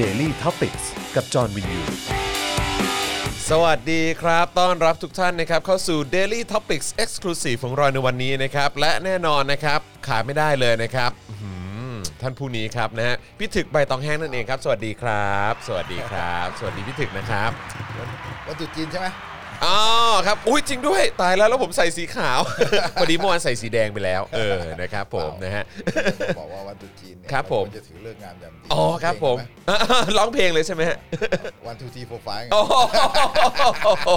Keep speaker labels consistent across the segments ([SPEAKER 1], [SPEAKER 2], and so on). [SPEAKER 1] Daily t o p i c กกับจอห์นวินยู
[SPEAKER 2] สวัสดีครับ ต้อนรับทุกท่านนะครับ เข้าสู่ Daily Topics Exclusive ของเราในวันนี้นะครับ และแน่นอนนะครับ ขาดไม่ได้เลยนะครับอื้อหือท่านผู้นี้ครับนะฮะพี่ถึกใบตองแห้งนั่นเองครับ สวัสดีครับ สวัสดีครับ สวัสดีพี่ถึกนะครับ
[SPEAKER 3] วันจุดจีนใช่ไหม
[SPEAKER 2] อ๋อครับ อุ้ยจริงด้วย ตายแล้วแล้วผมใส่สีขาว พอดีเมื่อวานใส่สีแดงไปแล้ว เออนะครับผมนะฮะ
[SPEAKER 3] บอกว่าวันจุดจีนเนี่ย
[SPEAKER 2] ครับผม
[SPEAKER 3] นจะถือเลิกษ์งามยามดี
[SPEAKER 2] อ๋อครับผมร้องเพลงเลยใช่ไหมฮะ
[SPEAKER 3] วันทูทีโฟร์ไฟ
[SPEAKER 2] โอ้โห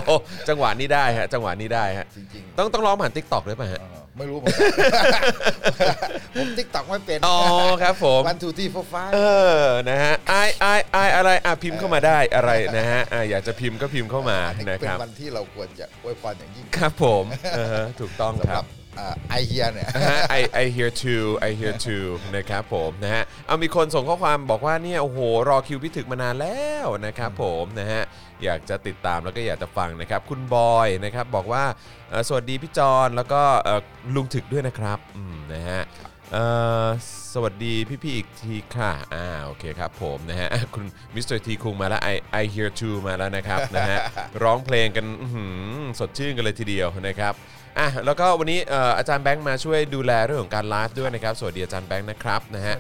[SPEAKER 2] จังหวะนี้ได้ฮะ จังหวะนี้ได้ฮะ
[SPEAKER 3] จริงๆ
[SPEAKER 2] ต้องต้องร้องผ่านทิกตอกด้วยป่ะฮะ
[SPEAKER 3] เออไม่รู้ผม ผมติ๊กต็อกไม่เป็น
[SPEAKER 2] อ๋อครับผม
[SPEAKER 3] วันทูทีโฟร์ไฟ
[SPEAKER 2] เออนะฮะไอไอไออะไรอ่ะพิมพ์เข้ามาได้อะไรนะฮะอ่ะอยากจะพิมพ์ก็พิมพ์เข้ามานะ
[SPEAKER 3] เป็
[SPEAKER 2] คน รับ
[SPEAKER 3] วันที่เราควรจะอวยพรอย่างยิ่ง
[SPEAKER 2] ครับผมเออฮะถูกต้องค
[SPEAKER 3] สำห
[SPEAKER 2] รั
[SPEAKER 3] รั
[SPEAKER 2] บบ
[SPEAKER 3] อ่าไอเฮียเนี่ย
[SPEAKER 2] นะฮะ I I hear too I hear too นะครับผมนะฮะเอามีคนส่งข้อความบอกว่าเนี่ยโอ้โหรอคิวพิถึกมานานแล้วนะครับผมนะฮะอยากจะติดตามแล้วก็อยากจะฟังนะครับ คุณบอยนะครับบอกว่าเอ่อสวัสดีพี่จอนแล้วก็เอ่อลุงถึกด้วยนะครับอืมนะฮะ เอ่อสวัสดีพี่ๆอีกทีค่ะ อ่าโอเคครับผมนะ ฮะ คุณมิสเตอร์ทีคุงมาแล้ว I I hear too มาแล้วนะครับ นะฮะร้องเพลงกันอื้อหือสดชื่นกันเลยทีเดียวนะครับอ่ะแล้วก็วันนี้เอ่ออาจารย์แบงค์มาช่วยดูแลเรื่องของการไลฟ์ด้วยนะครับ สวัสดีอาจารย์แบงค์นะครับนะฮะ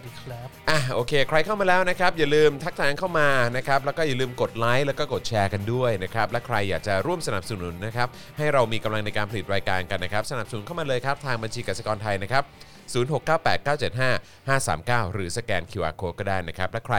[SPEAKER 2] อ่ะโอเค ใครเข้ามาแล้วนะครับ อย่าลืมทักทายเข้ามานะครับ แล้วก็อย่าลืมกดไลค์แล้วก็กดแชร์กันด้วยนะครับ และใครอยากจะร่วมสนับสนุนนะครับ ให้เรามีกำลังในการผลิตรายการกันนะครับ สนับสนุนเข้ามาเลยครับ ทางบัญชีกสิกรไทยนะครับ 0698975539 หรือสแกน QR code ก็ได้นะครับ และใคร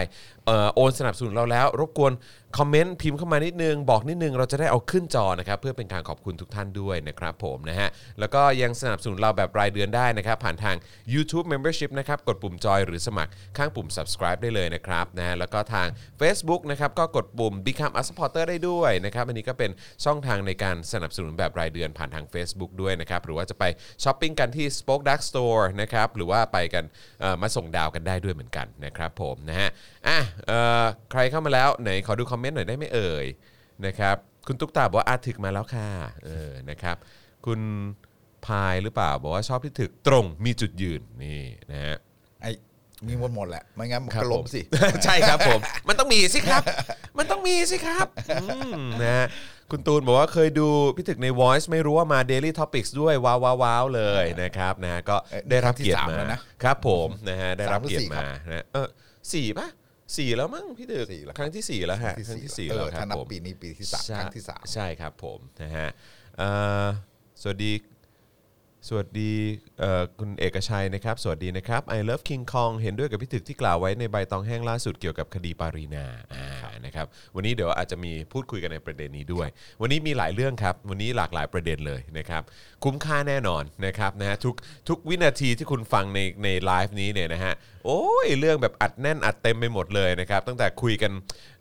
[SPEAKER 2] เอ่อโอนสนับสนุนเราแล้ว รบกวนคอมเมนต์พิมพ์เข้ามานิดนึง บอกนิดนึงเราจะได้เอาขึ้นจอนะครับ เพื่อเป็นการขอบคุณทุกท่านด้วยนะครับผมนะฮะ แล้วก็ยังสนับสนุนเราแบบรายเดือนได้นะครับ ผ่านทาง YouTube Membership นะครับ กดปุ่มจอยหรือสมัครข้างปุ่ม subscribe ได้เลยนะครับนะฮะแล้วก็ทาง Facebook นะครับ ก็กดปุ่ม Become a supporter ได้ด้วยนะครับ อันนี้ก็เป็นช่องทางในการสนับสนุนแบบรายเดือนผ่านทาง Facebook ด้วยนะครับ หรือว่าจะไปช้อปปิ้งกันที่ Spoke Dark Store นะครับ หรือว่าไปกันเอ่อมาส่งดาวกันได้ด้วยเหมือนกันนะครับผมนะฮะอ่ะเอ่อใครเข้ามาแล้วไหนขอดูคอมเมนต์หน่อยได้ไหมเอ่ยนะครับ คุณตุ๊กตาบอกว่าอาถึกมาแล้วค่ะเออนะครับ คุณพายหรือเปล่าบอกว่าชอบที่ถึกตรงมีจุดยืนนี่นะฮะ
[SPEAKER 3] ไอมีหมดหมดแหละ ไม่งั้นมัน
[SPEAKER 2] ครับ
[SPEAKER 3] ก็ล้มสิ
[SPEAKER 2] ผมใช่ครับผม มันต้องมีสิครับ มันต้องมีสิ ครับอืมนะฮะคุณตูนบอกว่าเคยดูพี่ถึกใน Voice ไม่รู้ว่ามา Daily Topics ด้วยว้าวว้าวว้าวเลยนะครับนะฮะก็
[SPEAKER 3] เอ้ย
[SPEAKER 2] ได้รับเกียรติ
[SPEAKER 3] ที่สาม
[SPEAKER 2] มา
[SPEAKER 3] แล้วนะครับ
[SPEAKER 2] ผมนะฮะได้รับ
[SPEAKER 3] สามหรือ
[SPEAKER 2] เกียร
[SPEAKER 3] สี่
[SPEAKER 2] ติมานะเออสี่ป่ะสี่แล้วมั้งพี่ถึก
[SPEAKER 3] สี่แล้ว
[SPEAKER 2] ครั้งที่สี่แล้วฮะครั้งที่สี่แล้วค
[SPEAKER 3] ถ้า
[SPEAKER 2] รับ
[SPEAKER 3] นับ
[SPEAKER 2] ผม
[SPEAKER 3] ปีนี้ปีที่สาม
[SPEAKER 2] ใช่
[SPEAKER 3] ครั้งที่สาม
[SPEAKER 2] ใช่ครับผมนะฮะเอ่อสวัสดีสวัสดีเอ่อคุณเอกชัยนะครับ สวัสดีนะครับ I love King Kong เห็นด้วยกับพี่ถึกที่กล่าวไว้ในใบตองแห้งล่าสุดเกี่ยวกับคดีปารีนาอ่านะครับวันนี้เดี๋ยวอาจจะมีพูดคุยกันในประเด็นนี้ด้วย วันนี้มีหลายเรื่องครับ วันนี้หลากหลายประเด็นเลยนะครับคุ้มค่าแน่นอนนะครับนะฮะทุกทุกวินาทีที่คุณฟังในในไลฟ์นี้เนี่ยนะฮะโอ้ยเรื่องแบบอัดแน่นอัดเต็มไปหมดเลยนะครับตั้งแต่คุยกัน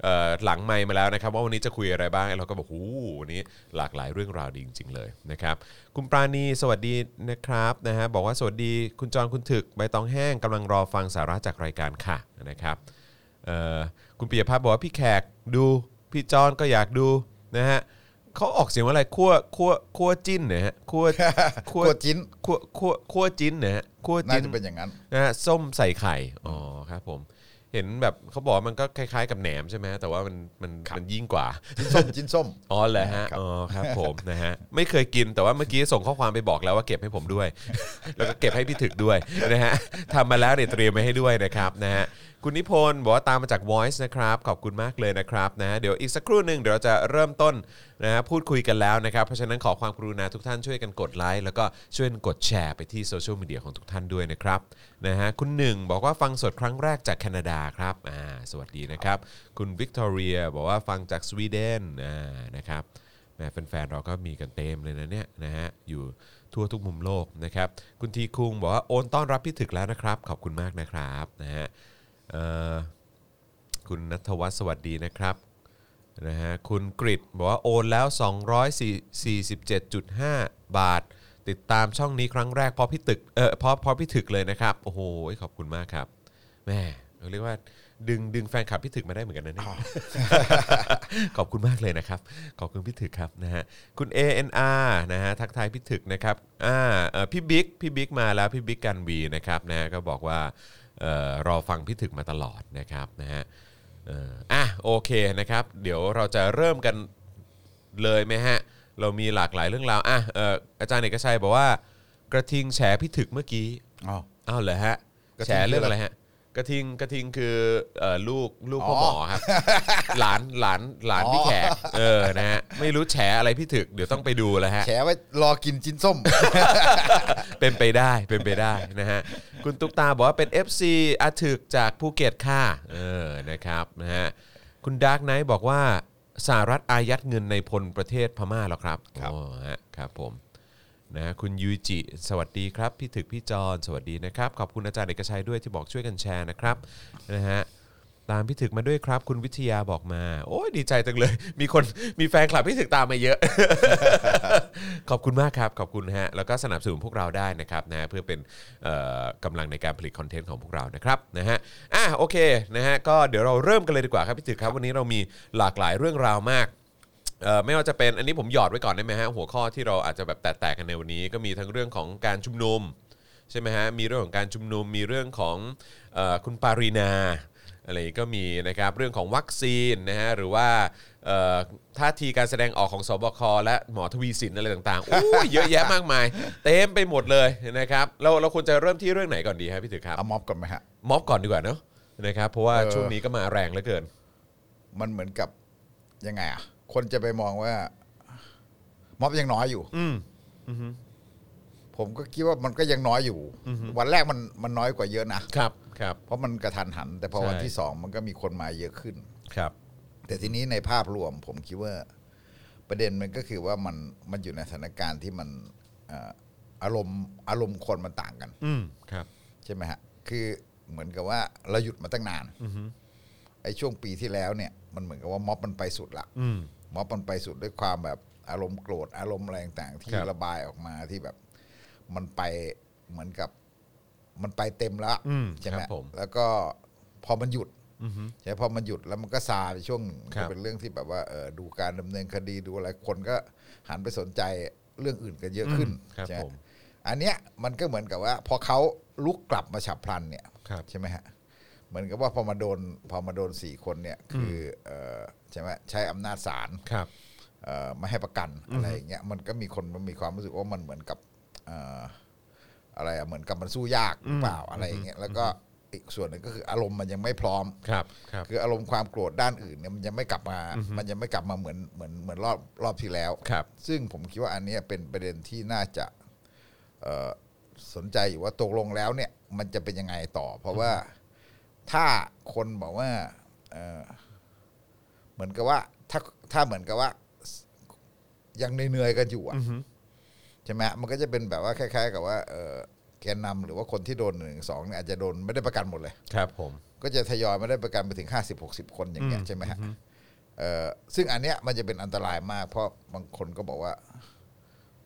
[SPEAKER 2] เอ่อหลังไมค์มาแล้วนะครับว่าวันนี้จะคุยอะไรบ้างเราก็บอกหูวันนี้หลากหลายเรื่องราวดีจริง ๆ เลยนะครับคุณปราณีสวัสดีนะครับนะฮะบอกว่าสวัสดีคุณจรคุณถึกใบตองแห้งกำลังรอฟังสาระจากรายการค่ะนะครับเอ่อคุณปิยภาพบอกว่าพี่แขกดูพี่จอนก็อยากดูนะฮะเขาออกเสียงว่าอะไรคั่วคั่วคั่วจิ้นนะฮะคั่ว
[SPEAKER 3] กลั
[SPEAKER 2] คั่ว
[SPEAKER 3] วจิ้น
[SPEAKER 2] คั่วคั่วคั่วจิ้นนะฮะคั่ว
[SPEAKER 3] น่า
[SPEAKER 2] จิ้น
[SPEAKER 3] จะเป็นอย่างนั้น
[SPEAKER 2] นะฮะส้มใส่ไข่ อ๋อครับผม เห็นแบบเขาบอกว่ามันก็คล้าย ๆ กับแหนมใช่ไหมแต่ว่ามันมันมันยิ่งกว่า
[SPEAKER 3] ส้มจิ้นส้ม
[SPEAKER 2] อ๋อเหรอฮะ อ๋อครับผมนะฮะ ไม่เคยกินแต่ว่าเมื่อกี้ส่งข้อความไปบอกแล้วว่าเก็บให้ผมด้วย แล้วก็เก็บให้พี่ถึกด้วยนะฮะทำมาแล้วเดี๋ยวเตรียมไว้ให้ด้วยนะครับนะฮะ คุณนิพนธ์บอกว่าตามมาจาก Voice นะครับ ขอบคุณมากเลยนะครับนะฮะเดี๋ยวอีกสักครู่หนึ่งเดี๋ยวเราจะเริ่มต้นนะฮะพูดคุยกันแล้วนะครับ เพราะฉะนั้นขอความกรุณาทุกท่านช่วยกันกดไลค์แล้วก็ช่วยกันกดแชร์ไปที่โซเชียลมีเดียของทุกท่านด้วยนะครับนะฮะคุณหนึ่งบอกว่าฟังสดครั้งแรกจากแคนาดาครับอ่าสวัสดีนะครับ คุณวิกตอเรียบอกว่าฟังจากสวีเดนอ่านะครับแหมแฟนๆเราก็มีกันเต็มเลยนะเนี่ยนะฮะอยู่ทั่วทุกมุมโลกนะครับคุณทีคุงบอกว่าโอนต้อนรับพี่ถึกแล้วนะครับ ขอบคุณมากนะครับนะฮะเอ่อ คุณนัทวัฒน์สวัสดีนะครับนะฮะคุณกริดบอกว่าโอนแล้ว 247.5 บาท ติดตามช่องนี้ครั้งแรกเพอพี่ตึกเออเพอพอพี่ถึกเลยนะครับ โอ้โห ขอบคุณมากครับแม่เรียกว่าดึงดึงแฟนคลับพี่ถึกมาได้เหมือนกันนะเนี่ย ขอบคุณมากเลยนะครับ ขอบคุณพี่ถึกครับนะฮะ คุณ ANR นะฮะ ทักทายพี่ถึกนะครับ อ่าเอ่อพี่บิ๊ก พี่บิ๊กมาแล้ว พี่บิ๊กกันวีนะครับนะฮะก็บอกว่าเอ่อรอฟังพี่ถึกมาตลอดนะครับนะฮะ เอออ่ะโอเคนะครับ เดี๋ยวเราจะเริ่มกันเลยไหมฮะ เรามีหลากหลายเรื่องราวอ่ะเอ่ออาจารย์เอกชัยบอกว่ากระทิงแฉพิถึกเมื่อกี้
[SPEAKER 3] อ๋อ
[SPEAKER 2] อ้าวเหรอฮะ
[SPEAKER 3] กระทิง
[SPEAKER 2] แฉเรื่องอะไรฮะ กระทิงกระทิงคือเอ่อลูกลูกพ่อหมอครับ หลานหลานหลาน
[SPEAKER 3] อ๋อ
[SPEAKER 2] พี่แขกเออนะฮะไม่รู้แฉอะไรพี่ถึกเดี๋ยวต้องไปดูแล้วฮะ
[SPEAKER 3] แฉไว้รอกินจิ้นส้ม
[SPEAKER 2] เป็นไปได้เป็นไปได้นะฮะคุณตุ๊กตาบอกว่าเป็น FC อาถึกจากภูเก็ตค่ะเออนะครับนะฮะคุณดาร์กไนท์บอกว่าสหรัฐอายัดเงินในพลประเทศพม่าแล้วครับ
[SPEAKER 3] ครับ
[SPEAKER 2] โอ้ฮะครับผมนะฮะคุณยูจิสวัสดีครับ พี่ถึกพี่จอนสวัสดีนะครับ ขอบคุณอาจารย์เอกชัยด้วยที่บอกช่วยกันแชร์นะครับนะฮะตามพี่ถึกมาด้วยครับ คุณวิทยาบอกมา โอ้ยดีใจจังเลย มีคนมีแฟนคลับพี่ถึกตามมาเยอะ ขอบคุณมากครับ ขอบคุณฮะ แล้วก็สนับสนุนพวกเราได้นะครับนะเพื่อเป็นเอ่อกำลังในการผลิตคอนเทนต์ของพวกเรานะครับนะฮะอ่ะโอเคนะฮะก็เดี๋ยวเราเริ่มกันเลยดีกว่าครับพี่ตึกครับ วันนี้เรามีหลากหลายเรื่องราวมากเอ่อไม่ว่าจะเป็นอันนี้ผมหยอดไว้ก่อนได้ไหมฮะหัวข้อที่เราอาจจะแบบแตกๆกันในวันนี้ ก็มีทั้งเรื่องของการชุมนุมใช่ไหมฮะมีเรื่องของการชุมนุมมีเรื่องของเออคุณปารีนาอะไรก็มีนะครับเรื่องของวัคซีนนะฮะหรือว่าเอ่อท่าทีการแสดงออกของสบคและหมอทวีสินอะไรต่าง ๆโอ้ยเยอะแยะมากมายเต็มไปหมดเลยนะครับเราเราควรจะเริ่มที่เรื่องไหนก่อนดีครับพี่ตึกครับ
[SPEAKER 3] เอาม็อบก่อนไหมฮะ
[SPEAKER 2] ม็อบก่อนดีกว่าเนาะนะครับเพราะว่า
[SPEAKER 3] เออ
[SPEAKER 2] ช่วงนี้ก็มาแรงเหลือเกิน
[SPEAKER 3] มันเหมือนกับยังไงอ่ะ คนจะไปมองว่า ม็อบยังน้อยอยู่
[SPEAKER 2] อืม
[SPEAKER 3] ผมก็คิดว่ามันก็ยังน้อยอยู่ วันแรกมันมันน้อยกว่าเยอะนะ
[SPEAKER 2] ครับครับ
[SPEAKER 3] เพราะมันกระทันหัน แต่พอวัน
[SPEAKER 2] ใช่
[SPEAKER 3] ที่สองมันก็มีคนมาเยอะขึ้น
[SPEAKER 2] ครับ
[SPEAKER 3] แต่ทีนี้ในภาพรวม ผมคิดว่า ประเด็นมันก็คือว่ามันมันอยู่ในสถานการณ์ที่มันเอ่ออารมณ์อารมณ์คนมันต่างกัน
[SPEAKER 2] อืมครับ
[SPEAKER 3] ใช่ไหมฮะ คือเหมือนกับว่าเราหยุดมาตั้งนานไอ้ช่วงปีที่แล้วเนี่ย มันเหมือนกับว่าม็อบมันไปสุดละ
[SPEAKER 2] อืม
[SPEAKER 3] ม็อบมันไปสุดด้วยความแบบอารมณ์โกรธอารมณ์อะไรต่างๆที่
[SPEAKER 2] ครับ
[SPEAKER 3] ระบายออกมาที่แบบ มันไปเหมือนกับ มันไปเต็มละ
[SPEAKER 2] อืมค
[SPEAKER 3] ใช่
[SPEAKER 2] รั
[SPEAKER 3] ไห
[SPEAKER 2] บผม
[SPEAKER 3] แล้วก็พอมันหยุด
[SPEAKER 2] อืม
[SPEAKER 3] ใช่พอมันหยุดแล้วมันก็ซาไปช่วงหนึ่ง
[SPEAKER 2] ครับ
[SPEAKER 3] ก็เป็นเรื่องที่แบบว่าเออดูการดำเนินคดีดูอะไรคนก็หันไปสนใจเรื่องอื่นกันเยอะขึ้น
[SPEAKER 2] อืมครับ
[SPEAKER 3] ใช่ไหม
[SPEAKER 2] ผม
[SPEAKER 3] อันเนี้ยมันก็เหมือนกับว่า พอเขาลุกกลับมาฉับพลันเนี่ย
[SPEAKER 2] ครับ
[SPEAKER 3] ใช่ไหมฮะเหมือนกับว่าพอมาโดนพอมาโดนสี่คนเนี่ยคือเออใช่ไหมใช้อำนาจศาล
[SPEAKER 2] ครับ
[SPEAKER 3] เอ่อไม่ให้ประกันอะไรอย่างเงี้ยมันก็มีคนมันมีความรู้สึกว่ามันเหมือนกับเอ่ออะไรอะเหมือนกับมันสู้ยากหรือเปล่าอะไรอย่างเงี้ยแล้วก็อีกส่วนหนึ่งก็คืออารมณ์มันยังไม่พร้อม
[SPEAKER 2] ครับครับ
[SPEAKER 3] คืออารมณ์ความโกรธด้านอื่นเนี่ยมันยังไม่กลับมา มันยังไม่กลับมาเหมือนเหมือนเหมือนรอบรอบที่แล้ว
[SPEAKER 2] ครับ
[SPEAKER 3] ซึ่งผมคิดว่าอันเนี้ยเป็นประเด็นที่น่าจะเอ่อสนใจอยู่ว่าตกลงแล้วเนี่ย มันจะเป็นยังไงต่อ เพราะว่าถ้าคนบอกว่าเอ่อเหมือนกับว่าถ้าถ้าเหมือนกับว่า ยังเหนื่อยๆกันอยู่อะใช่ไหมฮะมันก็จะเป็นแบบว่าคล้าย ๆ กับว่าเอ่อแกนนำหรือว่าคนที่โดนหนึ่งสองเนี่ยอาจจะโดนไม่ได้ประกันหมดเลย
[SPEAKER 2] ครับผม
[SPEAKER 3] ก็จะทยอยมาได้ประกันไปถึง 50 60 คนอย่างเงี้ยใช่ไหมฮะเอ่อซึ่งอันเนี้ยมันจะเป็นอันตรายมาก เพราะบางคนก็บอกว่า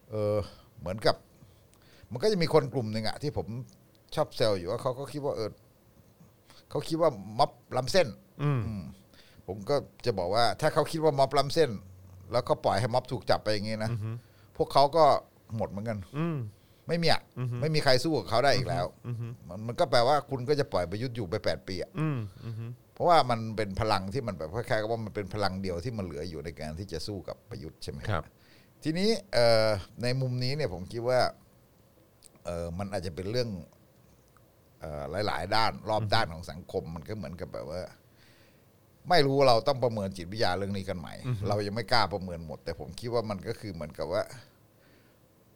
[SPEAKER 3] เออเหมือนกับ มันก็จะมีคนกลุ่มหนึ่งอะที่ผมชอบเซลอยู่ว่าเขาก็คิดว่าเออเขาคิดว่าม็อบล้ำเส้น
[SPEAKER 2] อืม
[SPEAKER 3] อืมผมก็จะบอกว่า ถ้าเขาคิดว่าม็อบล้ำเส้น แล้วก็ปล่อยให้ม็อบถูกจับไปอย่างงี้นะพวกเขาก็หมดเหมือนกัน
[SPEAKER 2] อืม
[SPEAKER 3] ไม่มีอะไม่มีใครสู้กับเขาได้อีกแล้วมันมันก็แปลว่าคุณก็จะปล่อยประยุทธ์อยู่ไปแปดปีอะ
[SPEAKER 2] อืมอืม
[SPEAKER 3] เพราะว่ามันเป็นพลังที่มันแบบคล้ายๆกับว่ามันเป็นพลังเดียวที่มันเหลืออยู่ในการที่จะสู้กับประยุทธ์ใช่ไหม
[SPEAKER 2] ครับ
[SPEAKER 3] ทีนี้เอ่อในมุมนี้เนี่ยผมคิดว่าเออมันอาจจะเป็นเรื่องเอ่อหลาย ๆ ด้านรอบด้านของสังคม มันก็เหมือนกับแบบว่า ไม่รู้เราต้องประเมินจิตวิทยาเรื่องนี้กันใหม่ เรายังไม่กล้าประเมินหมด แต่ผมคิดว่ามันก็คือเหมือนกับว่า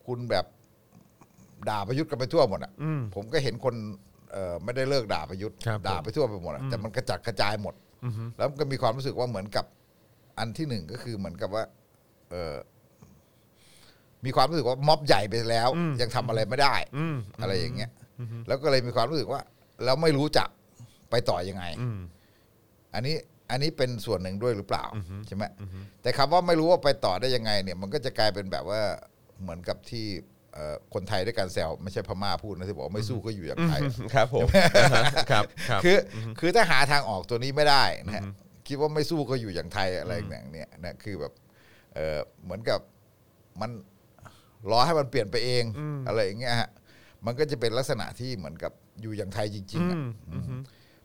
[SPEAKER 3] คุณแบบด่าประยุทธ์กันไปทั่วหมดอ่ะ
[SPEAKER 2] อืม
[SPEAKER 3] ผมก็เห็นคนเอ่อไม่ได้เลิกด่าประยุทธ์
[SPEAKER 2] ครับ
[SPEAKER 3] ด่า
[SPEAKER 2] ผม
[SPEAKER 3] ไปทั่วไปหมดอะแต่มันกระจัดกระจายหมด
[SPEAKER 2] อืม
[SPEAKER 3] แล้วก็มีความรู้สึกว่าเหมือนกับอันที่หนึ่งก็คือเหมือนกับว่า เออมีความรู้สึกว่าม็อบใหญ่ไปแล้ว ยังทำอะไรไม่ได้
[SPEAKER 2] อืม
[SPEAKER 3] อะไรอย่างเงี้ยแล้วก็เลยมีความรู้สึกว่าแล้วไม่รู้จะไปต่อยังไง
[SPEAKER 2] อืม
[SPEAKER 3] อันนี้อันนี้เป็นส่วนหนึ่งด้วยหรือเปล่าใช่ไหมแต่คำว่าไม่รู้ว่าไปต่อได้ยังไง เนี่ย มันก็จะกลายเป็นแบบว่าเหมือนกับที่เอ่อคนไทยด้วยกันแซวไม่ใช่พม่าพูดนะที่บอกว่าไม่สู้ก็อยู่อย่างไทย
[SPEAKER 2] ครับผมอ่าฮะครับ ครับ
[SPEAKER 3] คือคือถ้าหาทางออกตัวนี้ไม่ได้นะฮะคิดว่าไม่สู้ก็อยู่อย่างไทยอะไรอย่างเนี้ยนะคือแบบเออเหมือนกับมันรอให้มันเปลี่ยนไปเองอะไรอย่างเงี้ยฮะมันก็จะเป็นลักษณะที่เหมือนกับอยู่อย่างไทยจริงๆอะ
[SPEAKER 2] อืม
[SPEAKER 3] อืม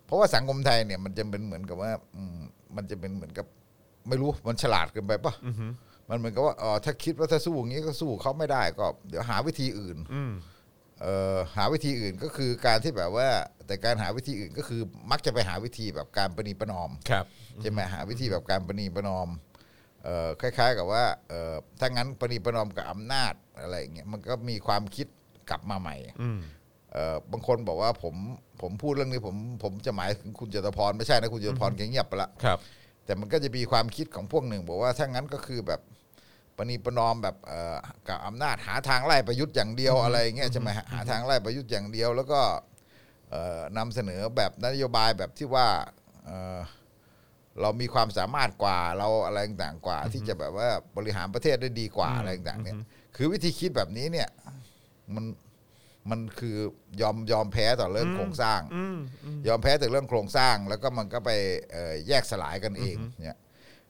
[SPEAKER 3] พอ ราะว่าสังคมไทยเนี่ยมันจะเป็นเหมือนกับว่าอืมมันจะเป็นเหมือนกับ ไม่รู้มันฉลาดเกินไปปะมันเหมือนกับว่าเออถ้าคิดว่าถ้าสู้อย่างนี้ก็สู้เขาไม่ได้ก็ เดี๋ยวหาวิธีอื่น
[SPEAKER 2] อืม
[SPEAKER 3] เอ่อหาวิธีอื่นก็คือการที่แบบว่า แต่การหาวิธีอื่นก็คือมักจะไปหาวิธีแบบการประนีประนอม
[SPEAKER 2] ครับ
[SPEAKER 3] ใช่ไหมหาวิธีแบบการประนีประนอมเอ่อคล้าย ๆ กับว่าเอ่อถ้างั้นประนีประนอมกับอำนาจอะไรอย่างเงี้ยมันก็มีความคิดกลับมาใหม่
[SPEAKER 2] อืม
[SPEAKER 3] เอ่อบางคนบอกว่าผมผมพูดเรื่องนี้ผมผมจะหมายถึงคุณจตุพรไม่ใช่นะคุณจตุพรแกเงียบไปละ
[SPEAKER 2] ครับ
[SPEAKER 3] แต่มันก็จะมีความคิดของพวกหนึ่ง บอกว่าถ้างั้นก็คือแบบประนีประนอมแบบเอ่อกับอำนาจหาทางไล่ประยุทธ์อย่างเดียวอะไรอย่างเงี้ยใช่ไหมฮะหาทางไล่ประยุทธ์อย่างเดียว แล้วก็เอ่อนำเสนอแบบนโยบายแบบที่ว่าเอ่อเรามีความสามารถกว่าเราอะไรต่างๆกว่า ที่จะแบบว่าบริหารประเทศได้ดีกว่าอะไรต่างๆเนี่ยคือวิธีคิดแบบนี้เนี่ยมันมันคือยอมยอมแพ้ต่อเรื่องโครงสร้าง
[SPEAKER 2] อืม
[SPEAKER 3] ยอมแพ้แต่เรื่องโครงสร้าง แล้วก็มันก็ไปเอ่อแยกสลายกันเองเนี่ย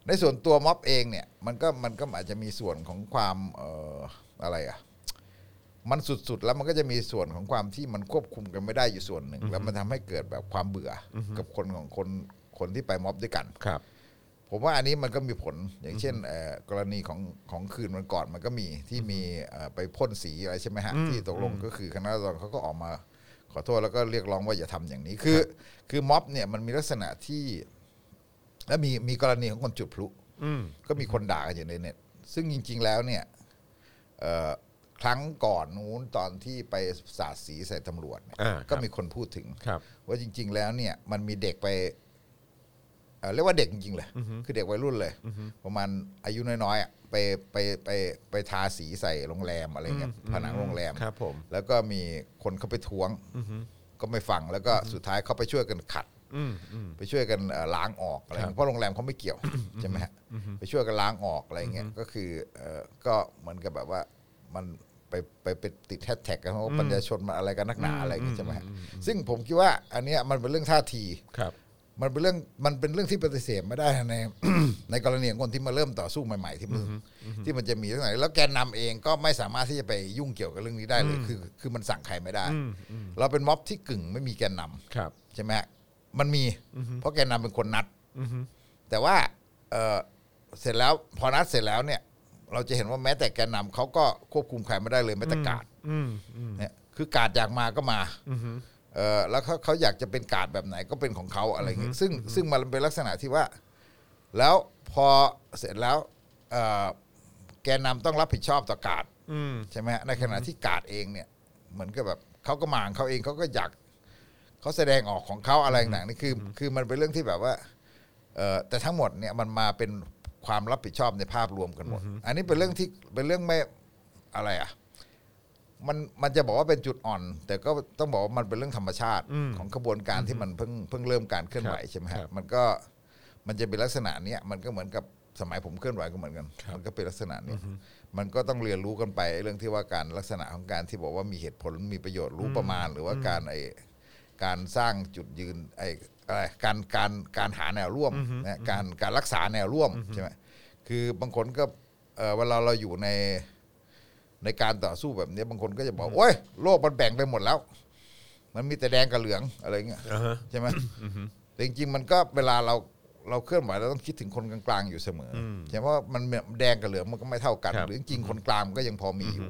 [SPEAKER 3] ในส่วนตัวม็อบเองเนี่ยมันก็มันก็อาจจะมีส่วนของความเอ่ออะไรอ่ะมันสุดๆแล้วมันก็จะมีส่วนของความที่มันควบคุมกันไม่ได้อยู่ส่วนหนึ่ง แล้วมันทำให้เกิดแบบความเบื่ออกับคนของคนคนที่ไปม็อบด้วยกัน
[SPEAKER 2] ครับ
[SPEAKER 3] ผมว่าอันนี้มันก็มีผลอย่างเช่นเอ่อกรณีของของคืนวันก่อนมันก็มีที่มีเอ่อไปพ่นสีอะไรใช่ไหมฮะ ที่ตกลงก็คือคณะรัฐมนตรีเขาก็ออกมาขอโทษแล้วก็เรียกร้องว่าอย่าทำอย่างนี้คือ คือม็อบเนี่ยมันมีลักษณะที่ และมีมีกรณีของคนจุดพลุ
[SPEAKER 2] อืม
[SPEAKER 3] ก็มีคนด่ากันอยู่ในเน็ตซึ่งจริง ๆ แล้วเนี่ยเอ่อครั้งก่อนนู้นตอนที่ไปสาดสีใส่ตำรวจเนี่ย
[SPEAKER 2] อ่าครับ
[SPEAKER 3] ก็มีคนพูดถึง
[SPEAKER 2] ครับ
[SPEAKER 3] ว่าจริง ๆ แล้วเนี่ยมันมีเด็กไปเอ่อเรียกว่าเด็กจริงๆเลยคือเด็กวัยรุ่นเลย ประมาณอายุน้อยๆอ่ะไปไปไปไปทาสีใส่โรงแรมอะไรเงี้ยผนังโรงแรม
[SPEAKER 2] ครับผม
[SPEAKER 3] แล้วก็มีคนเข้าไปท้วงก็ไม่ฟังแล้วก็สุดท้ายเขาไปช่วยกันขัด
[SPEAKER 2] อืมอืม
[SPEAKER 3] ไปช่วยกันเอ่อล้างออกอะไรเงี้ยเพราะโรงแรมเขาไม่เกี่ยว ใช่ไหมฮะไปช่วยกันล้างออกอะไรเงี้ยก็คือเอ่อก็เหมือนกับแบบว่ามันไปไปไปติดแฮชแท็กกันว่าประชาชนมาอะไรกันนักหนาอะไรเงี้ยใช่ไหมฮะซึ่งผมคิดว่าอันเนี้ยมันเป็นเรื่องท่าที
[SPEAKER 2] ครับ
[SPEAKER 3] มันเป็นเรื่องมันเป็นเรื่องที่ปฏิเสธไม่ได้ใน ในกรณีของคนที่มาเริ่มต่อสู้ใหม่ ๆ ที่มันที่มันจะมีทั้งหลายแล้วแกนนำเองก็ไม่สามารถที่จะไปยุ่งเกี่ยวกับเรื่องนี้ได้เลยคือคือมันสั่งใครไม่ได้ เราเป็นม็อบที่กึ่งไม่มีแกนนำ
[SPEAKER 2] ครับ
[SPEAKER 3] ใช่ไหมฮะมันมี เพราะแกนนำเป็นคนนัด แต่ว่าเอ่อเสร็จแล้วพอนัดเสร็จแล้วเนี่ย เราจะเห็นว่าแม้แต่แกนนำเขาก็ควบคุมใครไม่ได้เลยแม้แต่กาด
[SPEAKER 2] อืมอืม
[SPEAKER 3] เนี่ยคือกาดอยากมาก็มาเออแล้วเขาเขาอยากจะเป็นกาดแบบไหนก็เป็นของเขาอะไรอย่างเงี้ยซึ่งซึ่งมันเป็นลักษณะที่ว่า แล้วพอเสร็จแล้วเอ่อแกนนำต้องรับผิดชอบต่อกาด
[SPEAKER 2] อืม
[SPEAKER 3] ใช่ไหมฮะในขณะที่กาดเองเนี่ยเหมือนกับแบบเขาก็มาของเขาเองเขาก็อยากเขาแสดงออกของเขาอะไรต่างๆนี่คือ คือมันเป็นเรื่องที่แบบว่าเอ่อแต่ทั้งหมดเนี่ยมันมาเป็นความรับผิดชอบในภาพรวมกันหมด อันนี้เป็นเรื่องที่เป็นเรื่องไม่อะไรอ่ะมันมันจะบอกว่าเป็นจุดอ่อน แต่ก็ต้องบอกว่ามันเป็นเรื่องธรรมชาติ
[SPEAKER 2] อืม
[SPEAKER 3] ของขบวนการที่มันเพิ่งเพิ่งเริ่มการเคลื่อนไหว
[SPEAKER 2] ครับ
[SPEAKER 3] ใช่ไหม
[SPEAKER 2] ค
[SPEAKER 3] ฮะ
[SPEAKER 2] รับ
[SPEAKER 3] มันก็มันจะเป็นลักษณะเนี้ยมันก็เหมือนกับสมัยผมเคลื่อนไหวก็เหมือนกัน
[SPEAKER 2] ครับ
[SPEAKER 3] มันก็เป็นลักษณะเนี้ย มันก็ต้องเรียนรู้กันไปเรื่องที่ว่าการลักษณะของการที่บอกว่ามีเหตุผลมีประโยชน์รู้ประมาณ หรือว่าการไอการสร้างจุดยืนไออะไรการการการหาแนวร่วมนะการการรักษาแนวร่วมใช่ไหมคือบางคนก็เอ่อเวลาเราอยู่ในในการต่อสู้แบบนี้บางคนก็จะบอกโอ้ยโลกมันแบ่งไปหมดแล้ว มันมีแต่แดงกับเหลืองอะไรเงี้ย
[SPEAKER 2] อ่าฮะ
[SPEAKER 3] ใช่ไหมแต่จริงๆมันก็เวลาเราเราเคลื่อนไหวเราต้องคิดถึงคนกลางๆอยู่เสมออใช่ไหมว่ามันแดงกับเหลืองมันก็ไม่เท่ากัน
[SPEAKER 2] ครับ
[SPEAKER 3] หรือจริงๆคนกลางมันก็ยังพอมีอยู่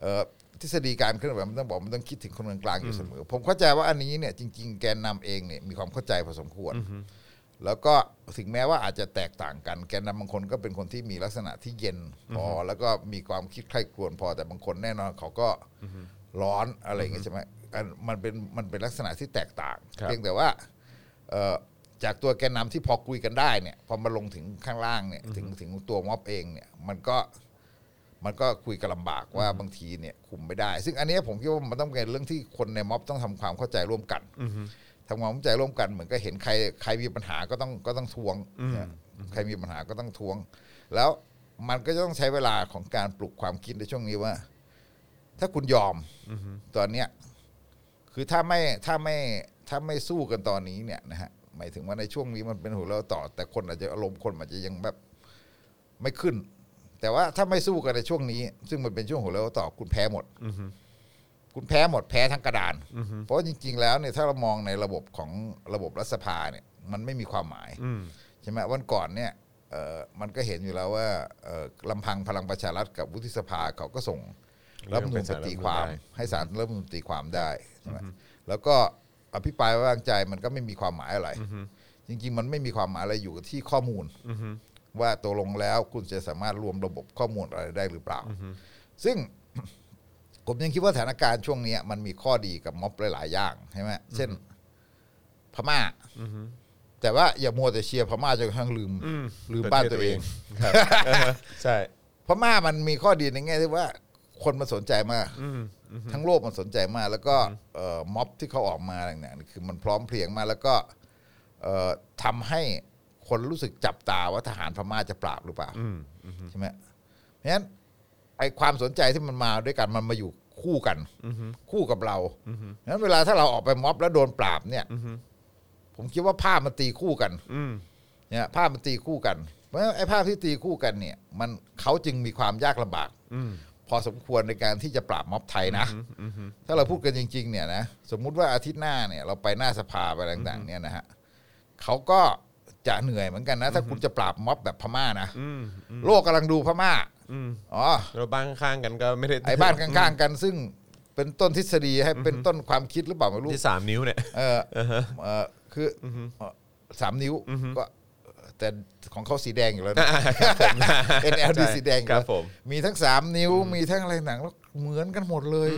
[SPEAKER 3] เอ่อทฤษฎีการเคลื่อนไหวมันต้องบอกมันต้องคิดถึงคนกลางๆอยู่เสมอ ผมเข้าใจว่าอันนี้เนี่ยจริง ๆ แกนนำเองเนี่ยมีความเข้าใจพอสมควร แล้วก็ถึงแม้ว่าอาจจะแตกต่างกัน แกนนำบางคนก็เป็นคนที่มีลักษณะที่เย็นพออแล้วก็มีความคิดใคร่ครวญพอแต่บางคนแน่นอนเขาก็ร้อนอะไรอย่างเงี้ยใช่ไหมอันมันเป็นมันเป็นลักษณะที่แตกต่าง
[SPEAKER 2] ครับ
[SPEAKER 3] เพียงแต่ว่าเอ่อจากตัวแกนนำที่พอคุยกันได้เนี่ยพอมาลงถึงข้างล่างเนี่ยถึงถึงตัวม็อบเองเนี่ยมันก็ มันก็คุยกันลำบากว่าบางทีเนี่ยคุมไม่ได้ ซึ่งอันเนี้ยผมคิดว่ามันต้องเป็นเรื่องที่คนในม็อบต้องทำความเข้าใจร่วมกันทำความเข้าใจร่วมกันเหมือนก็เห็นใครใครมีปัญหาก็ต้องก็ต้องทวงนะใครมีปัญหาก็ต้องทวง แล้วมันก็จะต้องใช้เวลาของการปลุกความคิดในช่วงนี้ว่า ถ้าคุณยอมตอนเนี้ยคือถ้าไม่ถ้าไม่ถ้าไม่สู้กันตอนนี้เนี่ยนะฮะหมายถึงว่าในช่วงนี้มันเป็นหัวเราะต่อ แต่คนอาจจะอารมณ์คนอาจจะยังแบบ ไม่ขึ้น แต่ว่าถ้าไม่สู้กันในช่วงนี้ ซึ่งมันเป็นช่วงของเราต่อคุณแพ้หมด คุณแพ้หมดแพ้ทั้งกระดาน เพราะจริง ๆ แล้วเนี่ยถ้าเรามองในระบบของระบบรัฐสภาเนี่ยมันไม่มีความหมาย
[SPEAKER 2] อืม
[SPEAKER 3] ใช่ไหมวันก่อนเนี่ยเอ่อมันก็เห็นอยู่แล้วว่าเอ่อลำพังพลังประชารัฐกับวุฒิสภาเขาก็ส่ง
[SPEAKER 2] เรื่
[SPEAKER 3] รั
[SPEAKER 2] อง
[SPEAKER 3] ฐธรรม
[SPEAKER 2] ไป
[SPEAKER 3] นูญ
[SPEAKER 2] ศาล
[SPEAKER 3] ตีความ
[SPEAKER 2] รัฐธรรมนูญได้
[SPEAKER 3] ให้สารรัฐธรรมนูญตีความได้ใช่ไหมแล้วก็อภิปรายไม่วางใจมันก็ไม่มีความหมายอะไร จริง ๆ มันไม่มีความหมายอะไรอยู่ที่ข้อมูล
[SPEAKER 2] อืม
[SPEAKER 3] ว่าตกลงแล้วคุณจะสามารถรวมระบบข้อมูลอะไรได้หรือเปล่า ซึ่ง ผมยังคิดว่าสถานการณ์ช่วงเนี้ยมันมีข้อดีกับม็อบหลาย ๆ อย่างใช่ไหมเช่น พม่า
[SPEAKER 2] อืม
[SPEAKER 3] แต่ว่าอย่ามัวแต่เชียร์พม่าจนกระทั่งลืม
[SPEAKER 2] อืม
[SPEAKER 3] ลืมบ้านตัวเอง
[SPEAKER 2] ครับเออใช่
[SPEAKER 3] พม่ามันมีข้อดีในแง่ที่ว่า คนมันสนใจมาก
[SPEAKER 2] อืม
[SPEAKER 3] ทั้งโลกมันสนใจมาก แล้วก็เอ่อม็อบที่เขาออกมาอะไรต่างๆนี่คือมันพร้อมเพรียงมากแล้วก็เอ่อทำให้คนรู้สึกจับตาว่าทหารพม่าจะปราบหรือเปล่า
[SPEAKER 2] อืม
[SPEAKER 3] ใช่ไหมเพราะฉะนั้นไอความสนใจที่มันมาด้วยกันมันมาอยู่คู่กัน คู่กับเราเพราะฉะนั้นเวลาถ้าเราออกไปม็อบแล้วโดนปราบเนี่ยผมคิดว่าภาพมันตีคู่กัน
[SPEAKER 2] อืม
[SPEAKER 3] เนี่ยภาพมันตีคู่กัน เพราะฉะนั้นไอภาพที่ตีคู่กันเนี่ย มันเขาจึงมีความยากลำบาก
[SPEAKER 2] อืม
[SPEAKER 3] พอสมควรในการที่จะปราบม็อบไทยนะ ถ้าเราพูดกันจริง ๆ เนี่ยนะสมมุติว่าอาทิตย์หน้าเนี่ย เราไปหน้าสภาไปอะไรต่างๆเนี่ยนะฮะเขาก็จะเหนื่อยเหมือนกันนะ ถ้าคุณจะปราบม็อบแบบพม่านะ
[SPEAKER 2] อืม
[SPEAKER 3] โลกกำลังดูพม่า
[SPEAKER 2] อืม
[SPEAKER 3] อ๋อ
[SPEAKER 2] แล้วบ้านข้างๆกันก็ไม่ได้
[SPEAKER 3] ไอ้บ้านข้างๆกันซึ่งเป็นต้นทฤษฎีให้เป็นต้นความคิดหรือเปล่าไม่รู้
[SPEAKER 2] ที่สามนิ้วเนี่ย
[SPEAKER 3] เออเออคือเอ่อสามนิ้วก็แต่ของเขาสีแดงอยู่แล้วนะ NLD สีแดงอยู่
[SPEAKER 2] ครั
[SPEAKER 3] แล้
[SPEAKER 2] บ
[SPEAKER 3] ว
[SPEAKER 2] ผม
[SPEAKER 3] มีทั้งสามนิ้วมีทั้งอะไรหนังแล้วเหมือนกันหมดเลย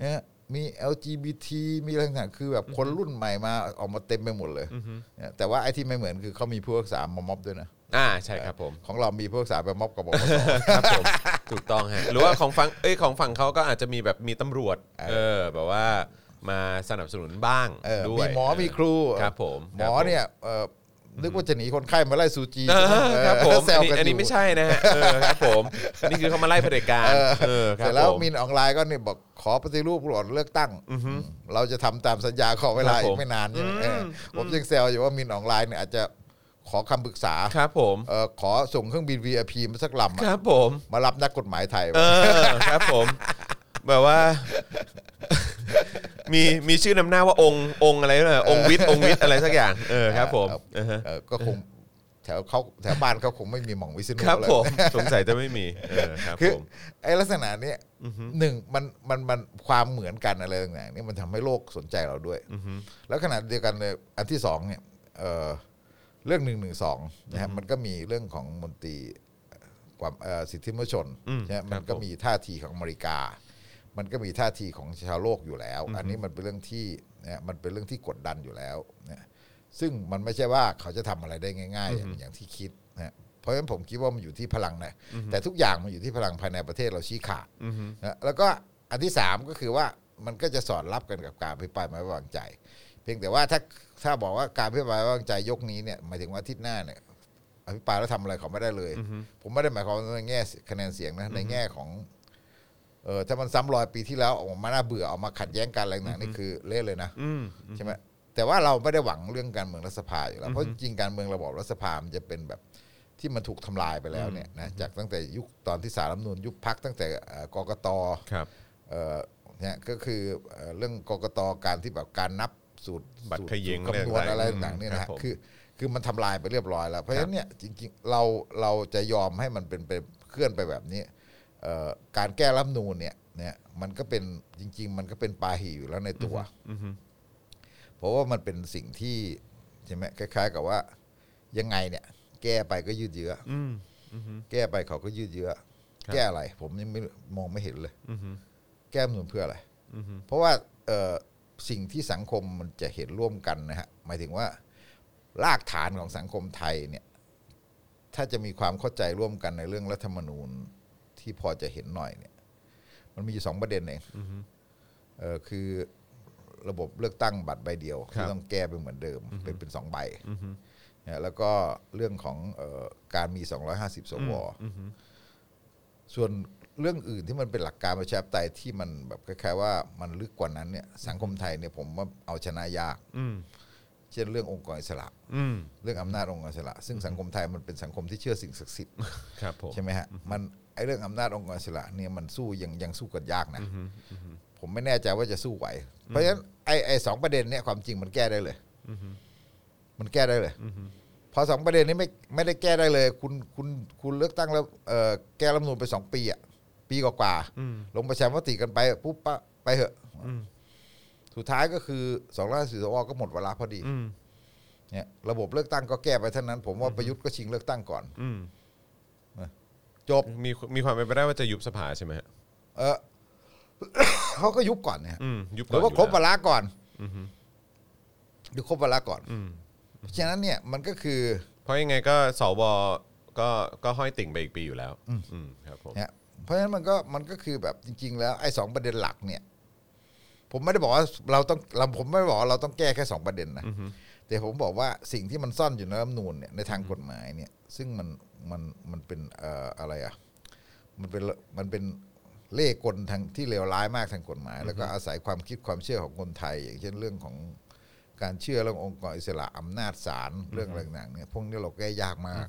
[SPEAKER 3] เนี่ยมี LGBT มีอะไรต่างๆคือแบบคนรุ่นใหม่มาออกมาเต็มไปหมดเลยเนี่ยแต่ว่าไอ้ที่ไม่เหมือนคือเขามีผู้รักษามาม็อบด้วยนะ
[SPEAKER 2] อ่าใช่ครับผม
[SPEAKER 3] ของเรามีผู้รักษาไปม็อบกับป ปส
[SPEAKER 2] ครับผมถูกต้องฮะหรือว่าของฝั่งเอ้ยของฝั่งเขาก็อาจจะมีแบบมีตำรวจ เออแบบว่ามาสนับสนุนบ้าง
[SPEAKER 3] เออ
[SPEAKER 2] ด้ว
[SPEAKER 3] มี
[SPEAKER 2] ย
[SPEAKER 3] หมอมีครู
[SPEAKER 2] ครับผม
[SPEAKER 3] หมอเนี่ยเอ่อนึกว่าจะหนีคนไข้มาไล่ซูจี
[SPEAKER 2] เออครับผม
[SPEAKER 3] แซ
[SPEAKER 2] อั
[SPEAKER 3] วน
[SPEAKER 2] นี้
[SPEAKER 3] กัน
[SPEAKER 2] อันนี้ไม่ใช่นะฮะเออครับผมอันนี่คือเขามาไล่เผด็จการเออค
[SPEAKER 3] เส
[SPEAKER 2] รั
[SPEAKER 3] ร็
[SPEAKER 2] บ
[SPEAKER 3] จแล้ว
[SPEAKER 2] ผม
[SPEAKER 3] มีนออนไลน์ก็เนี่ยบอกขอปฏิรูปหลอดเลือกตั้งเราจะทำตามสัญญาขอเวลา
[SPEAKER 2] ครับผ
[SPEAKER 3] อี
[SPEAKER 2] ม
[SPEAKER 3] กไม่นานใช่ไหมเอออ
[SPEAKER 2] ม
[SPEAKER 3] ผมยังแซวอยู่ว่ามินออนไลน์เนี่ยอาจจะขอคำปรึกษา
[SPEAKER 2] ครับผม
[SPEAKER 3] เอ่อขอส่งเครื่องบิน VIP มาสักลำ
[SPEAKER 2] ค
[SPEAKER 3] อะ
[SPEAKER 2] รับผม
[SPEAKER 3] มารับนักกฎหมายไทย
[SPEAKER 2] เออครับผม แบบว่า มีมีชื่อนำหน้าว่าองค์องค์อะไรนะองค์วิทย์องค์วิทย์อะไรสักอย่าง เออครับ ผมอ่าฮะ
[SPEAKER 3] เอ่อก็คงแถวเขาแถวบ้านเขาคงไม่มีหม่องวิษณุ
[SPEAKER 2] ครับ
[SPEAKER 3] เลย
[SPEAKER 2] ผมสงสัยจะไม่มีเออครับ
[SPEAKER 3] คือ
[SPEAKER 2] ผม
[SPEAKER 3] ไอ้ลักษณะเนี้ยหนึ่งมันมันมันความเหมือนกันอะไรต่างๆเนี่ยมันทำให้โลกสนใจเราด้วยแล้วขณะเดียวกันเลยอันที่สองเนี่ยเอ่อเรื่องหนึ่งหนึ่งสองนะฮะมันก็มีเรื่องของมนตรีความเอ่อสิทธิมนุษยชน
[SPEAKER 2] อืม
[SPEAKER 3] นะ
[SPEAKER 2] ค
[SPEAKER 3] ฮะ
[SPEAKER 2] รับ
[SPEAKER 3] มันก็มีท่าทีของอเมริกา มันก็มีท่าทีของชาวโลกอยู่แล้ว อันนี้มันเป็นเรื่องที่นะฮะมันเป็นเรื่องที่กดดันอยู่แล้วนะซึ่งมันไม่ใช่ว่าเขาจะทำอะไรได้ง่าย ๆ อย่างอย่างที่คิดนะฮะเพราะฉะนั้นผมคิดว่ามันอยู่ที่พลังนะแต่ทุกอย่างมันอยู่ที่พลังภายในประเทศเราชี้ขาดนะแล้วก็อันที่สามก็คือว่ามันก็จะสอดรับกันกับการพิปรายไม่ไว้วางใจ เพียงแต่ว่าถ้าถ้าบอกว่าการพิปรายไม่ไว้วางใจยกนี้เนี่ยหมายถึงว่าอาทิตย์หน้าเนี่ย อภิปรายแล้วทำอะไรเขาไม่ได้เลย ผมไม่ได้หมายความว่าในแง่คะแนนเสียงนะในแง่ของเออถ้ามันซ้ำรอยปีที่แล้วออกมาน่าเบื่อออกมาขัดแย้งกันอะไรต่างๆนี่คือเละเลยนะ
[SPEAKER 2] อืม
[SPEAKER 3] ใช่ไหมแต่ว่าเราไม่ได้หวังเรื่องการเมืองรัฐสภาอยู่แล้วเพราะจริงๆการเมืองระบอบรัฐสภามันจะเป็นแบบที่มันถูกทำลายไปแล้วเนี่ยนะจากตั้งแต่ยุคตอนที่สารรัฐธรรมนูญยุบพักตั้งแต่เอ่อกกต
[SPEAKER 2] ครับ
[SPEAKER 3] เอ่อเนี่ยก็คือเอ่อเรื่องกกตการที่แบบการนับสูตร
[SPEAKER 2] บัตร
[SPEAKER 3] สูต
[SPEAKER 2] เขยิง
[SPEAKER 3] สูตคำนวณ
[SPEAKER 2] เรื่องอะไร
[SPEAKER 3] อะไรต่างๆเนี่ยนะ
[SPEAKER 2] ครั
[SPEAKER 3] ฮะ
[SPEAKER 2] บผม
[SPEAKER 3] คือคือมันทำลายไปเรียบร้อยแล้ว เพราะฉะนั้นเนี่ยจริงๆเราเราจะยอมให้มันเป็นเป็นเคลื่อนไปแบบนี้เอ่อการแก้รัฐธรรมนูนเนี่ยเนี่ยมันก็เป็นจริง ๆ มันก็เป็นปาหีอยู่แล้วในตัว เพราะว่ามันเป็นสิ่งที่ใช่ไหมคล้าย ๆ กับว่ายังไงเนี่ย แก้ไปก็ยืดเยื้ออแก้ไปเขาก็ยืดเยื้อ
[SPEAKER 2] ครับ
[SPEAKER 3] แก้อะไร ผมยังไม่มองไม่เห็นเลย
[SPEAKER 2] อืม
[SPEAKER 3] แก้มหนุนเพื่ออะไร
[SPEAKER 2] อืม
[SPEAKER 3] เพราะว่าเอ่อสิ่งที่สังคมมันจะเห็นร่วมกันนะฮะหมายถึงว่า รากฐานของสังคมไทยเนี่ย ถ้าจะมีความเข้าใจร่วมกันในเรื่องรัฐธรรมนูญที่พอจะเห็นหน่อยเนี่ย มันมีอยู่สองประเด็นเองเออคือระบบเลือกตั้งบัตรใบเดียวที่ต้องแก้ไปเหมือนเดิม เป็นเป็นสองใบนะแล้วก็เรื่องของเออการมี 250สว ส่วนเรื่องอื่นที่มันเป็นหลักการประชาธิปไตยที่มันแบบคล้ายๆว่ามันลึกกว่านั้นเนี่ยสังคมไทยเนี่ยผมว่าเอาชนะยาก
[SPEAKER 2] อืม
[SPEAKER 3] เช่นเรื่ององค์กรอิสระ
[SPEAKER 2] อืม
[SPEAKER 3] เรื่องอำนาจองค์กรอิสระ ซึ่งสังคมไทยมันเป็นสังคมที่เชื่อสิ่งศักดิ์สิทธิ์
[SPEAKER 2] ครับผม
[SPEAKER 3] ใช่ไหมฮะมันไอ้เรื่องอำนาจองค์กรอิสระเนี่ยมันสู้ยังยังสู้กันยากนะ
[SPEAKER 2] อืมอืม
[SPEAKER 3] ผมไม่แน่ใจว่าจะสู้ไหว เพราะฉะนั้นไอ้ไอ้สองประเด็นเนี่ยความจริงมันแก้ได้เลย
[SPEAKER 2] อืม
[SPEAKER 3] มันแก้ได้เลย
[SPEAKER 2] อืม
[SPEAKER 3] พอสองประเด็นนี้ไม่ไม่ได้แก้ได้เลย คุณคุณคุณเลือกตั้งแล้วเอ่อแก้รัฐธรรมนูลไปสองปีอะปีกว่า
[SPEAKER 2] อืม
[SPEAKER 3] ๆลงประชามติกันไปปุ๊บปะไปเหอะ
[SPEAKER 2] อืม
[SPEAKER 3] สุดท้ายก็คือสองร้อยสี่สวก็หมดเวลาพอดี
[SPEAKER 2] อืม
[SPEAKER 3] เนี่ยระบบเลือกตั้งก็แก้ไปเท่านั้น ผมว่าประยุทธ์ก็ชิงเลือกตั้งก่อน
[SPEAKER 2] อืม
[SPEAKER 3] จบ
[SPEAKER 2] มีมีความเป็นไปได้ว่าจะยุบสภาใช่ไหมฮะ
[SPEAKER 3] เอ อ เขาก็ยุบก่อนเนี่ย
[SPEAKER 2] อืมยุบ
[SPEAKER 3] หรือว่าครบเว
[SPEAKER 2] แล้ว
[SPEAKER 3] ลาก่อน
[SPEAKER 2] อืม
[SPEAKER 3] หรือครบเวลาก่อน
[SPEAKER 2] อืม
[SPEAKER 3] เพราะฉะนั้นเนี่ยมันก็คือ
[SPEAKER 2] เพราะยังไงก็สวก็ก็ห้อยติ่งไปอีกปีอยู่แล้ว อืมครับผม
[SPEAKER 3] นะเพราะฉะนั้นมันก็มันก็คือแบบจริง ๆ แล้วไอ้สองประเด็นหลักเนี่ย ผมไม่ได้บอกว่าเราต้องเราผมไม่ได้บอกว่าเราต้องแก้แค่สองประเด็นนะ
[SPEAKER 2] อือฮึ
[SPEAKER 3] แต่ผมบอกว่าสิ่งที่มันซ่อนอยู่ในรัฐธรรมนูญเนี่ยในทางกฎหมายเนี่ย ซึ่งมันมันมันเป็นเอ่ออะไรอ่ะมันเป็นมันเป็นเล่ห์กลทางที่เลวร้ายมากทางกฎหมาย แล้วก็อาศัยความคิดความเชื่อของคนไทย อย่างเช่นเรื่องของการเชื่อเรื่ององค์กรอิสระอำนาจศาลเรื่องอะไรต่างๆเนี่ยพวกนี้เราแก้ยากมาก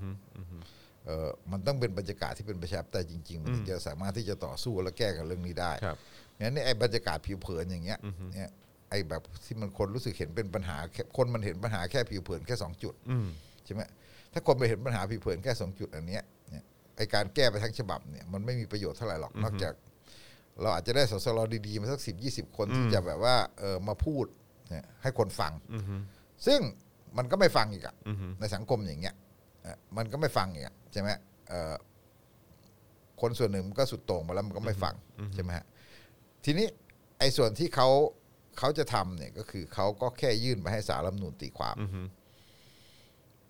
[SPEAKER 3] เอ่อมันต้องเป็นบรรยากาศที่เป็นประชาธิปไตยจริงๆมันถึงจะสามารถที่จะต่อสู้และแก้กับเรื่องนี้ได้
[SPEAKER 2] ครับ
[SPEAKER 3] งั้นเนี่ยไอ้บรรยากาศผิวเผินอย่างเงี้ยเนี่ยไอ้แบบที่มันคนรู้สึกเห็นเป็นปัญหาแค่คนมันเห็นปัญหาแค่ผิวเผินแค่สองจุด
[SPEAKER 2] อืม
[SPEAKER 3] ใช่ไหมถ้าคนไปเห็นปัญหาผิวเผินแค่สองจุดอันเนี้ยเนี่ยไอ้การแก้ไปทั้งฉบับเนี่ยมันไม่มีประโยชน์เท่าไหร่หรอกนอกจาก เราอาจจะได้สสรดีๆมาสักสิบยี่สิบคนที่จะแบบว่าเออมาพูดเนี่ยให้คนฟัง
[SPEAKER 2] อืม
[SPEAKER 3] ซึ่งมันก็ไม่ฟังอีกอะ
[SPEAKER 2] อืม
[SPEAKER 3] ในสังคมอย่างเงี้ยเอ่อมันก็ไม่ฟังอย่างเงี้ยใช่ไหมเอ่อคนส่วนหนึ่งมันก็สุดโต่งไปแล้วมันก็ไม่ฟังใช่ไหมฮะทีนี้ไอ้ส่วนที่เขาเขาจะทำเนี่ยก็คือเขาก็แค่ยื่นไปให้สารรัฐธรรมนูนตีความ
[SPEAKER 2] อืม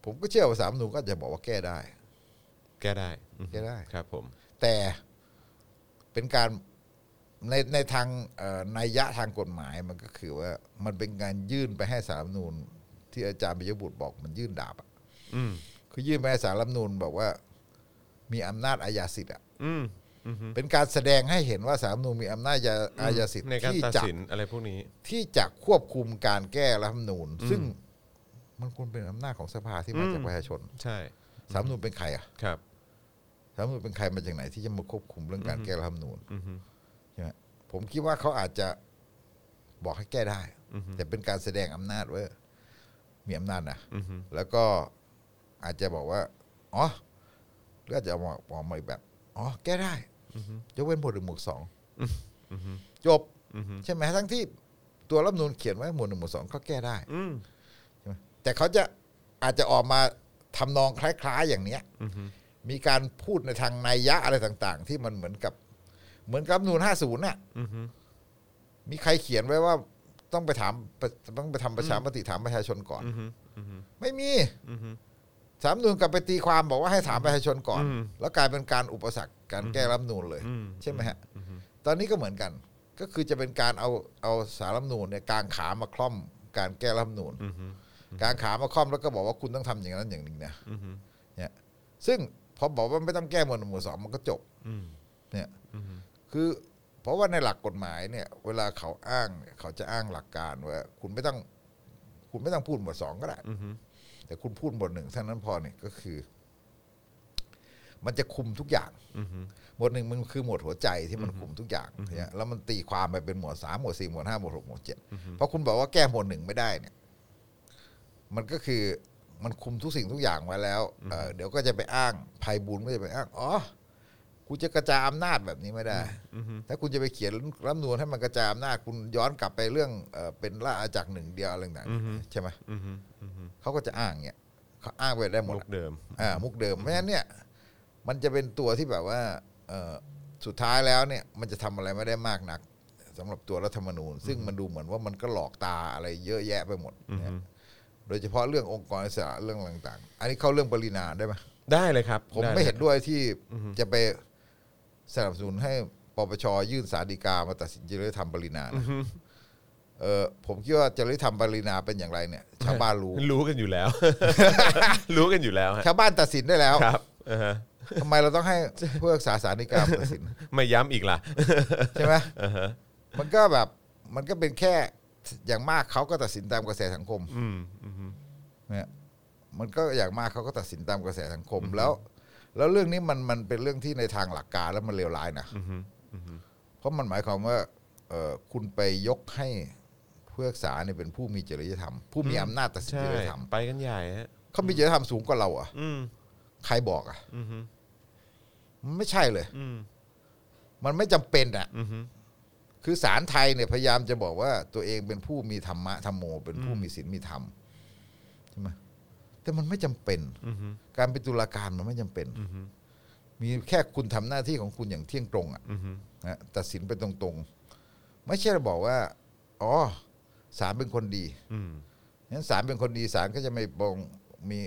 [SPEAKER 3] ผมก็เชื่อว่าสารรัฐธรรมนูนก็อาจจะบอกว่าแก้ได้
[SPEAKER 2] แก้ได้อืม
[SPEAKER 3] แก้ได้
[SPEAKER 2] ครับผม
[SPEAKER 3] แต่เป็นการในในทางเอ่อนัยยะทางกฎหมายมันก็คือว่ามันเป็นการยื่นไปให้สารรัฐธรรมนูนที่อาจารย์ปิยบุตรบอกมันยื่นดาบอะ
[SPEAKER 2] อืม
[SPEAKER 3] คือยื่นไปให้สารรัฐธรรมนูญบอกว่า มีอำนาจอาญาสิทธิ์อะ
[SPEAKER 2] อืมอืม
[SPEAKER 3] เป็นการแสดงให้เห็นว่าสารรัฐธรรมนูญมีอำนาจอาญาสิทธิ์
[SPEAKER 2] ในการ
[SPEAKER 3] ที่
[SPEAKER 2] ตัด
[SPEAKER 3] จะ
[SPEAKER 2] สินอะไรพวกนี้
[SPEAKER 3] ที่จะควบคุมการแก้รัฐธรรมนูญ ซึ่งมันควรเป็นอำนาจของสภาที่มาจาก
[SPEAKER 2] อืม
[SPEAKER 3] ประชาชน
[SPEAKER 2] ใช่
[SPEAKER 3] สารรัฐธรรมนูญเป็นใครอะ
[SPEAKER 2] ครับ
[SPEAKER 3] สารรัฐธรรมนูญเป็นใครมาจากไหนที่จะมาควบคุมเรื่องการแก้รัฐธรรมนูญ
[SPEAKER 2] อืม
[SPEAKER 3] ใช่ไหมผมคิดว่าเขาอาจจะบอกให้แก้ได้
[SPEAKER 2] อือฮึ
[SPEAKER 3] แต่เป็นการแสดงอำนาจว่ามีอำนาจนะ
[SPEAKER 2] อืม
[SPEAKER 3] แล้วก็อาจจะบอกว่า อ๋อหรืออาจจะบอกบอกมาอีกแบบ อ๋อ แก้ได้ยกเว้นหมวดหนึ่งหมวดสอง
[SPEAKER 2] อืม
[SPEAKER 3] จบ
[SPEAKER 2] อืม
[SPEAKER 3] ใช่ไหมทั้งที่ตัวรัฐธรรมนูนเขียนไว้หมวดหนึ่งหมวดสองก็แก้ได้
[SPEAKER 2] อืม
[SPEAKER 3] ใช่ไหมแต่เขาจะอาจจะออกมาทำนองคล้ายๆอย่างเนี้ย
[SPEAKER 2] อืม
[SPEAKER 3] มีการพูดในทางนัยยะอะไรต่าง ๆ ที่มันเหมือนกับเหมือนกับรัฐธรรมนูนห้าศูนย์น่ะ
[SPEAKER 2] อือฮึ
[SPEAKER 3] มีใครเขียนไว้ว่าต้องไปถามต้องไปทำประชามติถามประชาชนก่อน
[SPEAKER 2] อืมอืม
[SPEAKER 3] ไม่มี
[SPEAKER 2] อืม
[SPEAKER 3] สามนูนกลับไปตีความบอกว่าให้ถามประชาชนก่อน
[SPEAKER 2] อืม
[SPEAKER 3] แล้วกลายเป็นการอุปสรรคการแก้รัฐธรรมนูนเลย
[SPEAKER 2] อืม
[SPEAKER 3] ใช่ไหมฮะตอนนี้ก็เหมือนกัน ก็คือจะเป็นการเอาเอาสารรัฐธรรมนูนเนี่ยกางขามาคล่อมการแก้รัฐธรรมนูน
[SPEAKER 2] อืม
[SPEAKER 3] กางขามาคล่อมแล้วก็บอกว่าคุณต้องทำอย่างนั้นอย่างนี้นะ
[SPEAKER 2] อืม
[SPEAKER 3] เนี่ยซึ่งพอบอกว่าไม่ต้องแก้หมวดหนึ่งหมวดสองมันก็จบ
[SPEAKER 2] อืม
[SPEAKER 3] เนี่ย
[SPEAKER 2] อืม
[SPEAKER 3] คือ เพราะว่าในหลักกฎหมายเนี่ย เวลาเขาอ้างเนี่ยเขาจะอ้างหลักการว่าคุณไม่ต้องคุณไม่ต้องพูดหมวดสองก็ได้
[SPEAKER 2] อืม
[SPEAKER 3] แต่คุณพูดบทหนึ่งเท่านั้นพอเนี่ยก็คือ มันจะคุมทุกอย่าง
[SPEAKER 2] อืม
[SPEAKER 3] หมวดหนึ่งมันคือหมวดหัวใจที่มันคุมทุกอย่างเนี่ยแล้วมันตีความไปเป็นหมวดสามหมวดสี่หมวดห้าหมวดหกหมวดเจ็ดเพราะคุณบอกว่าแก้หมวดหนึ่งไม่ได้เนี่ย มันก็คือมันคุมทุกสิ่งทุกอย่างไว้แล้วเอ่อเดี๋ยวก็จะไปอ้างภัยบุญก็จะไปอ้างอ๋อคุณจะกระจายอำนาจแบบนี้ไม่ได้
[SPEAKER 2] อืม
[SPEAKER 3] ถ้าคุณจะไปเขียนรัฐธรรมนูญให้มันกระจายอำนาจคุณย้อนกลับไปเรื่องเอ่อเป็นราชอาณาจักรหนึ่งเดียวอะไรต่าง
[SPEAKER 2] อือฮึ
[SPEAKER 3] ๆใช่ไหม
[SPEAKER 2] อืมอืม
[SPEAKER 3] เขาก็จะอ้างเนี่ยเขาอ้างไปได้หม
[SPEAKER 2] มุ
[SPEAKER 3] ด
[SPEAKER 2] กเดิม
[SPEAKER 3] อ่ามุกเดิมเพราะฉะนั้นเนี่ยมันจะเป็นตัวที่แบบว่าเอ่อสุดท้ายแล้วเนี่ยมันจะทำอะไรไม่ได้มากนักสำหรับตัวรัฐธรรมนูญ ซึ่งมันดูเหมือนว่ามันก็หลอกตาอะไรเยอะแยะไปหมด
[SPEAKER 2] อือฮึ
[SPEAKER 3] นะโดยเฉพาะเรื่ององค์กรอิสระเรื่องอะไรต่างๆ อันนี้เข้าเรื่องปรินาได้ไหม
[SPEAKER 2] ได้เลยครับ
[SPEAKER 3] ผม
[SPEAKER 2] ด้ลย
[SPEAKER 3] ไม่เห็นด้วยที่จะไปสนับสนุนให้ปปชยื่นสารดีกามาตัดสินจริยธรรมปรินานะเออผมคิดว่าจริยธรรมปรินาเป็นอย่างไรเนี่ยชาวบ้านรู้
[SPEAKER 2] รู้กันอยู่ แล้ว รู้กันอยู่แล้วฮะ
[SPEAKER 3] ชาวบ้านตัดสินได้แล้ว
[SPEAKER 2] ครับอ่าฮะ
[SPEAKER 3] ทำไมเราต้อง ให้ผู้รักษาสารดีกามาตัดสิน
[SPEAKER 2] มาย้ำอีกล่ะ
[SPEAKER 3] ใช่ไหมมันก็แบบมันก็เป็นแค่อย่างมากเขาก็ตัดสินตามกระแสสังคม
[SPEAKER 2] อืมอืม
[SPEAKER 3] เนี่ยมันก็อย่างมากเขาก็ตัดสินตามกระแสสังคมแล้ว แล้วเรื่องนี้มันมันเป็นเรื่องที่ในทางหลักการแล้วมันเลวร้ายนะเพราะมันหมายความว่าเอ่อคุณไปยกให้ผู้รักษาเนี่ยเป็นผู้มีจริยธรรม ผู้มีอำนาจตัดสิน
[SPEAKER 2] ใช่
[SPEAKER 3] จริยธรรม
[SPEAKER 2] ไปกันใหญ่ฮะ
[SPEAKER 3] เขามีจริยธรรมสูงกว่าเราเหรอ่ะ
[SPEAKER 2] อืม
[SPEAKER 3] ใครบอกอ่ะ
[SPEAKER 2] อืมฮึ
[SPEAKER 3] มันไม่ใช่เลย
[SPEAKER 2] อืม
[SPEAKER 3] มันไม่จำเป็นอ่ะ
[SPEAKER 2] อืมฮึ
[SPEAKER 3] คือสารไทยเนี่ยพยายามจะบอกว่าตัวเองเป็นผู้มีธรรมะธรรมโม เป็นผู้มีศีลมีธรรมใช่ไหมแต่มันไม่จำเป็น
[SPEAKER 2] อืมฮึ
[SPEAKER 3] การเป็นตุลาการมันไม่จำเป็น
[SPEAKER 2] อืมฮึ
[SPEAKER 3] มีแค่คุณทำหน้าที่ของคุณอย่างเที่ยงตรงอะ
[SPEAKER 2] อืมฮึ
[SPEAKER 3] นะตัดสินไปตรงๆ ไม่ใช่เราบอกว่า อ๋อสารเป็นคนดี
[SPEAKER 2] อืม
[SPEAKER 3] งั้นสารเป็นคนดีสารก็จะไม่บงมี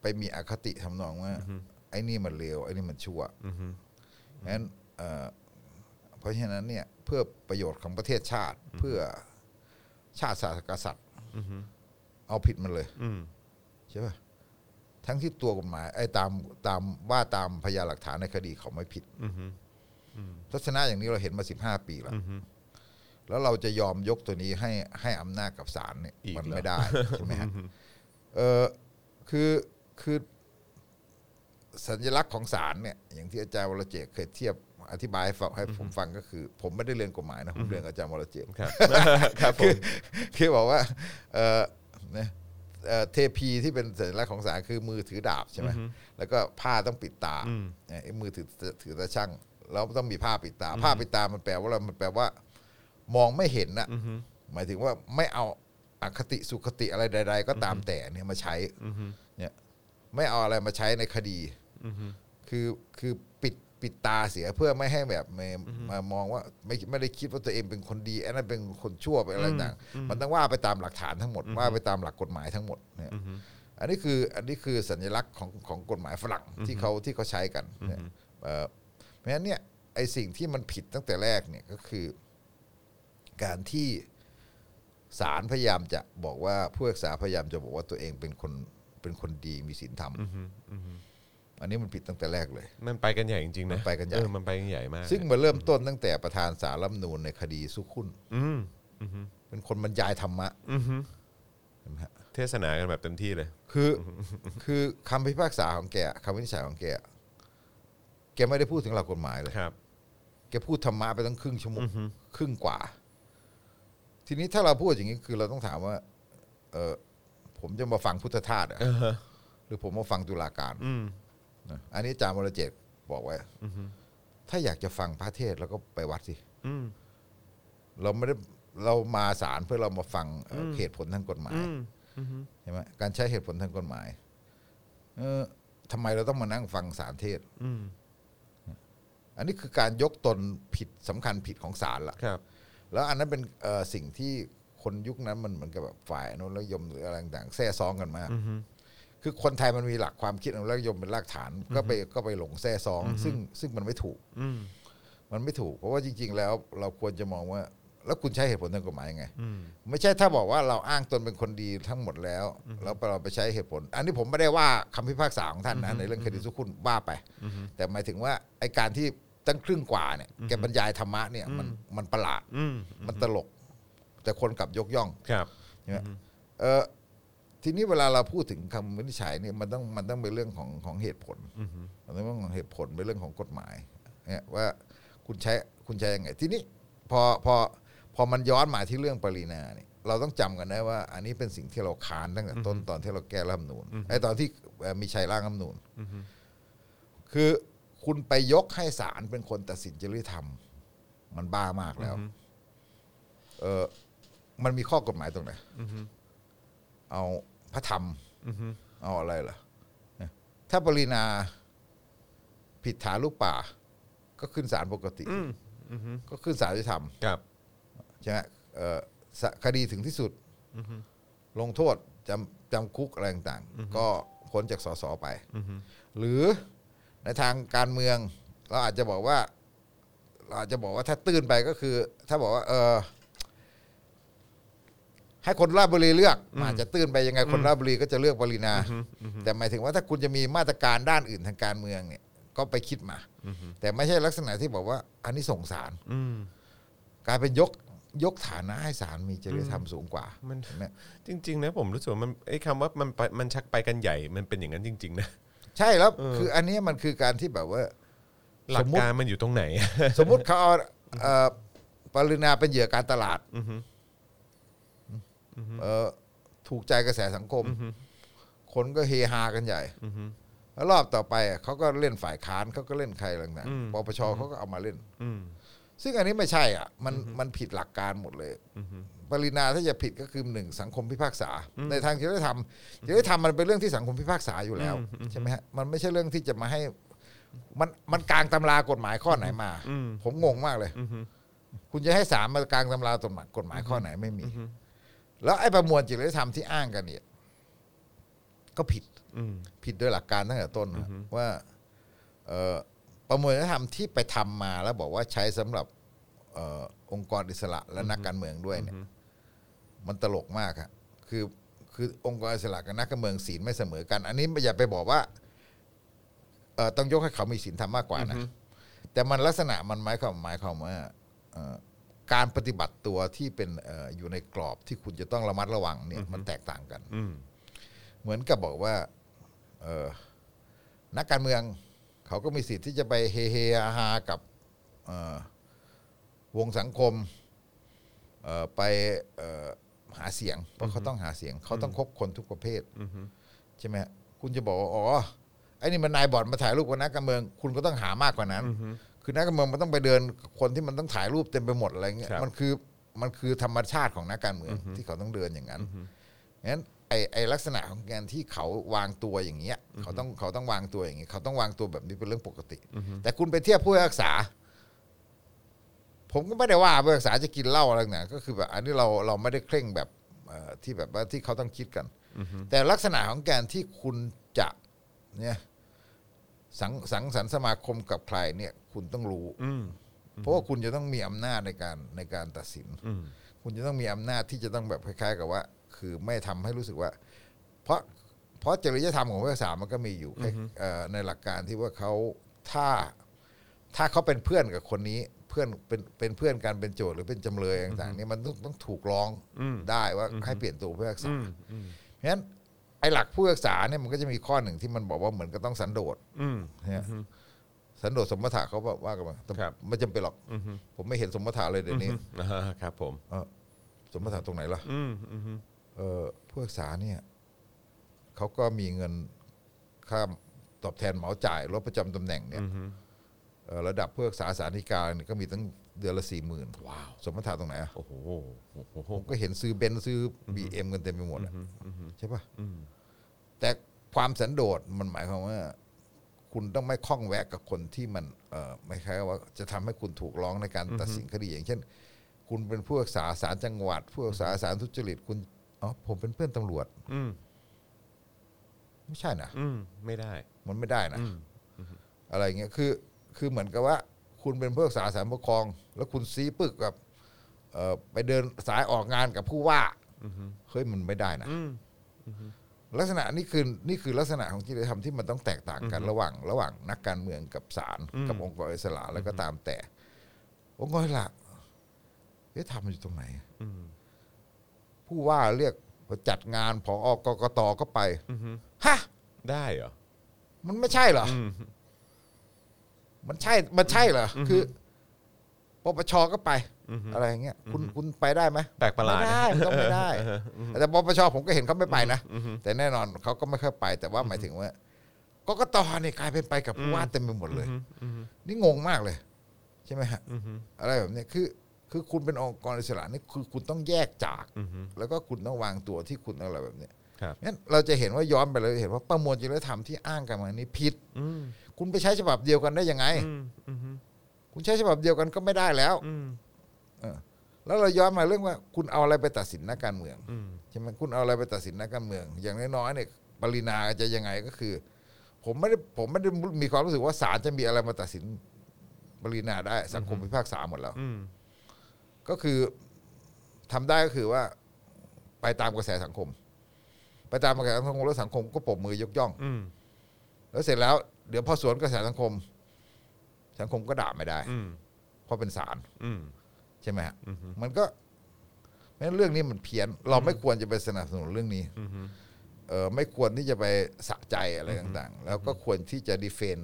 [SPEAKER 3] ไปมีอคติทำนองว่าไอ้นี่มันเลวไอ้นี่มันชั่ว
[SPEAKER 2] อืมฮึ
[SPEAKER 3] งั้นเอ่อเพราะฉะนั้นเนี่ยเพื่อประโยชน์ของประเทศชาติ เพื่อชาติศาสนกษัตริย์
[SPEAKER 2] อืมฮึ
[SPEAKER 3] เอาผิดมันเลย
[SPEAKER 2] อืม
[SPEAKER 3] ใช่ป่ะทั้งที่ตัวกฎหมายไอ้ตามตามว่าตามพยานหลักฐานในคดีเขาไม่ผิด
[SPEAKER 2] อืมฮึ
[SPEAKER 3] ลักษณะอย่างนี้เราเห็นมาสิบห้าปีแล้ว
[SPEAKER 2] อืมฮึ
[SPEAKER 3] แล้วเราจะยอมยกตัวนี้ให้ให้อำนาจกับศาลเนี่ย
[SPEAKER 2] อีก
[SPEAKER 3] มัน
[SPEAKER 2] เหรอ
[SPEAKER 3] ไม่ได้ ใช่ไหมฮะเออคือคือสัญลักษณ์ของศาลเนี่ย อย่างที่อาจารย์วรเจตน์เคยเทียบอธิบายให้ฟังให้ผมฟังก็คือ ผมไม่ได้เรียนกฎหมายนะผมเรียนกับอาจารย์วรเจตน์
[SPEAKER 2] ครับ ครับผ
[SPEAKER 3] คือ
[SPEAKER 2] ม
[SPEAKER 3] คือบอกว่าเออนะเอ่อเทพีที่เป็นสัญลักษณ์ของศาลคือมือถือดาบใช่ไหมแล้วก็ผ้าต้องปิดตา
[SPEAKER 2] อืม
[SPEAKER 3] ไอ้มือถือถือตาช่างแล้วต้องมีผ้าปิดตา ผ้าปิดตามันแปลว่าอะไรมันแปลว่า มองไม่เห็นนะ
[SPEAKER 2] อืมฮึ
[SPEAKER 3] หมายถึงว่าไม่เอาอคติสุขติอะไรใด ๆ ก็ตามแต่เนี่ยมาใช้
[SPEAKER 2] อืมฮึ
[SPEAKER 3] เนี่ยไม่เอาอะไรมาใช้ในคดี
[SPEAKER 2] อืมฮึ
[SPEAKER 3] คือคือปิดปิดตาเสียเพื่อไม่ให้แบบมามามองว่าไม่ไม่ได้คิดว่าตัวเองเป็นคนดีอันนั้นเป็นคนชั่วเป็นอะไรต่างมันต้องว่าไปตามหลักฐานทั้งหมดว่าไปตามหลักกฎหมายทั้งหมดเนี่ยอันนี้คืออันนี้คือสัญลักษณ์ของของกฎหมายฝรั่งที่เขาที่เขาใช้กันเนี่ยเอ่อเพราะฉะนั้นเนี่ยไอสิ่งที่มันผิดตั้งแต่แรกเนี่ยก็คือ การที่ศาลพยายามจะบอกว่าผู้รักษาพยายามจะบอกว่าตัวเองเป็นคนเป็นคนดีมีศีลธรรม
[SPEAKER 2] อืมฮึอืมฮึ
[SPEAKER 3] อันนี้มันผิดตั้งแต่แรกเลย
[SPEAKER 2] มันไปกันใหญ่จริงๆนะ
[SPEAKER 3] มันไปกันใหญ่
[SPEAKER 2] เออมันไปกันใหญ่มาก
[SPEAKER 3] ซึ่งมาเริ่มต้นตั้งแต่ประธานสารรัฐธรรมนูญในคดีสุขุน
[SPEAKER 2] อืมอืมฮึ
[SPEAKER 3] เป็นคนบรรยายธรรมะ
[SPEAKER 2] อืมฮึ
[SPEAKER 3] เห็นไหมฮะ
[SPEAKER 2] เทศนากันแบบเต็มที่เลย
[SPEAKER 3] คือ คือคำพิพากษาของแกคำวินิจฉัยของแกแกไม่ได้พูดถึงหลักกฎหมายเลย
[SPEAKER 2] ครับ
[SPEAKER 3] แกพูดธรรมะไปตั้งครึ่งชั่วโมงครึ่งกว่า ทีนี้ถ้าเราพูดอย่างนี้คือเราต้องถามว่า เออผมจะมาฟังพุทธทาสเหรอหรือผมมาฟังตุลาการ
[SPEAKER 2] อืม
[SPEAKER 3] นะอันนี้อาจารย์มรเจตน์บอกไว้ถ้าอยากจะฟังพระเทศน์แล้วก็ไปวัดสิ
[SPEAKER 2] อืม
[SPEAKER 3] เราไม่ได้เรามาศาลเพื่อเรามาฟังเอ่อเหตุผลทางกฎหมาย
[SPEAKER 2] อืมอืมฮึ
[SPEAKER 3] ใช่ไหมการใช้เหตุผลทางกฎหมาย เออทำไมเราต้องมานั่งฟังสารเทศน์
[SPEAKER 2] อืม
[SPEAKER 3] อันนี้คือการยกตนผิดสำคัญผิดของศาลละ
[SPEAKER 2] ครับ
[SPEAKER 3] แล้วอันนั้นเป็นเอ่อสิ่งที่คนยุคนั้นมันเหมือนกับแบบฝ่ายอนุรักษ์นิยมหรืออะไรต่างๆแทร่ซ้องกันมากคือคนไทยมันมีหลักความคิดอนุรักษ์นิยมเป็นรากฐาน ก็ไปก็ไปหลงแทร่ซ้อง ซึ่งซึ่งมันไม่ถูก
[SPEAKER 2] อืม
[SPEAKER 3] มันไม่ถูก เพราะว่าจริง ๆ แล้วเราควรจะมองว่า แล้วคุณใช้เหตุผลทางกฎหมายยังไง
[SPEAKER 2] อืม
[SPEAKER 3] ไม่ใช่ถ้าบอกว่าเราอ้างตนเป็นคนดีทั้งหมดแล้ว แล้วเราไปใช้เหตุผล อันนี้ผมไม่ได้ว่าคำพิพากษาของท่านนะในเรื่องคดีสุขุนว่าไป แต่หมายถึงว่าไอการที่ตั้งครึ่งกว่าเนี่ยแกบรรยายธรรมะเนี่ยมันมันประหลาด
[SPEAKER 2] อืม
[SPEAKER 3] มันตลก แต่คนกลับยกย่อง
[SPEAKER 2] ครับ
[SPEAKER 3] ใช่ไหมเออทีนี้เวลาเราพูดถึงคำวินิจฉัยเนี่ยมันต้องมันต้องเป็นเรื่องของของเหตุผลมันต้องเป็นเรื่องของเหตุผลเป็นเรื่องของกฎหมายเนี่ยว่าคุณใช้คุณใช้ยังไง ทีนี้พอพอพอมันย้อนมาที่เรื่องปรีนาเนี่ยเราต้องจำกันได้ว่า อันนี้เป็นสิ่งที่เราค้านตั้งแต่ต้นตอนที่เราแก้รัฐธรรมนูญไอ้ตอนที่เอ่อมีชัยร่างรัฐธรรมนูญคือคุณไปยกให้ศาลเป็นคนตัดสินจริยธรรม มันบ้ามากแล้ว เออมันมีข้อกฎหมายตรงไหนเอาพระธรรมเอาอะไรล่ะ ถ้าปรินาผิดฐานลูกป่า ก็ขึ้นศาลปกติ
[SPEAKER 2] อืมอืมฮึ
[SPEAKER 3] ก็ขึ้นศาลยุติธรรม
[SPEAKER 2] ครับ
[SPEAKER 3] ใช่ไหมเอ่อสะคดีถึงที่สุด ลงโทษจำจำคุกอะไรต่างๆ ก็พ้นจากสสไป หรือในทางการเมือง เราอาจจะบอกว่า เราอาจจะบอกว่าถ้าตื่นไปก็คือ ถ้าบอกว่า เออให้คนราชบุรีเลือกมันอาจจะตื่นไปยังไงคนราชบุรีก็จะเลือกปรินา แต่หมายถึงว่าถ้าคุณจะมีมาตรการด้านอื่นทางการเมืองเนี่ย ก็ไปคิดมาแต่ไม่ใช่ลักษณะที่บอกว่า อันนี้ส่งสาร
[SPEAKER 2] อืม
[SPEAKER 3] กลายเป็นยก ยกฐานะให้ศาลมีจริยธรรมสูงกว่า
[SPEAKER 2] มัน
[SPEAKER 3] เห็นไหม
[SPEAKER 2] จริงๆนะผมรู้สึกว่ามันไอ้คำว่ามันไปมันชักไปกันใหญ่มันเป็นอย่างนั้นจริง ๆ นะ
[SPEAKER 3] ใช่แล้วคืออันเนี้ยมันคือการที่แบบว่า
[SPEAKER 2] หลั
[SPEAKER 3] ส
[SPEAKER 2] ก
[SPEAKER 3] มมุติ
[SPEAKER 2] การมันอยู่ตรงไหน
[SPEAKER 3] สมมุติเขาเอาเอ่อปรินาเป็นเหยื่อการตลาด
[SPEAKER 2] อือฮึ
[SPEAKER 3] เอ่อถูกใจกระแสสังคม คนก็เฮฮากันใหญ่
[SPEAKER 2] อือฮึ
[SPEAKER 3] แล้วรอบต่อไปอ่ะเขาก็เล่นฝ่ายค้านเขาก็เล่นใครอะไรต่าง
[SPEAKER 2] อืม
[SPEAKER 3] ๆปปชเขาก็เอามาเล่น
[SPEAKER 2] อืม
[SPEAKER 3] ซึ่งอันนี้ไม่ใช่อ่ะมันมันผิดหลักการหมดเลย
[SPEAKER 2] อือฮึ
[SPEAKER 3] ปรินาถ้าจะผิดก็คือหนึ่งสังคมพิพากษา ในทางจริยธรรมจริยธรรมมันเป็นเรื่องที่สังคมพิพากษาอยู่แล้ว
[SPEAKER 2] อืมอืม
[SPEAKER 3] ใช่ไหมฮะมันไม่ใช่เรื่องที่จะมาให้ มันมันกลางตำรากฎหมายข้อไหนมา
[SPEAKER 2] อืม
[SPEAKER 3] ผมงงมากเลย
[SPEAKER 2] อือฮึ
[SPEAKER 3] คุณจะให้สามมากลางตำรากฎหมายกฎหมายข้อไหนไม่มี แล้วไอ้ประมวลจริยธรรมที่อ้างกันเนี่ย ก็ผิด
[SPEAKER 2] อืม
[SPEAKER 3] ผิดโดยหลักการตั้งแต่ต้นนะว่า เอ่อประมวลจริยธรรมที่ไปทำมาแล้วบอกว่าใช้สำหรับเอ่อองค์กรอิสระและนักการเมืองด้วยเนี่ย มันตลกมากครับคือคือองค์กรอิสระกับนักการเมืองศีลไม่เสมอกัน อันนี้อย่าไปบอกว่าเอ่อต้องยกให้เขามีศีลธรรมมากกว่านะ แต่มันลักษณะมันหมายความหมายความว่าเอ่อการปฏิบัติตัวที่เป็นเอ่ออยู่ในกรอบที่คุณจะต้องระมัดระวังเนี่ยมันแตกต่างกัน
[SPEAKER 2] อืม
[SPEAKER 3] เหมือนกับบอกว่าเอ่อนักการเมือง เขาก็มีสิทธิ์ที่จะไปเฮเฮอาฮากับเอ่อวงสังคมเอ่อไปเอ่อหาเสียงเพราะเขาต้องหาเสียง เขาต้องคบคนทุกประเภท
[SPEAKER 2] อือฮึ
[SPEAKER 3] ใช่ไหมฮะคุณจะบอกว่าอ๋อไอ้นี่มันนายบอร์ดมาถ่ายรูปกับนักการเมือง คุณก็ต้องหามากกว่านั้น
[SPEAKER 2] อือฮึ
[SPEAKER 3] คือนักการเมืองมันต้องไปเดินกับคนที่มันต้องถ่ายรูปเต็มไปหมดอะไรเงี้ย
[SPEAKER 2] ครับ
[SPEAKER 3] มันคือมันคือธรรมชาติของนักการเมืองที่เขาต้องเดินอย่างนั้นงั้นไอไอลักษณะของการที่เขาวางตัวอย่างเงี้ยเขาต้องเขาต้องวางตัวอย่างเงี้ยเขาต้องวางตัวแบบนี้เป็นเรื่องปกติ
[SPEAKER 2] อือฮึ
[SPEAKER 3] แต่คุณไปเทียบผู้พิพากษา ผมก็ไม่ได้ว่าผู้พิพากษาจะกินเหล้าอะไรเนี่ยก็คือแบบอันนี้เราเราไม่ได้เคร่งแบบเอ่อที่แบบว่าที่เขาต้องคิดกัน
[SPEAKER 2] อือฮึ
[SPEAKER 3] แต่ลักษณะของการที่คุณจะเนี่ยสังสังสรรค์สมาคมกับใครเนี่ย คุณต้องรู้
[SPEAKER 2] อืม
[SPEAKER 3] เพราะว่าคุณจะต้องมีอำนาจในการในการตัดสิน
[SPEAKER 2] อืม
[SPEAKER 3] คุณจะต้องมีอำนาจที่จะต้องแบบคล้ายๆกับว่า คือไม่ทำให้รู้สึกว่า เพราะเพราะจริยธรรมของภาษามันก็มีอยู่เอ่อในหลักการที่ว่าเขาถ้าถ้าเขาเป็นเพื่อนกับคนนี้ เพื่อนเป็นเป็นเพื่อนกันเป็นโจทย์หรือเป็นจำเลยต่างๆเนี่ยมันต้องต้องถูกร้อง
[SPEAKER 2] อืม
[SPEAKER 3] ได้ว่าให้เปลี่ยนตัวผู้พิพากษา
[SPEAKER 2] อืมอืม
[SPEAKER 3] เพราะฉะนั้นไอ้หลักผู้รักษาเนี่ยมันก็จะมีข้อหนึ่งที่มันบอกว่าเหมือนก็ต้องสันโดษ
[SPEAKER 2] อืม
[SPEAKER 3] เนี่ยสันโดษสมถะเขาว่าว่ากันมาแต่
[SPEAKER 2] ครับ
[SPEAKER 3] ไม่จำเป็นหรอก
[SPEAKER 2] อือฮึ
[SPEAKER 3] ผมไม่เห็นสมถะเลยเดี๋ยวนี้
[SPEAKER 2] อ่าครับผม
[SPEAKER 3] เออสมถะตรงไหนล่ะ
[SPEAKER 2] อืมอือฮึ
[SPEAKER 3] เออผู้รักษาเนี่ยเขาก็มีเงินค่าตอบแทนเหมาจ่ายรถประจำตำแหน่งเนี่ย
[SPEAKER 2] อือฮึ
[SPEAKER 3] เอ่อระดับผู้รักษาสาธิการเนี่ยก็มีตั้งเดือนละสี่หมื่นว้าวสมถะตรงไหนอะ
[SPEAKER 2] โอ้โหโอ้โห
[SPEAKER 3] ผมก็เห็นซื้อเบนซ์ซื้อบีเอ็มกันเต็มไปหมดอะ
[SPEAKER 2] อืมอือฮึ
[SPEAKER 3] ใช่ปะ
[SPEAKER 2] อืม
[SPEAKER 3] แต่ความสันโดษมันหมายความว่า คุณต้องไม่คล้องแวะกับคนที่มันเอ่อไม่คล้ายๆว่าจะทำให้คุณถูกร้องในการตัดสินคดีอย่างเช่น คุณเป็นผู้รักษาสารจังหวัด ผู้รักษาสารทุจริตคุณอ๋อผมเป็นเพื่อนตำรวจ
[SPEAKER 2] อืม
[SPEAKER 3] ไม่ใช่นะ
[SPEAKER 2] อืมไม่ได้
[SPEAKER 3] มันไม่ได้นะ
[SPEAKER 2] อืม
[SPEAKER 3] อะไรเงี้ยคือคือเหมือนกับว่า คุณเป็นผู้รักษาสารปกครอง แล้วคุณซีปึกกับเอ่อไปเดินสายออกงานกับผู้ว่า
[SPEAKER 2] อือฮึ
[SPEAKER 3] เฮ้ยมันไม่ได้นะ
[SPEAKER 2] อืม
[SPEAKER 3] ลักษณะนี่คือนี่คือลักษณะของจริยธรรมที่มันต้องแตกต่างกันระหว่าง ระหว่างนักการเมืองกับศาล
[SPEAKER 2] อืม
[SPEAKER 3] กับองค์กรอิสระแล้วก็ตามแต่ องค์กรอิสระเอ๊ะทำมันอยู่ตรงไหน
[SPEAKER 2] อืม
[SPEAKER 3] ผู้ว่าเรียกจัดงานผออกกตก็ไป
[SPEAKER 2] อือฮึ
[SPEAKER 3] ฮะ
[SPEAKER 2] ได้เหรอ
[SPEAKER 3] มันไม่ใช่เหรอ
[SPEAKER 2] อืม
[SPEAKER 3] มันใช่มันใช่เหรออคือปปชก็ไป
[SPEAKER 2] อือฮึ
[SPEAKER 3] อะไรอย่างเงี้ยคุณคุณไปได้ไหม
[SPEAKER 2] แปลกประหลาด
[SPEAKER 3] ไม่ได้มันต้องไม่ได้ แต่ปปชผมก็เห็นเขาไม่ไปนะ
[SPEAKER 2] อือฮึ
[SPEAKER 3] แต่แน่นอนเขาก็ไม่ค่อยไป แต่ว่าหมายถึงว่ากกตเนี่ยกลายเป็นไปกับผู้ว่าเต็มไปหมดเลย
[SPEAKER 2] อืม
[SPEAKER 3] นี่งงมากเลย ใช่ไหมฮะ
[SPEAKER 2] อืมอืม
[SPEAKER 3] อะไรแบบเนี้ยคือคือคุณเป็นองค์กรอิสระนี่คือคุณต้องแยกจาก
[SPEAKER 2] อืม
[SPEAKER 3] แล้วก็คุณต้องวางตัวที่คุณอะไรแบบเนี้ย
[SPEAKER 2] ครับ
[SPEAKER 3] งั้นเราจะเห็นว่าย้อนไปเราจะเห็นว่าประมวลจริยธรรมที่อ้างกันมานี้ผิด
[SPEAKER 2] อืม
[SPEAKER 3] คุณไปใช้ฉบับเดียวกันได้ยังไง
[SPEAKER 2] อืมอืม
[SPEAKER 3] คุณใช้ฉบับเดียวกันก็ไม่ได้แล้ว
[SPEAKER 2] อืม
[SPEAKER 3] เออแล้วเราย้อนมาเรื่องว่า คุณเอาอะไรไปตัดสินนักการเมือง
[SPEAKER 2] อืม
[SPEAKER 3] ใช่ไหมคุณเอาอะไรไปตัดสินนักการเมือง อย่างน้อยๆเนี่ยปรินาจะยังไงก็คือ ผมไม่ได้ผมไม่ได้มีความรู้สึกว่าศาลจะมีอะไรมาตัดสินปรินาได้สังคมพิพากษาหมดแล้ว
[SPEAKER 2] อืม
[SPEAKER 3] ก็คือทำได้ก็คือว่า ไปตามกระแสสังคม ไปตามกระแสสังคมแล้วสังคมก็ปรบมือยกย่อง
[SPEAKER 2] อืม
[SPEAKER 3] แล้วเสร็จแล้วเดี๋ยวพอสวนกระแสสังคม สังคมก็ด่าไม่ได้
[SPEAKER 2] อืม
[SPEAKER 3] เพราะเป็นศาล
[SPEAKER 2] อืม
[SPEAKER 3] ใช่ไหมฮะมันก็เพราะฉะนั้นเรื่องนี้มันเพี้ยน เราไม่ควรจะไปสนับสนุนเรื่องนี้เออไม่ควรที่จะไปสะใจอะไรต่าง ๆ แล้วก็ควรที่จะดีเฟน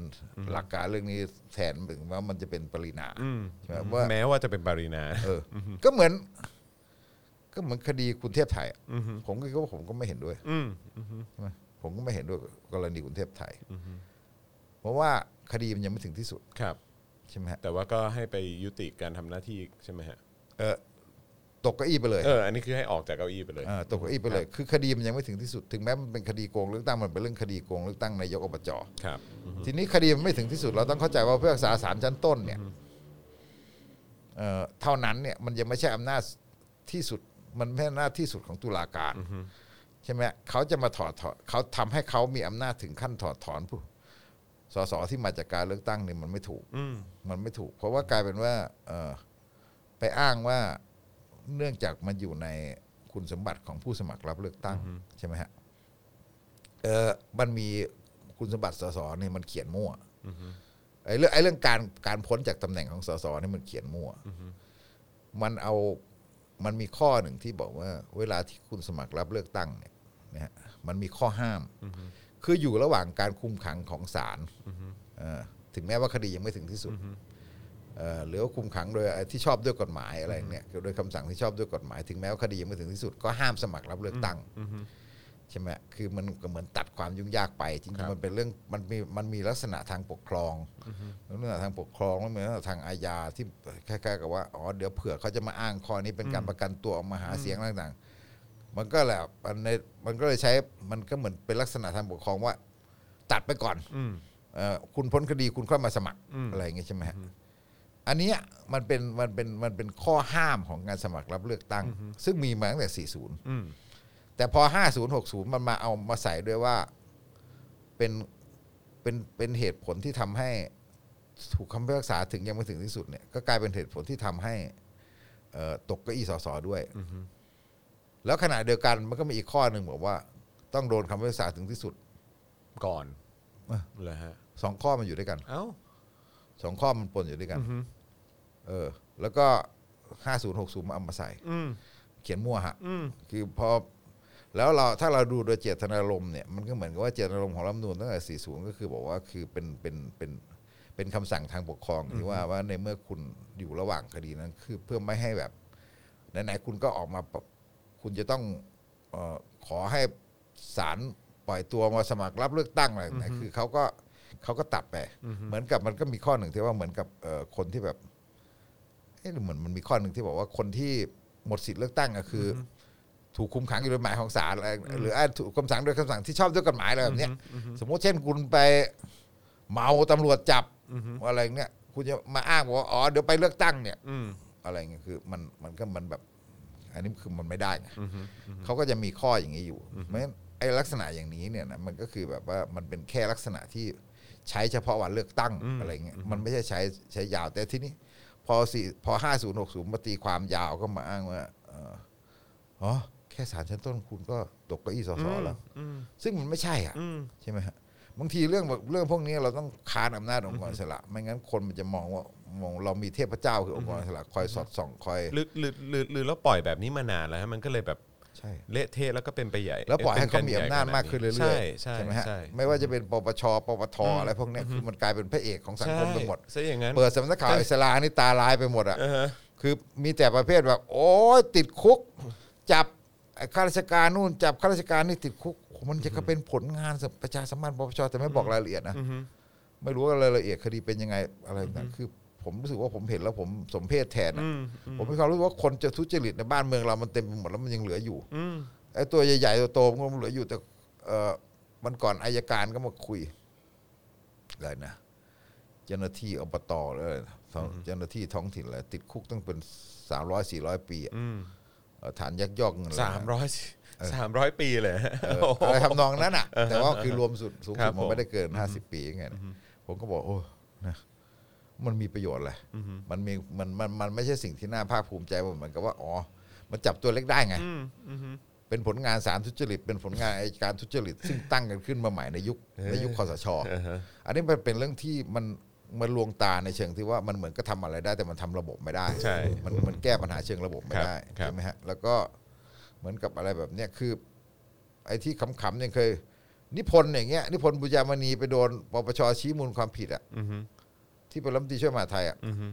[SPEAKER 3] หลักการเรื่องนี้แทนถึงว่ามันจะเป็นปรินาใช่ไหมว่า
[SPEAKER 2] แม้ว่าจะเป็นปารีนา
[SPEAKER 3] เอออก็เหมือน ก็เหมือนคดีคุณเทพไทยอะผมก็คิดว่าผมก็ไม่เห็นด้วยใช่ไหมผมก็ไม่เห็นด้วยกับกรณีคุณเทพไทยเพราะว่าคดีมันยังไม่ถึงที่สุด
[SPEAKER 2] ครับ
[SPEAKER 3] ใช่ไหมฮะ
[SPEAKER 2] แต่ว่าก็ให้ไปยุติการทำหน้าที่ใช่ไหมฮะ
[SPEAKER 3] เออตกเก้าอี้ไปเลย
[SPEAKER 2] เออ อันนี้คือให้ออกจากเก้าอี้ไปเลย
[SPEAKER 3] เออตกเก้าอี้ไปเลย คือคดีมันยังไม่ถึงที่สุด ถึงแม้มันเป็นคดีโกงเลือกตั้งมันเป็นเรื่องคดีโกงเลือกตั้งนายกอบจ
[SPEAKER 2] ครับ
[SPEAKER 3] ทีนี้คดีมันไม่ถึงที่สุดเราต้องเข้าใจว่าผู้พิพากษาศาลชั้นต้นเนี่ยเอ่อเท่านั้นเนี่ยมันยังไม่ใช่อำนาจที่สุด มันไม่ใช่หน้าจที่สุดของตุลาการใช่ไหมเขาจะมาถอดถอนเขาทำให้เขามีอำนาจถึงขั้นถอดถอนผู้สสที่มาจากการเลือกตั้งเนี่ยมันไม่ถูกมันไม่ถูก เพราะว่ากลายเป็นว่า เอ่อไปอ้างว่าเนื่องจากมันอยู่ในคุณสมบัติของผู้สมัครรับเลือกตั้งใช่ไหมฮะ เออมันมีคุณสมบัติสสเนี่ยมันเขียนมั่วไอ้เรื่องไอ้เรื่องการการพ้นจากตำแหน่งของสสเนี่ยมันเขียนมั่วมันเอามันมีข้อหนึ่งที่บอกว่า เวลาที่คุณสมัครรับเลือกตั้งเนี่ยนะฮะมันมีข้อห้าม คืออยู่ระหว่างการคุมขังของศาลเอ่อถึงแม้ว่าคดียังไม่ถึงที่สุดเอ่อหรือว่าคุมขังโดยที่ชอบด้วยกฎหมายอะไรเนี่ยโดยคำสั่งที่ชอบด้วยกฎหมาย ถึงแม้ว่าคดียังไม่ถึงที่สุด ก็ห้ามสมัครรับเลือกตั้ง ใช่ไหมคือมันก็เหมือนตัดความยุ่งยากไป จริงๆ มันเป็นเรื่อง มันมี มันมีลักษณะทางปกครองลักษณะทางปกครองแล้วมีลักษณะทางอาญาที่คล้ายๆกับว่า อ๋อ เดี๋ยวเผื่อเขาจะมาอ้างข้อนี้เป็นการประกันตัวออกมาหาเสียงต่างๆ มันก็แหละมันในมันก็เลยใช้ มันก็เหมือนเป็นลักษณะทางปกครองว่า ตัดไปก่อนเอ่อคุณพ้นคดีคุณค่อยมาสมัครอะไรอย่างเงี้ยใช่ไหมฮะ อันเนี้ยมันเป็น มันเป็น มันเป็นข้อห้ามของการสมัครรับเลือกตั้ง ซึ่งมีมาตั้งแต่ 40
[SPEAKER 2] อืม
[SPEAKER 3] แต่พอ 50 60 มันมาเอามาใส่ด้วยว่าเป็นเป็นเป็นเหตุผลที่ทำให้ถูกคำพิพากษาถึงยังไม่ถึงที่สุดเนี่ยก็กลายเป็นเหตุผลที่ทำให้เอ่อตกเก้าอี้สสด้วย แล้วขณะเดียวกันมันก็มีอีกข้อหนึ่งบอกว่า ต้องโดนคำพิพากษาถึงที่สุด
[SPEAKER 2] ก่อน
[SPEAKER 3] เอ้ย
[SPEAKER 2] เลยฮะ
[SPEAKER 3] สองข้อมันอยู่ด้วยกัน
[SPEAKER 2] เอ้า
[SPEAKER 3] สองข้อมันปนอยู่ด้วยกันเออ แล้วก็ห้าศูนย์หกศูนย์มาเอามาใส่เขียนมั่วฮะ
[SPEAKER 2] อืม
[SPEAKER 3] คือพอแล้วเราถ้าเราดูโดยเจตนารมณ์เนี่ยมันก็เหมือนกับว่าเจตนารมณ์ของรัฐธรรมนูญตั้งแต่ 40 ก็คือบอกว่าคือเป็นเป็นเป็นเป็นคำสั่งทางปกครองที่ว่าว่าในเมื่อคุณอยู่ระหว่างคดีนั้น คือเพื่อไม่ให้แบบไหนๆคุณก็ออกมาปะคุณจะต้องเออขอให้ศาลปล่อยตัวมาสมัครรับเลือกตั้งอะไรนะคือเขาก็เขาก็ตัดไปเหมือนกับมันก็มีข้อหนึ่งที่ว่าเหมือนกับเอ่อคนที่แบบเอ๊ะหรือเหมือนมันมีข้อหนึ่งที่บอกว่าคนที่หมดสิทธิ์เลือกตั้งอะคืออ ถูกคุมขังอยู่โดยหมายของศาลอะไรหรืออาจถูกคำสั่งโดยคำสั่งที่ชอบด้วยกฎหมายอะไรแบบเนี้ยสมมติเช่นคุณไปเมาตำรวจจับอะไรเนี้ยคุณจะมาอ้างบอกว่าอ๋อเดี๋ยวไปเลือกตั้งเนี่ย
[SPEAKER 2] อืม
[SPEAKER 3] อะไรเงี้ยคือมันมันก็มันแบบ อันนี้คือมันไม่ได้ไงเขาก็จะมีข้ออย่างนี้อยู่เพราะฉะนั้นไอ้ลักษณะอย่างนี้เนี่ยนะมันก็คือแบบว่ามันเป็นแค่ลักษณะที่ใช้เฉพาะวันเลือกตั้งอะไรเงี้ยมันไม่ใช่ใช้ใช้ยาวแต่ที่นี้พอสี่พอห้าศูนย์หกศูนย์มาตีความยาวก็มาอ้างว่าเอ่ออ๋อแค่สารชั้นต้นคุณก็ตกเก้าอี้สสแล้วซึ่งมันไม่ใช่อ่ะใช่ไหมฮะบางทีเรื่องแบบเรื่องพวกนี้เราต้องค้านอำนาจองค์กรอิสละ ไม่งั้นคนมันจะมองว่ามองเรามีเทพเจ้าคือองค์กรอิสละคอยสอดส่องคอย
[SPEAKER 2] หรือหรือหรือหรือแล้วปล่อยแบบนี้มานานแล้วฮะมันก็เลยแบบ
[SPEAKER 3] ใช่
[SPEAKER 2] เละเทะแล้วก็เป็นไปใหญ่
[SPEAKER 3] แล้วปล่อยให้เขามีอำนาจ
[SPEAKER 2] ป็
[SPEAKER 3] มากขึ้นเรื่อยๆ
[SPEAKER 2] ใช่ใช่
[SPEAKER 3] ไหมฮะ
[SPEAKER 2] ใช่
[SPEAKER 3] ไม่ว่าจะเป็นปปชปปทอะไรพวกเนี้ยคือมันกลายเป็นพระเอกของสังคมไปหมด
[SPEAKER 2] ใช่ซะอย่างนั้น
[SPEAKER 3] เปิดสำนักข่าวอิสลานี่ตาลายไปหมดอ่ะ
[SPEAKER 2] เออฮะ
[SPEAKER 3] คือมีแต่ประเภทแบบโอ้ยติดคุก จับข้าราชการนู่น จับข้าราชการนี่ติดคุกโอ้โหมันจะก็เป็นผลงานประชาสัมพันธ์ปปชแต่ไม่บอกรายละเอียดนะไม่รู้ว่ารายละเอียดคดีเป็นยังไงอะไรต่างๆคือ ผมรู้สึกว่าผมเห็นแล้วผมสมเพศแทนนะผมมีความรู้สึกว่าคนจะทุจริตในบ้านเมืองเรามันเต็มไปหมดแล้วมันยังเหลืออยู่
[SPEAKER 2] อืม
[SPEAKER 3] ไอ้ตัวใหญ่ๆตัวโตมันก็เหลืออยู่แต่เออมันก่อนอายการก็มาคุยอะไรนะเจ้าหน้าที่อบตเลยท้องเจ้าหน้าที่ท้องถิ่นอะไรติดคุกตั้งเป็นสามร้อยสี่ร้อยปีอะเอ่อฐานยักยอกเงิน
[SPEAKER 2] สามร้อยสามร้อยปีเลยฮะ
[SPEAKER 3] เออ
[SPEAKER 2] โอ้โห
[SPEAKER 3] อะไรทำนองนั้นอ่ะ แต่ว่าคือรวมสุดสูง
[SPEAKER 2] ครั
[SPEAKER 3] สุด
[SPEAKER 2] บ
[SPEAKER 3] มั
[SPEAKER 2] ผ
[SPEAKER 3] น
[SPEAKER 2] ม
[SPEAKER 3] ไม่ได้เกินห้าสิบปีไงนะผมก็บอกโอ้นะมันมีประโยชน์แหละ มันมีมันมันมันไม่ใช่สิ่งที่น่าภาคภูมิใจว่าเหมือนกับว่าอ๋อมันจับตัวเล็กได้ไง
[SPEAKER 2] อืมอืม
[SPEAKER 3] เป็นผลงานสารทุจริต เป็นผลงานไอการทุจริต ซึ่งตั้งกันขึ้นมาใหม่ในยุคในยุคคอสช อันนี้มันเป็นเรื่องที่มัน มันลวงตาในเชิงที่ว่ามันเหมือนก็ทำอะไรได้ แต่มันทำระบบไม่ได้
[SPEAKER 2] ใช่
[SPEAKER 3] มันมันแก้ปัญหาเชิงระบบไม่ได้
[SPEAKER 2] ครับครับ
[SPEAKER 3] ใช่ไหมฮะแล้วก็เหมือนกับอะไรแบบเนี้ยคือ ไอ้ที่ขำๆยังเคย นิพนธ์อย่างเงี้ยนิพนธ์บุญญามณีไปโดนปปชชี้มูลความผิดอะ
[SPEAKER 2] อือฮึ
[SPEAKER 3] ที่เป็นรัฐมนตรีช่วยมหาดไทยอะ
[SPEAKER 2] อือฮึ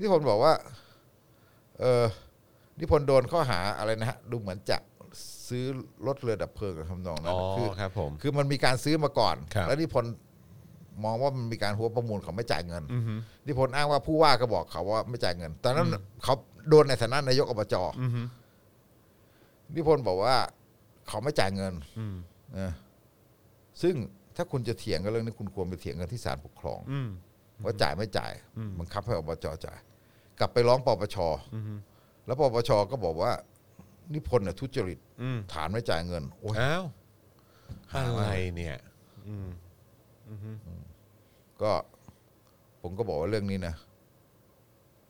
[SPEAKER 3] นิพนธ์บอกว่าเออนิพนธ์โดนข้อหาอะไรนะฮะดูเหมือนจะซื้อรถเรือดับเพลิงกับคำนองนั้
[SPEAKER 2] อ๋
[SPEAKER 3] น
[SPEAKER 2] อ
[SPEAKER 3] คือ
[SPEAKER 2] ครับผม
[SPEAKER 3] คือมันมีการซื้อมาก่อน
[SPEAKER 2] ครับ
[SPEAKER 3] แล้วนิพนธ์มองว่ามันมีการหัวประมูลเขาไม่จ่ายเงิน
[SPEAKER 2] อือฮึ
[SPEAKER 3] นิพนธ์อ้างว่าผู้ว่าก็บอกเขาว่าไม่จ่ายเงิน ตอนนั้นเขาโดนในฐานะนายกอบจ
[SPEAKER 2] อือฮึ
[SPEAKER 3] นิพนธ์บอกว่าเขาไม่จ่ายเงิน
[SPEAKER 2] อืม
[SPEAKER 3] เออซึ่งถ้าคุณจะเถียงกันเรื่องนี้คุณควรไปเถียงกันที่ศาลปกครอง
[SPEAKER 2] อืม
[SPEAKER 3] ว่าจ่ายไม่จ่าย
[SPEAKER 2] อืม
[SPEAKER 3] บังคับให้อบจจ่าย กลับไปร้องปปช
[SPEAKER 2] อือฮึ
[SPEAKER 3] แล้วปปชก็บอกว่า นิพนธ์น่ะทุจริต
[SPEAKER 2] อืม
[SPEAKER 3] ฐานไม่จ่ายเงินโอ้ย
[SPEAKER 2] อ้าวอะไรเนี่ย อืม
[SPEAKER 3] ก็ ผมก็บอกว่าเรื่องนี้นะ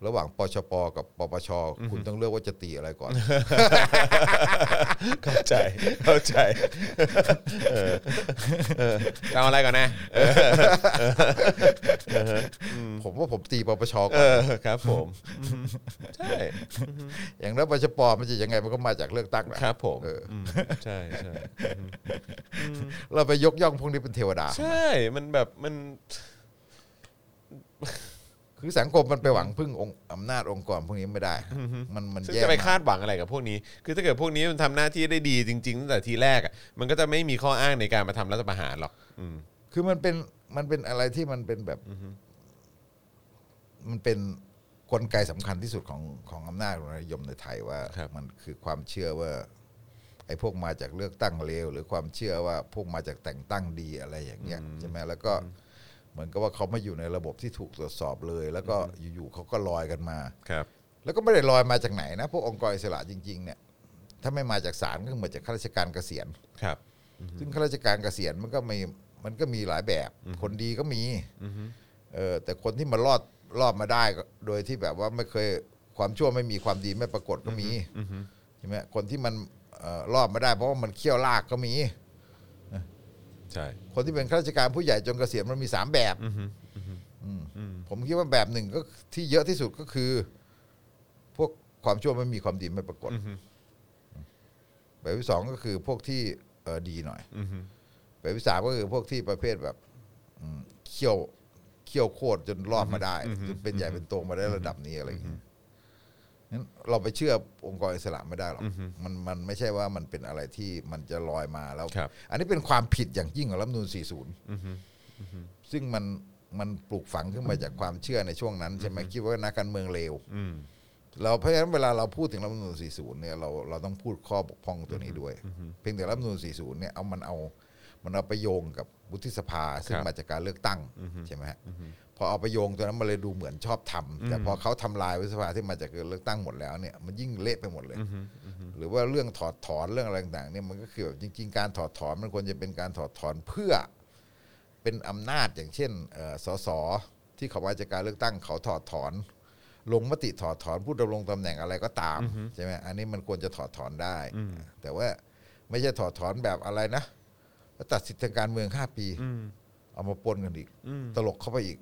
[SPEAKER 3] ระหว่างปชปกับปปช คุณต้องเลือกว่าจะตีอะไรก่อน
[SPEAKER 2] เข้าใจเข้าใจเออเออจะเอาอะไรก่อนนะเออ
[SPEAKER 3] ผมว่าผมตีปปชก่อน
[SPEAKER 2] เออครับผมอือฮึใช่
[SPEAKER 3] อย่างนั้นปชปมันจะยังไงมันก็มาจากเลือกตั้งแหละ
[SPEAKER 2] ครับผม
[SPEAKER 3] เอออื
[SPEAKER 2] มใช่ใช่
[SPEAKER 3] เราไปยกย่องพวกนี้เป็นเทวดา
[SPEAKER 2] ใช่มันแบบมัน
[SPEAKER 3] คือสังคมมันไปหวังพึ่งองค์อำนาจองค์กรพวกนี้ไม่ได้ มันมัน
[SPEAKER 2] ซึ่ง
[SPEAKER 3] แย่
[SPEAKER 2] จะไป
[SPEAKER 3] มา
[SPEAKER 2] คาก ดหวังอะไรกับพวกนี้ คือถ้าเกิดพวกนี้มันทำหน้าที่ได้ดีจริงๆตั้งแต่ทีแรกอ่ะ มันก็จะไม่มีข้ออ้างในการมาทำรัฐประหารหรอก อืม
[SPEAKER 3] คือมันเป็นมันเป็นอะไรที่มันเป็นแบบ มันเป็นกลไกสำคัญที่สุดของของอำนาจของนายนิยมในไทยว่า
[SPEAKER 2] ครับ
[SPEAKER 3] มันคือความเชื่อว่า ไอ้พวกมาจากเลือกตั้งเลวหรือความเชื่อว่าพวกมาจากแต่งตั้งดีอะไรอย่างเงี้ยใช่ไหมแล้วก็เหมือนกับว่าเขาไม่อยู่ในระบบที่ถูกตรวจสอบเลย แล้วก็อยู่ๆเขาก็ลอยกันมา
[SPEAKER 2] ครับ
[SPEAKER 3] แล้วก็ไม่ได้ลอยมาจากไหนนะ พวกองค์กรอิสระจริง ๆ เนี่ย ถ้าไม่มาจากศาลก็มาจากข้าราชการเกษียณ
[SPEAKER 2] ครับ
[SPEAKER 3] ซึ่งข้าราชการเกษียณมันก็มีมันก็มีหลายแบบ คนดีก็มีเออแต่คนที่มารอดรอดมาได้ก็โดยที่แบบว่าไม่เคยความชั่วไม่มีความดีไม่ปรากฏก็มีใช่ไหมคนที่มันเอ่อรอดมาได้เพราะว่ามันเขี้ยวลากก็มี
[SPEAKER 2] ใช่
[SPEAKER 3] คนที่เป็นข้าราชการผู้ใหญ่จนเกษียณมันมีสามแบบอืมผมคิดว่าแบบหนึ่งก็ที่เยอะที่สุดก็คือ พวกความชั่วไม่มีความดีไม่ปรากฏแบบที่สองก็คือพวกที่เออดีหน่อย
[SPEAKER 2] อือฮึ
[SPEAKER 3] แบบที่สามก็คือพวกที่ประเภทแบบอืมเขี้ยวเขี้ยวโคตรจนรอดมาได้จนเป็นใหญ่เป็นโตมาได้ระดับนี้อะไรอย่างเงี้ยงั้นเราไปเชื่อองค์กรอิสระไม่ได้หรอกมันมันไม่ใช่ว่ามันเป็นอะไรที่มันจะลอยมาแล้ว
[SPEAKER 2] ครับ
[SPEAKER 3] อันนี้เป็นความผิดอย่างยิ่งของรัฐธรรมนูล40 ซึ่งมันมันปลูกฝังขึ้นมาจากความเชื่อในช่วงนั้นใช่ไหมคิดว่านักการเมืองเลว
[SPEAKER 2] อืม
[SPEAKER 3] เราเพราะฉะนั้นเวลาเราพูดถึงรัฐธรรมนูล40 เนี่ยเราเราต้องพูดข้อบกพร่องตัวนี้ด้วย เพียงแต่รัฐธรรมนูล40 เนี่ยเอามันเอามันเอาไปโยงกับวุฒิสภาซึ่ง
[SPEAKER 2] ครับ
[SPEAKER 3] มาจากการเลือกตั้งใช่ไหมฮะพอเอาไปโยงตัวนั้นมันเลยดูเหมือนชอบทำแต่พอเขาทำลายวุฒิสภาที่มาจากการเลือกตั้งหมดแล้วเนี่ยมันยิ่งเละไปหมดเลย หรือว่าเรื่องถอดถอนเรื่องอะไรต่างๆเนี่ยมันก็คือแบบจริง ๆ การถอดถอนมันควรจะเป็นการถอดถอนเพื่อเป็นอำนาจอย่างเช่นเอ่อสสที่เขามาจากการเลือกตั้งเขาถอดถอน ลงมติถอดถอนผู้ดำรงตำแหน่งอะไรก็ตามใช่ไหมอันนี้มันควรจะถอดถอนได้ แต่ว่าไม่ใช่ถอดถอนแบบอะไรนะแล้วตัดสิทธิทางการเมืองห้าปี เอามาปนกันอีก ตลกเข้าไปอีก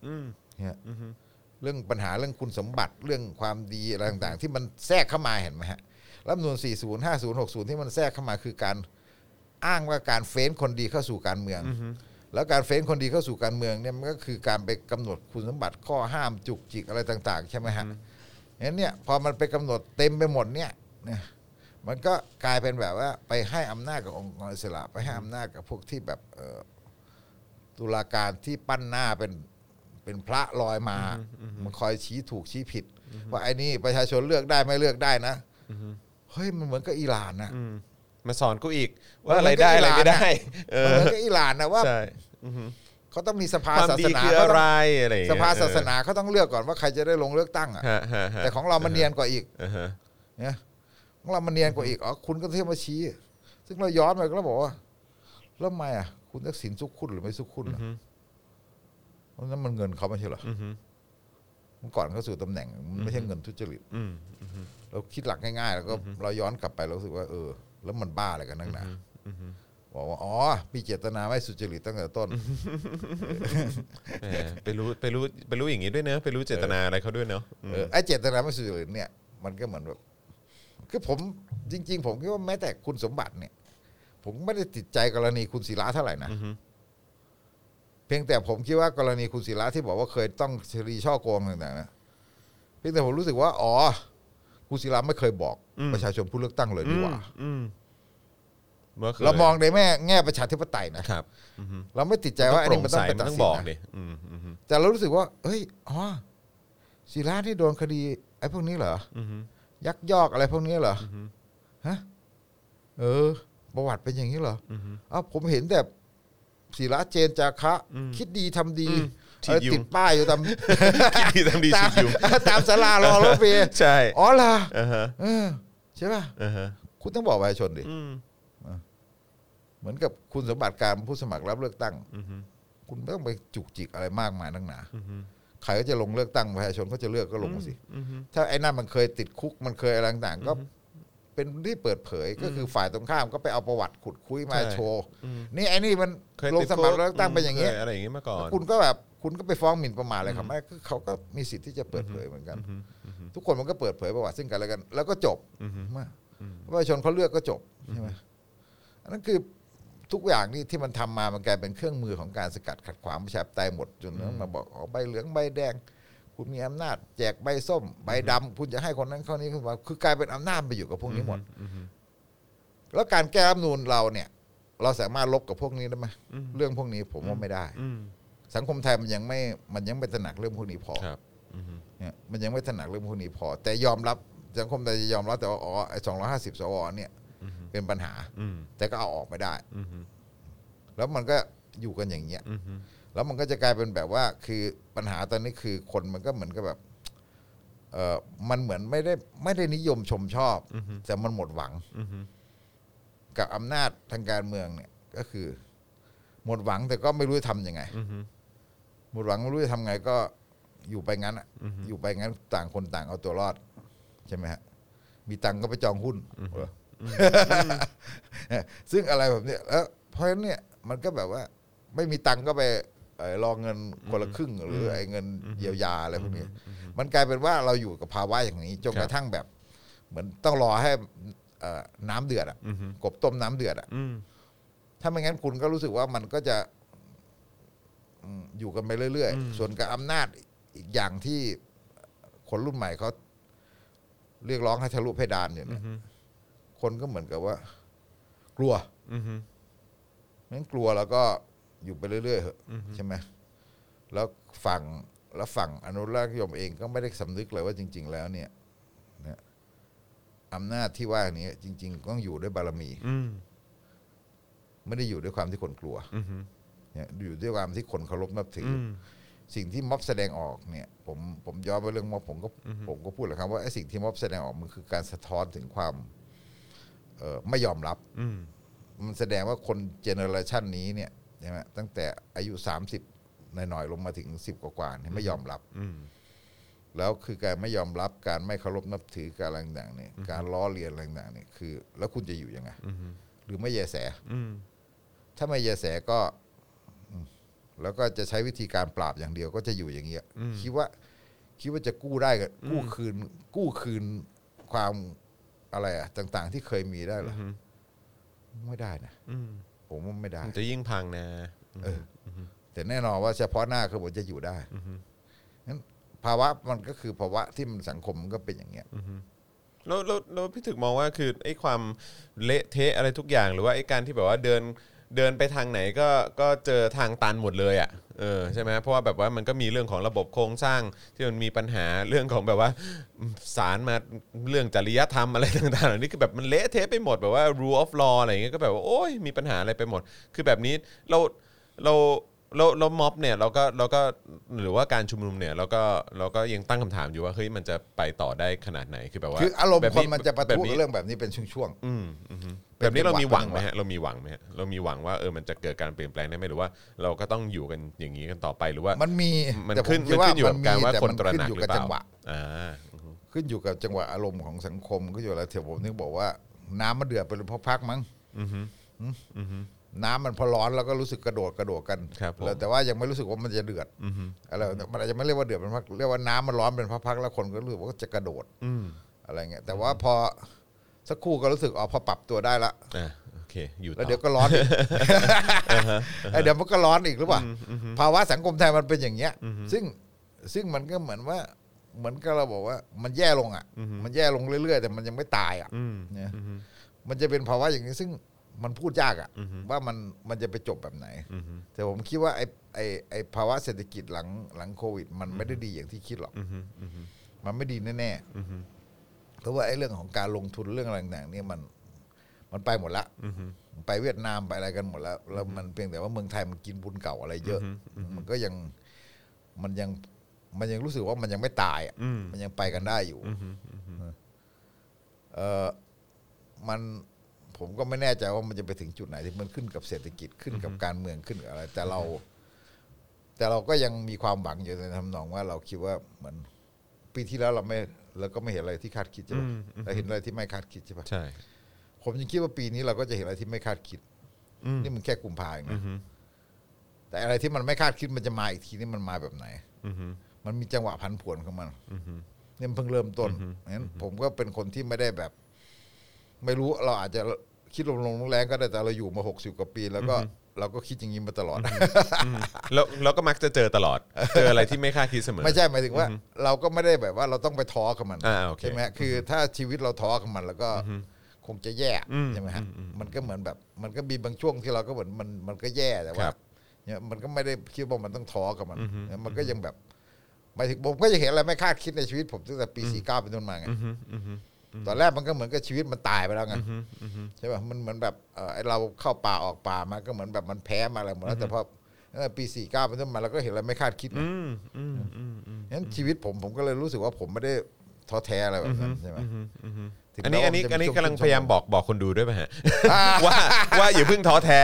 [SPEAKER 3] เนี่ยเรื่องปัญหาเรื่องคุณสมบัติเรื่องความดีอะไรต่างๆ ที่มันแทรกเข้ามาเห็นไหมฮะรัฐธรรมนูล40 50 60 ที่มันแทรกเข้ามาคือการอ้างว่าการเฟ้นคนดีเข้าสู่การเมือง แล้วการเฟ้นคนดีเข้าสู่การเมืองเนี่ยมันก็คือการไปกำหนดคุณสมบัติข้อห้ามจุกจิกอะไรต่าง ๆ ใช่ไหมฮะงั้นเนี่ยพอมันไปกำหนดเต็มไปหมดเนี่ยเนี่ย มันก็กลายเป็นแบบว่าไปให้อำนาจกับองค์กรอิสระไปให้อำนาจกับพวกที่แบบเอ่อตุลาการที่ปั้นหน้าเป็นเป็นพระลอยมา มันคอยชี้ถูกชี้ผิด ว่าไอ้นี่ประชาชนเลือกได้ไม่เลือกได้นะเฮ้ยมันเหมือนกับอิหร่านนะ
[SPEAKER 2] มาสอนกูอีก ว่าอะไรได้อะไรไม่ได้ เออ
[SPEAKER 3] มันเหมือนกับอิหร่านนะว่า
[SPEAKER 2] ใช่อือฮึ
[SPEAKER 3] เขาต้องมีสภา
[SPEAKER 2] ความ
[SPEAKER 3] ศา
[SPEAKER 2] ดี
[SPEAKER 3] สนา
[SPEAKER 2] คืออะ
[SPEAKER 3] เขาต้
[SPEAKER 2] ไร
[SPEAKER 3] อง
[SPEAKER 2] อะไรอย่ง
[SPEAKER 3] ส
[SPEAKER 2] เงี้ย
[SPEAKER 3] ภาศาสนาเขาต้องเลือกก่อนว่าใครจะได้ลงเลือกตั้งอ่ะ
[SPEAKER 2] เออฮะฮะฮะ
[SPEAKER 3] แต่ของเรามันเนียนกว่าอีก
[SPEAKER 2] อ่าฮะ
[SPEAKER 3] เนี่ยของเรามันเนียนกว่าอีก อ๋อ คุณก็เที่ยวมาชี้ ซึ่งเราย้อนไปก็บอกว่าแล้วทำไมอ่ะ คุณทักษิณซุกคุณหรือไม่ซุกคุณล่ะเพราะนั้นมันเงินเขาไม่ใช่เหรอ
[SPEAKER 2] อือฮึ
[SPEAKER 3] เมื่อก่อนเขาสู่ตำแหน่งมันไม่ใช่เงินทุจริต
[SPEAKER 2] อืม
[SPEAKER 3] เราคิดหลักง่ายๆ แล้วก็เราย้อนกลับไปเรารู้สึกว่า เออ แล้วมันบ้าอะไรกันนักหนา บอกว่าอ๋อมีเจตนาไม่สุจริตตั้งแต่ต้น
[SPEAKER 2] แหมไปรู้ไปรู้ไปรู้อย่างนี้ด้วยเนอะไปรู้เจตนาอะไรเขาด้วยเนอะอืม
[SPEAKER 3] เออไอ้เจตนาไม่สุจริตเนี่ยมันก็เหมือนแบบคือผมจริง ๆ ผมคิดว่าแม้แต่คุณสมบัติเนี่ย ผมไม่ได้ติดใจกรณีคุณศิระเท่าไหร่นะ
[SPEAKER 2] อือฮึ
[SPEAKER 3] เพียงแต่ผมคิดว่ากรณีคุณศิระที่บอกว่าเคยต้องคดีช่อโกงต่างๆนะเพียงแต่ผมรู้สึกว่า อ๋อ คุณศิระไม่เคยบอก ประชาชนผู้เลือกตั้งเลยดีกว่า
[SPEAKER 2] อืมเมื่อคืน
[SPEAKER 3] เรามองในแง่แง่ประชาธิปไตยนะครับ
[SPEAKER 2] อือฮึ
[SPEAKER 3] เราไม่ติดใจว่าอันนี้มันต้องไป
[SPEAKER 2] โปร่ใสมั
[SPEAKER 3] ตั
[SPEAKER 2] นต้อ
[SPEAKER 3] ดสิ
[SPEAKER 2] ง
[SPEAKER 3] น
[SPEAKER 2] บอก
[SPEAKER 3] นะ
[SPEAKER 2] ดิอืมอืม
[SPEAKER 3] แต่เรารู้สึกว่า เฮ้ย อ๋อศิระที่โดนคดี ไอ้พวกนี้เหรอ
[SPEAKER 2] อืม
[SPEAKER 3] ยักยอกอะไรพวกนี้เหรอ ฮะ เออ ประวัติเป็นอย่างนี้เหรอ
[SPEAKER 2] อืม
[SPEAKER 3] อ้าวผมเห็นแต่ศิระเจนจาคะ
[SPEAKER 2] อืม
[SPEAKER 3] คิดดีทำดี
[SPEAKER 2] อืม
[SPEAKER 3] เออ
[SPEAKER 2] ฉีดยุง
[SPEAKER 3] ติดป้ายอยู่ ตาม
[SPEAKER 2] ดีทำดี
[SPEAKER 3] ตา
[SPEAKER 2] ฉีด
[SPEAKER 3] ม
[SPEAKER 2] ยุง
[SPEAKER 3] ตามสารารอรถเมล์
[SPEAKER 2] ใช่
[SPEAKER 3] อ๋อล่ะ
[SPEAKER 2] อ่าฮะ
[SPEAKER 3] เออ ใช่ป่ะ
[SPEAKER 2] อ่าฮะ
[SPEAKER 3] คุณต้องบอกประชาชนดิ
[SPEAKER 2] อืม
[SPEAKER 3] เหมือนกับคุณสมบัติการผู้สมัครรับเลือกตั้ง
[SPEAKER 2] อืม
[SPEAKER 3] คุณไม่ต้องไปจุกจิกอะไรมากมายนักหนา
[SPEAKER 2] อืม
[SPEAKER 3] ใครก็จะลงเลือกตั้งประชาชนก็จะเลือกก็ลงมาสิ
[SPEAKER 2] อืม
[SPEAKER 3] ถ้าไอ้นั่นมันเคยติดคุกมันเคยอะไรต่างๆก็เป็นที่เปิดเผยก็คือฝ่ายตรงข้ามก็ไปเอาประวัติขุดคุยมา
[SPEAKER 2] ใช่
[SPEAKER 3] โชว์
[SPEAKER 2] อืม
[SPEAKER 3] นี่ไอ้นี่มัน
[SPEAKER 2] เคย
[SPEAKER 3] ลง
[SPEAKER 2] ติด
[SPEAKER 3] สมัครเลือกตั้งไปอย่างเงี้ย
[SPEAKER 2] คอะไรอย่างเงี้ยมาก่อน
[SPEAKER 3] คุณก็แบบคุณก็ไปฟ้องหมิ่นประมาทอะไรเขาไม่ก็เขาก็มีสิทธิ์ที่จะเปิดเผยเหมือนกัน
[SPEAKER 2] อืม
[SPEAKER 3] ทุกคนมันก็เปิดเผยประวัติซึ่งกันและกัน แล้วก็จบ
[SPEAKER 2] อืมอืม
[SPEAKER 3] ว่า
[SPEAKER 2] อืม
[SPEAKER 3] ประชาชนเขาเลือกก็จบใช่ไหมอันนั้นคือทุกอย่างนี่ที่มันทำมามันกลายเป็นเครื่องมือของการสกัดขัดขวางประชาธิปไตยหมดจนต้องมาบอกออกใบเหลืองใบแดง คุณมีอำนาจ แจกใบส้ม ใบดำคุณจะให้คนนั้นคนนี้ขึ้นมาคือกลายเป็นอำนาจไปอยู่กับพวกนี้หมด
[SPEAKER 2] อืม
[SPEAKER 3] แล้วการแก้รัฐธรรมนูนเราเนี่ย เราสามารถลบกับพวกนี้ได้ไหม
[SPEAKER 2] อืม
[SPEAKER 3] เรื่องพวกนี้ผมว่าไม่ได้
[SPEAKER 2] อืม
[SPEAKER 3] สังคมไทยมันยังไม่มันยังไม่ตระหนักเรื่องพวกนี้พอ
[SPEAKER 2] ครับอืม
[SPEAKER 3] เนี่ยมันยังไม่ถนัดเรื่องพวกนี้พอ แต่ยอมรับสังคมไทยจะยอมรับแต่ว่าอ๋อไอ้สองร้อยห้าสิบสวเนี่ย
[SPEAKER 2] อืม
[SPEAKER 3] เป็นปัญหา
[SPEAKER 2] อืม
[SPEAKER 3] แต่ก็เอาออกไม่ได้
[SPEAKER 2] อืม
[SPEAKER 3] แล้วมันก็อยู่กันอย่างเงี้ย
[SPEAKER 2] อืม
[SPEAKER 3] แล้วมันก็จะกลายเป็นแบบว่าคือปัญหาตอนนี้คือคนมันก็เหมือนกับแบบเออมันเหมือนไม่ได้ไม่ได้นิยมชมชอบ แต่มันหมดหวัง
[SPEAKER 2] อืม
[SPEAKER 3] กับอำนาจทางการเมืองเนี่ย ก็คือ หมดหวังแต่ก็ไม่รู้จะทำยังไง
[SPEAKER 2] อืม
[SPEAKER 3] หมดหวังไม่รู้จะทำไงก็อยู่ไปงั้นอะ
[SPEAKER 2] อือฮึ
[SPEAKER 3] อยู่ไปงั้นต่างคนต่างเอาตัวรอด ใช่ไหมฮะ มีตังค์ก็ไปจองหุ้นเอออ ซึ่งอะไรแบบเนี้ยแล้วเพราะฉะนั้นเนี่ยมันก็แบบว่า ไม่มีตังค์ก็ไปเอ่อรอเงินคนละครึ่ง หรือไอ้เงินเยียวยาอะไรพวกนี้มันกลายเป็นว่าเราอยู่กับภาวะอย่างนี้จนกระทั่งแบบ เหมือนต้องรอให้เอ่อน้ำเดือดอะ
[SPEAKER 2] อืมอืม
[SPEAKER 3] กบต้มน้ำเดือดอะ
[SPEAKER 2] อืม
[SPEAKER 3] ถ้าไม่งั้นคุณก็รู้สึกว่ามันก็จะอืมอยู่กันไปเรื่อยๆ ส่วนกับอำนาจอีกอย่างที่คนรุ่นใหม่เขาเรียกร้องให้ทะลุเพดานอยู่เนี่ย
[SPEAKER 2] อือฮึ
[SPEAKER 3] คนก็เหมือนกับว่า กลัว
[SPEAKER 2] อืม
[SPEAKER 3] งั้นกลัวแล้วก็อยู่ไปเรื่อยๆเหอะใช่ไหมแล้วฝั่งแล้วฝั่งอนุรักษ์นิยมเองก็ไม่ได้สำนึกเลยว่าจริง ๆ แล้วเนี่ยนะอำนาจที่ว่านี้จริง ๆ ต้องอยู่ด้วยบารมี
[SPEAKER 2] อืม
[SPEAKER 3] ไม่ได้อยู่ด้วยความที่คนกลัว
[SPEAKER 2] อืม
[SPEAKER 3] เนี่ยอยู่ด้วยความที่คนเคารพนับถือ
[SPEAKER 2] อื
[SPEAKER 3] อ
[SPEAKER 2] ม
[SPEAKER 3] สิ่งที่ม็อบแสดงออกเนี่ยผมผมย้อนไปเรื่องม็อบผมก็ผมก็พูดแหละครับว่าไอ้สิ่งที่ม็อบแสดงออกมันคือการสะท้อนถึงความเอ่อไม่ยอมรับ
[SPEAKER 2] อืม
[SPEAKER 3] มันแสดงว่าคนเจเนอเรชันนี้เนี่ยใช่ไหมตั้งแต่อายุ 30หน่อยๆลงมาถึง 10 กว่าๆเนี่ยไม่ยอมรับ
[SPEAKER 2] อืม
[SPEAKER 3] แล้วคือการไม่ยอมรับการไม่เคารพนับถือการอะไรต่างๆเนี่ยการล้อเลียนอะไรต่างๆเนี่ยคือ แล้วคุณจะอยู่ยังไง
[SPEAKER 2] อืม
[SPEAKER 3] หรือไม่แยแส
[SPEAKER 2] อืม
[SPEAKER 3] ถ้าไม่แยแสก็อืมแล้วก็จะใช้วิธีการปราบอย่างเดียวก็จะอยู่อย่างเงี้ยคิดว่า คิดว่าจะกู้ได้กับกู้คืน กู้คืนความอะไรอะต่างๆ ที่เคยมีได้เหรออไม่ได้นะ
[SPEAKER 2] อืม
[SPEAKER 3] ผมว่าไม่ได้
[SPEAKER 2] มันจะยิ่งพังนะ
[SPEAKER 3] เอออแต่แน่นอนว่าเฉพาะหน้าคือผมจะอยู่ได้งั้นภาวะมันก็คือภาวะที่มันสังคมมันก็เป็นอย่างเงี้ย
[SPEAKER 2] แล้วแล้วแล้วพี่ถึกมองว่าคือไอ้ความเละเทะอะไรทุกอย่าง หรือว่าไอ้การที่แบบว่าเดินเดินไปทางไหนก็ก็เจอทางตันหมดเลยอ่ะเออใช่ไหมเพราะว่าแบบว่ามันก็มีเรื่องของระบบโครงสร้างที่มันมีปัญหาเรื่องของแบบว่าสารมาเรื่องจริยธรรมอะไรต่างๆเหล่านี้คือแบบมันเละเทะไปหมดแบบว่า rule of law อะไรอย่างเงี้ยก็แบบว่าโอ้ยมีปัญหาอะไรไปหมด คือแบบนี้เราเราเราเราม็อบเนี่ยเราก็เราก็หรือว่าการชุมนุมเนี่ยเราก็เราก็ยังตั้งคำถามอยู่ว่าเฮ้ยมันจะไปต่อได้ขนาดไหนคือแบบว่า
[SPEAKER 3] คืออารมณ์
[SPEAKER 2] แบบ
[SPEAKER 3] คนมันจะประ
[SPEAKER 2] แบบ
[SPEAKER 3] ทุ
[SPEAKER 2] นี้
[SPEAKER 3] เรื่องแบบนี้เป็นช่วง
[SPEAKER 2] อืมอืม
[SPEAKER 3] เป็
[SPEAKER 2] แบ
[SPEAKER 3] น
[SPEAKER 2] บนี้เรามีหวังไหม
[SPEAKER 3] จังหวะ
[SPEAKER 2] ฮะเรามีหวังไหมฮะเรามีหวังว่าเออมันจะเกิดการเปลี่ยนแปลงได้ไหมหรือว่า เราก็ต้องอยู่กันอย่างนี้กันต่อไปหรือว่า
[SPEAKER 3] ๆ มันมี
[SPEAKER 2] มัน
[SPEAKER 3] แต่ผ
[SPEAKER 2] ขึ้น
[SPEAKER 3] คิ
[SPEAKER 2] มัน
[SPEAKER 3] ด
[SPEAKER 2] ขึ้นอยู่กับการว่า
[SPEAKER 3] แต่
[SPEAKER 2] คน
[SPEAKER 3] มั
[SPEAKER 2] ตระ
[SPEAKER 3] ขึ้
[SPEAKER 2] หนัก
[SPEAKER 3] อยู่
[SPEAKER 2] หรื
[SPEAKER 3] กับ
[SPEAKER 2] อเป
[SPEAKER 3] จั
[SPEAKER 2] ล่าง
[SPEAKER 3] หวะ
[SPEAKER 2] อ่า
[SPEAKER 3] ขึ้นอยู่กับจังหวะอารมณ์ของสังคมก็อยู่แล้วเถียวผมนึกบอกว่า น้ำมันเดือดไปเลยเพราะพักมั้ง น้ำมันพอร้อนแล้วก็รู้สึกกระโดดกระโดดกัน
[SPEAKER 2] ครับผม
[SPEAKER 3] แล้วแต่ว่ายังไม่รู้สึกว่ามันจะเดือดอะไรมันอาจจะไม่เรียกว่าเดือดมันพักเรียกว่าน้ำมันร้อนเป็นพักๆแล้วคนก็รู้สึกว่าจะกระโดด
[SPEAKER 2] อืม
[SPEAKER 3] อะไรเงี้ยแต่ว่าพอสักครู่ก็รู้สึกอ๋อพอปรับตัวได้ละ
[SPEAKER 2] อ่ะโอเค อยู่ต่
[SPEAKER 3] แล้วเดี๋ยว
[SPEAKER 2] อ
[SPEAKER 3] ก็ร้อน อีกแล้วเดี๋ยวมันก็ร้อนอีกหรือเปล่า ภาวะสังคมไทยมันเป็นอย่างเงี้ย ซึ่งซึ่งมันก็เหมือนว่า เหมือนกับเราบอกว่า มันแย่ลงอ่ะ มันแย่ลงเรื่อยๆ แต่มันยังไม่ตายอ่ะ
[SPEAKER 2] อืม
[SPEAKER 3] เนี่ย
[SPEAKER 2] อืม
[SPEAKER 3] มันจะเป็นภาวะอย่างนี้ซึ่งมันพูดยากอ่ะ
[SPEAKER 2] อือฮึ
[SPEAKER 3] ว่ามันมันจะไปจบแบบไหน
[SPEAKER 2] อืม
[SPEAKER 3] แต่ผมคิดว่าไอ้ไอ้ไอ้ภาวะเศรษฐกิจหลังหลังโควิด มันไม่ได้ดีอย่างที่คิดหรอก
[SPEAKER 2] อืมอืม
[SPEAKER 3] มันไม่ดีแน่
[SPEAKER 2] อืม
[SPEAKER 3] ๆเพราะว่าไอ้เรื่องของการลงทุนเรื่องอะไรต่างๆเนี่ยมันมันไปหมดละ
[SPEAKER 2] อืม
[SPEAKER 3] ไปเวียดนามไปอะไรกันหมดแล้วแล้วมันเพียงแต่ว่าเมืองไทยมันกินบุญเก่าอะไรเยอะ
[SPEAKER 2] อือฮึอือฮึ
[SPEAKER 3] มันก็ยังมันยังมันยังรู้สึกว่ามันยังไม่ตายอะ
[SPEAKER 2] อืม
[SPEAKER 3] มันยังไปกันได้อยู่
[SPEAKER 2] อืมอืม
[SPEAKER 3] เออมันผมก็ไม่แน่ใจว่ามันจะไปถึงจุดไหนที่มันขึ้นกับเศรษฐกิจขึ้นกับการเมืองขึ้นกับอะไร แต่เรา แต่เราก็ยังมีความหวังอยู่ในทำนองว่าเราคิดว่าเหมือนปีที่แล้วเราไม่เราก็ไม่เห็นอะไรที่คาดคิดใช่ปะเราเห็นอะไรที่ไม่คาดคิดใช่ปะ
[SPEAKER 2] ใช่
[SPEAKER 3] ผมยังคิดว่าปีนี้เราก็จะเห็นอะไรที่ไม่คาดคิด
[SPEAKER 2] อืม
[SPEAKER 3] นี่มันแค่กุมภาเองนะ
[SPEAKER 2] อืม
[SPEAKER 3] แต่อะไรที่มันไม่คาดคิดมันจะมาอีกทีนี่มันมาแบบไหน
[SPEAKER 2] อืม
[SPEAKER 3] มันมีจังหวะพันผวนของมัน
[SPEAKER 2] อืม
[SPEAKER 3] เนี่ยมันเพิ่งเริ่มต้นงั้นผมก็เป็นคนที่ไม่ได้แบบ ไม่รู้เราอาจจะคิดลงๆแรงๆก็ได้แต่เราอยู่มาหกสิบกว่าปี แล้วก็เราก็คิดอย่างนี้มาตลอด
[SPEAKER 2] แล้วเราก็มักจะเจอตลอด เจออะไรที่ไม่คาดคิดเสมอ
[SPEAKER 3] ไม่ใช่หมายถึงว่า เราก็ไม่ได้แบบว่าเราต้องไปท้อกับมัน
[SPEAKER 2] อ่าโอเค
[SPEAKER 3] ใช่ไหมฮะคือถ้าชีวิตเราท้อกับมัน แล้วก็คงจะแย่
[SPEAKER 2] อืม
[SPEAKER 3] ใช่ไหมฮะ
[SPEAKER 2] อืมอืม
[SPEAKER 3] มันก็เหมือนแบบ มันก็มีบางช่วงที่เราก็เหมือนมันมันก็แย่แต่
[SPEAKER 2] ค
[SPEAKER 3] ว่า
[SPEAKER 2] รับ
[SPEAKER 3] เนี่ยมันก็ไม่ได้คิดว่ามันต้องท้อกับมัน
[SPEAKER 2] อือฮึ
[SPEAKER 3] เนี่ยมันก็ยังแบบหมายถึงผมก็ยังเห็นอะไรไม่คาดคิดในชีวิตผมตั้งแต่ปี49เป็นต้นมาไง
[SPEAKER 2] อืมอืม
[SPEAKER 3] ตอนแรกมันก็เหมือนกับชีวิตมันตายไปแล้วไง
[SPEAKER 2] อืมอืม
[SPEAKER 3] ใช่ป่ะมันเหมือนแบบเอ่อไอ้เราเข้าป่าออกป่ามาก็เหมือนแบบมันแพ้มาอะไรหมดแล้วแต่พอตั้งแต่ปี49เป็นต้นมาเราก็เห็นอะไรไม่คาดคิดไง
[SPEAKER 2] อืมอืมอืมอืม
[SPEAKER 3] งั้นชีวิตผมผมก็เลยรู้สึกว่าผมไม่ได้ท้อแท้อะไรแบบนั้นใช่ไหม
[SPEAKER 2] อืมอืม
[SPEAKER 3] ถึง
[SPEAKER 2] อันนี้
[SPEAKER 3] แม้ว่า
[SPEAKER 2] อันนี้
[SPEAKER 3] มัจะ
[SPEAKER 2] อันนี้
[SPEAKER 3] ช่ว
[SPEAKER 2] กำลัง
[SPEAKER 3] ขึ้น
[SPEAKER 2] พยายาม
[SPEAKER 3] ช่ว
[SPEAKER 2] บอกบอกคนดูด้วยป่ะฮะ
[SPEAKER 3] อ่า
[SPEAKER 2] ว่าว่าอย่าเพิ่งท้อแท้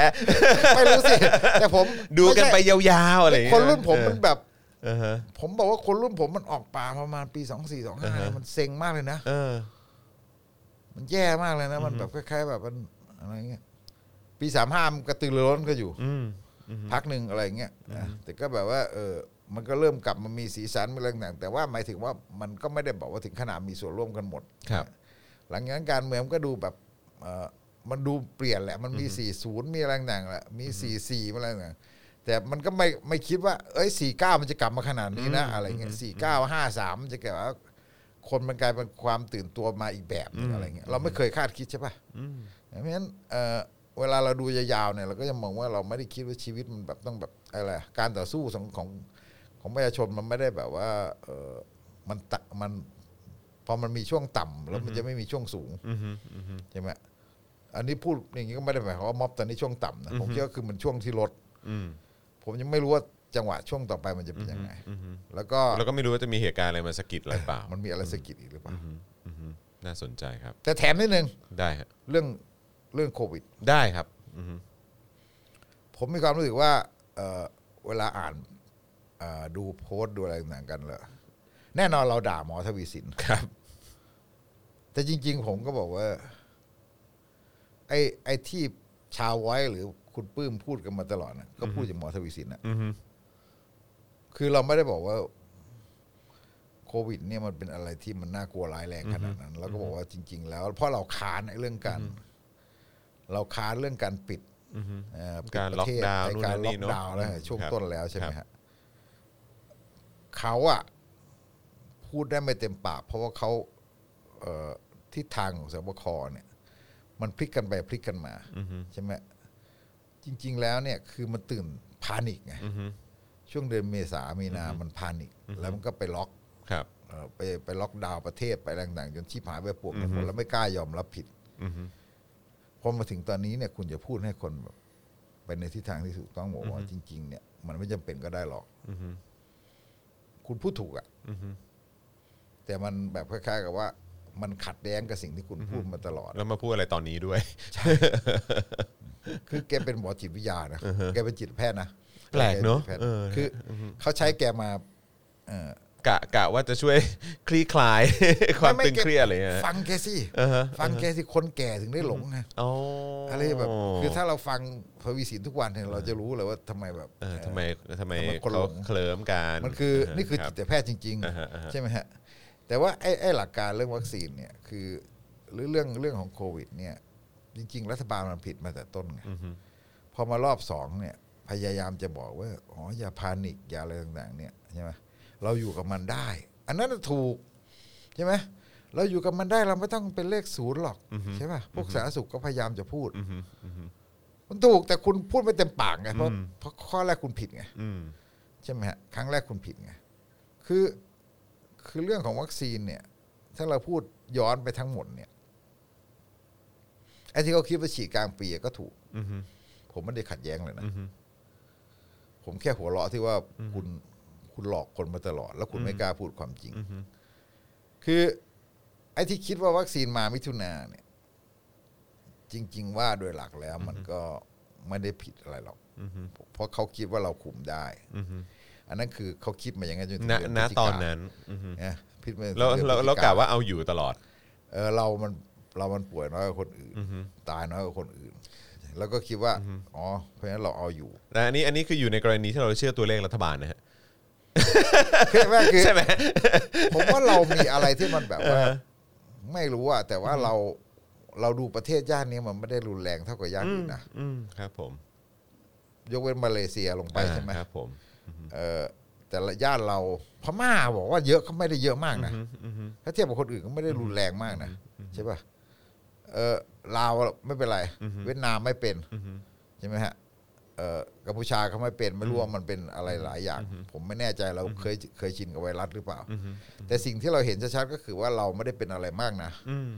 [SPEAKER 3] ไม่รู้ สิ แต่ผม
[SPEAKER 2] ดูกันไป
[SPEAKER 3] ม่ใ
[SPEAKER 2] ยาวๆอะไรอ
[SPEAKER 3] ช่
[SPEAKER 2] ย่าง
[SPEAKER 3] ค
[SPEAKER 2] เงี้
[SPEAKER 3] น
[SPEAKER 2] ย
[SPEAKER 3] รุ่นผม
[SPEAKER 2] เออ
[SPEAKER 3] มันแบบ
[SPEAKER 2] เออฮะ
[SPEAKER 3] ผมบอกว่าคนรุ่นผมมันออกป่าประมาณปีสองสี่สองห้า
[SPEAKER 2] อ่าฮะ
[SPEAKER 3] มันเซ็งมากเลยนะ
[SPEAKER 2] เออ
[SPEAKER 3] มันแย่มากเลยนะ มันแบบคล้ายๆแบบมันอะไรเงี้ยปีสามห้ามันกระตือรือร้นก็อยู่
[SPEAKER 2] อืม
[SPEAKER 3] พักหนึ่งอะไรเงี้ยนะแต่ก็แบบว่าเออมันก็เริ่มกลับมามีสีสันมีอะไรต่างๆแต่ว่าหมายถึงว่ามันก็ไม่ได้บอกว่าถึงขนาดมีส่วนร่วมกันหมด
[SPEAKER 2] ครับ
[SPEAKER 3] หลังจากนั้นการเมืองมันก็ดูแบบเอ่อมันดูเปลี่ยนแหละ มันมี 40 มีอะไรต่างๆแหละมี 44มีอะไรต่างๆแต่มันก็ไม่ไม่คิดว่า เอ้ย 49 มันจะกลับมาขนาดนี้นะ อะไรเงี้ย49 53 มันจะเกิดว่าคนมันกลายเป็นความตื่นตัวมาอีกแบบหนึงอะไรเงี้ยเราไม่เคยคาดคิดใช่ปะ
[SPEAKER 2] อืม
[SPEAKER 3] เพราะฉะนั้นเอ่อเวลาเราดูยาวๆเนี่ยเราก็จะมองว่าเราไม่ได้คิดว่าชีวิตมันแบบต้องแบบอะไรอะการต่อสู้ของของของประชาชนมันไม่ได้แบบว่าเอ่อมันตะมันพอมันมีช่วงต่ำแล้วมันจะไม่มีช่วงสูง
[SPEAKER 2] อืมอืม
[SPEAKER 3] ใช่ไหมอันนี้พูดอย่างนี้ก็ไม่ได้หมายความว่าม็อบตอนนี้ช่วงต่ำนะผมคิดว่าคือมันช่วงที่ลด
[SPEAKER 2] อืม
[SPEAKER 3] ผมยังไม่รู้ว่าจังหวะช่วงต่อไปมันจะเป็นยังไง
[SPEAKER 2] อืม
[SPEAKER 3] แล้วก็
[SPEAKER 2] เราก็ไม่รู้ว่าจะมีเหตุการณ์อะไรมาสะกิดหรือเปล่า
[SPEAKER 3] มันมีอะไรสะกิดอีกหรือเปล่า
[SPEAKER 2] อืมอืมน่าสนใจครับ
[SPEAKER 3] แต่แถมนิดนึง
[SPEAKER 2] ได้ฮะ
[SPEAKER 3] เรื่องเรื่องโควิด
[SPEAKER 2] ได้ครับ อืม
[SPEAKER 3] ผมมีความรู้สึกว่าเอ่อเวลาอ่านเอ่อดูโพสต์ดูอะไรต่างๆกันเลยแน่นอนเราด่าหมอทวีสิน
[SPEAKER 2] ครับ
[SPEAKER 3] แต่จริง ๆ ผมก็บอกว่า ไอ้ไอ้ที่ชาวไว้หรือคุณปื้มพูดกันมาตลอดนะก็พูดอย่างหมอทวีสินนะ
[SPEAKER 2] อืม
[SPEAKER 3] คือเราไม่ได้บอกว่าโควิด เนี่ยมันเป็นอะไรที่มันน่ากลัวร้ายแรงขนาดนั้นเราก็บอกว่าจริง ๆ แล้วเพราะเราค้านไอ้เรื่องการ เราค้านเรื่องการปิด
[SPEAKER 2] อืม
[SPEAKER 3] เอ่อปิด
[SPEAKER 2] การ
[SPEAKER 3] ปะ
[SPEAKER 2] ล็อก
[SPEAKER 3] เทศ
[SPEAKER 2] ดาวน์
[SPEAKER 3] ไอ้
[SPEAKER 2] นู่น
[SPEAKER 3] การ
[SPEAKER 2] นั่น
[SPEAKER 3] ล็
[SPEAKER 2] นี่
[SPEAKER 3] อก
[SPEAKER 2] เนอะ
[SPEAKER 3] ดาวน์แล้วฮะช่วง
[SPEAKER 2] ครับ
[SPEAKER 3] ต้นแล้วใช่ไหม
[SPEAKER 2] ครับ
[SPEAKER 3] ฮะเขาอะพูดได้ไม่เต็มปาก เพราะว่าเขาเอ่อทิศทางของสบคเนี่ย มันพลิกกันไปพลิกกันมา
[SPEAKER 2] อืม
[SPEAKER 3] ใช่ไหมจริง ๆ แล้วเนี่ย คือมันตื่นพานิกไง
[SPEAKER 2] อืม
[SPEAKER 3] ช่วงเดือนเมษามีนามันพานิกแล้วมันก็ไปล็อก
[SPEAKER 2] ครับ
[SPEAKER 3] เอ่อไปไปล็อกดาวน์ประเทศไปอะไรต่างๆจนชีพหายไปปวกกันหมดแล้วไม่กล้ายอมรับผิด
[SPEAKER 2] อืม
[SPEAKER 3] พอมาถึงตอนนี้เนี่ยคุณจะพูดให้คนแบบไปในทิศทางที่ถูกต้องบอกว่าจริง ๆ เนี่ย มันไม่จำเป็นก็ได้หรอก
[SPEAKER 2] อืม
[SPEAKER 3] คุณพูดถูกอะ
[SPEAKER 2] อืม
[SPEAKER 3] แต่มันแบบคล้ายๆกับว่า มันขัดแย้งกับสิ่งที่คุณพูดมาตลอด
[SPEAKER 2] แล้วมาพูดอะไรตอนนี้ด้วย
[SPEAKER 3] คือแกเป็นหมอจิตวิทยานะแกเป็นจิตแพทย์นะ
[SPEAKER 2] แปลกเนอะ
[SPEAKER 3] แกป็จิตแพทย์
[SPEAKER 2] เออ
[SPEAKER 3] คือเขาใช้แกมาเอ่อ
[SPEAKER 2] กะกะว่าจะช่วย คลี่คลาย ความ
[SPEAKER 3] ไม่
[SPEAKER 2] ตึง
[SPEAKER 3] ไม่
[SPEAKER 2] เครียดอะไรอย่างเงี้ย
[SPEAKER 3] ฟังแกสิ
[SPEAKER 2] อ่าฮะ
[SPEAKER 3] ฟังแกสิคนแก่ถึงได้หลงไง
[SPEAKER 2] อ๋ออ
[SPEAKER 3] อะไรแบบคือถ้าเราฟังพวีสินทุกวันเนี่ยเราจะรู้เลยว่าทำไมแบบ
[SPEAKER 2] เออทำไมทำไม
[SPEAKER 3] ทำไมคนหล
[SPEAKER 2] เขา
[SPEAKER 3] ง
[SPEAKER 2] เคลิ้มกัน
[SPEAKER 3] มันคือ
[SPEAKER 2] ฮะ
[SPEAKER 3] นี่คือ
[SPEAKER 2] รั
[SPEAKER 3] จิ
[SPEAKER 2] บ
[SPEAKER 3] ตแพทย์จริง
[SPEAKER 2] อ่าฮะอ่าฮะ
[SPEAKER 3] ๆ ใช่ไหมฮะ แต่ว่าไอ้ไอ้หลักการเรื่องวัคซีนเนี่ยคือหรือเรื่องเรื่องของโควิด เนี่ย จริง ๆ รัฐบาลมันผิดมาแต่ต้นไง
[SPEAKER 2] อือฮึ
[SPEAKER 3] พอมารอบสองเนี่ย พยายามจะบอกว่าอ๋ออย่าพานิกอย่าอะไรต่างๆ เนี่ยใช่ไหมเราอยู่กับมันได้ อันนั้นนะถูกใช่ไหมเราอยู่กับมันได้เราไม่ต้องเป็นเลขศูนย์หรอกใช่ป่ะพวกสาธารณสุขก็พยายามจะพูด
[SPEAKER 2] อือฮึอือฮึ
[SPEAKER 3] มันถูกแต่คุณพูดไม่เต็มปากไงเพราะ
[SPEAKER 2] อืม
[SPEAKER 3] เพราะข้อแรกคุณผิดไง
[SPEAKER 2] อืม
[SPEAKER 3] ใช่ไหมฮะครั้งแรกคุณผิดไงคือคือเรื่องของวัคซีนเนี่ย ถ้าเราพูดย้อนไปทั้งหมดเนี่ยไอ้ที่เขาคิดว่าฉีดกลางปีก็ถูก
[SPEAKER 2] อือฮึ
[SPEAKER 3] ผมไม่ได้ขัดแย้งเลยนะ
[SPEAKER 2] อือฮึ
[SPEAKER 3] ผมแค่หัวเราะที่ว่าคุณคุณหลอกคนมาตลอด แล้วคุณไม่กล้าพูดความจริง
[SPEAKER 2] อือฮึ
[SPEAKER 3] คือ ไอ้ที่คิดว่าวัคซีนมามิถุนาเนี่ย จริง ๆ ว่าโดยหลักแล้ว มันก็ไม่ได้ผิดอะไรหรอก
[SPEAKER 2] อือฮึ
[SPEAKER 3] เพราะเขาคิดว่าเราคุมได้
[SPEAKER 2] อือฮึ
[SPEAKER 3] อันนั้นคือเขาคิดมาอย่างนั้นจนถึง
[SPEAKER 2] ณ
[SPEAKER 3] เดือน
[SPEAKER 2] ณ
[SPEAKER 3] พฤศจิ
[SPEAKER 2] ต
[SPEAKER 3] กา
[SPEAKER 2] อนนั้นอือฮึ
[SPEAKER 3] นะพิษมัน
[SPEAKER 2] แล้ว
[SPEAKER 3] ดือน
[SPEAKER 2] แล้ว
[SPEAKER 3] พฤศจิ
[SPEAKER 2] แล้วกะว่าเอาอยู่ตลอด
[SPEAKER 3] เออเรามันเรามันป่วยน้อยกว่าคนอื่น ตายน้อยกว่าคนอื่น แล้วก็คิดว่าอ๋อเพราะฉะนั้นเราเอาอยู่
[SPEAKER 2] แต่อันนี้อันนี้คืออยู่ในกรณีที่เราเชื่อตัวเลขรัฐบาลนะฮะ
[SPEAKER 3] ใช่ไหมคือ
[SPEAKER 2] ใช่ไหม
[SPEAKER 3] ผมว่าเรามีอะไรที่มันแบบว่า ไม่รู้อะแต่ว่าเราเราดูประเทศย่านนี้มันไม่ได้รุนแรงเท่ากับย่านอื่นนะ
[SPEAKER 2] อืมครับผม
[SPEAKER 3] ยกเว้นมาเลเซียลงไปใช่ไหม
[SPEAKER 2] อ่าครับผม
[SPEAKER 3] เออแต่ละย่านเราพม่าบอกว่าเยอะก็ไม่ได้เยอะมากนะ
[SPEAKER 2] อืมอืม
[SPEAKER 3] ถ้าเทียบกับคนอื่นก็ไม่ได้รุนแรงมากนะใช่ป่ะเออลาวไม่เป็นไร เวียดนามไม่เป็นใช่ไหมฮะเออกัมพูชาเขาไม่เป็นไม่รู้ว่ามันเป็นอะไรหลายอย่าง ผมไม่แน่ใจเราเคยเคยชินกับไวรัสหรือเปล่า แต่สิ่งที่เราเห็นชัดๆก็คือว่าเราไม่ได้เป็นอะไรมากนะ
[SPEAKER 2] อืม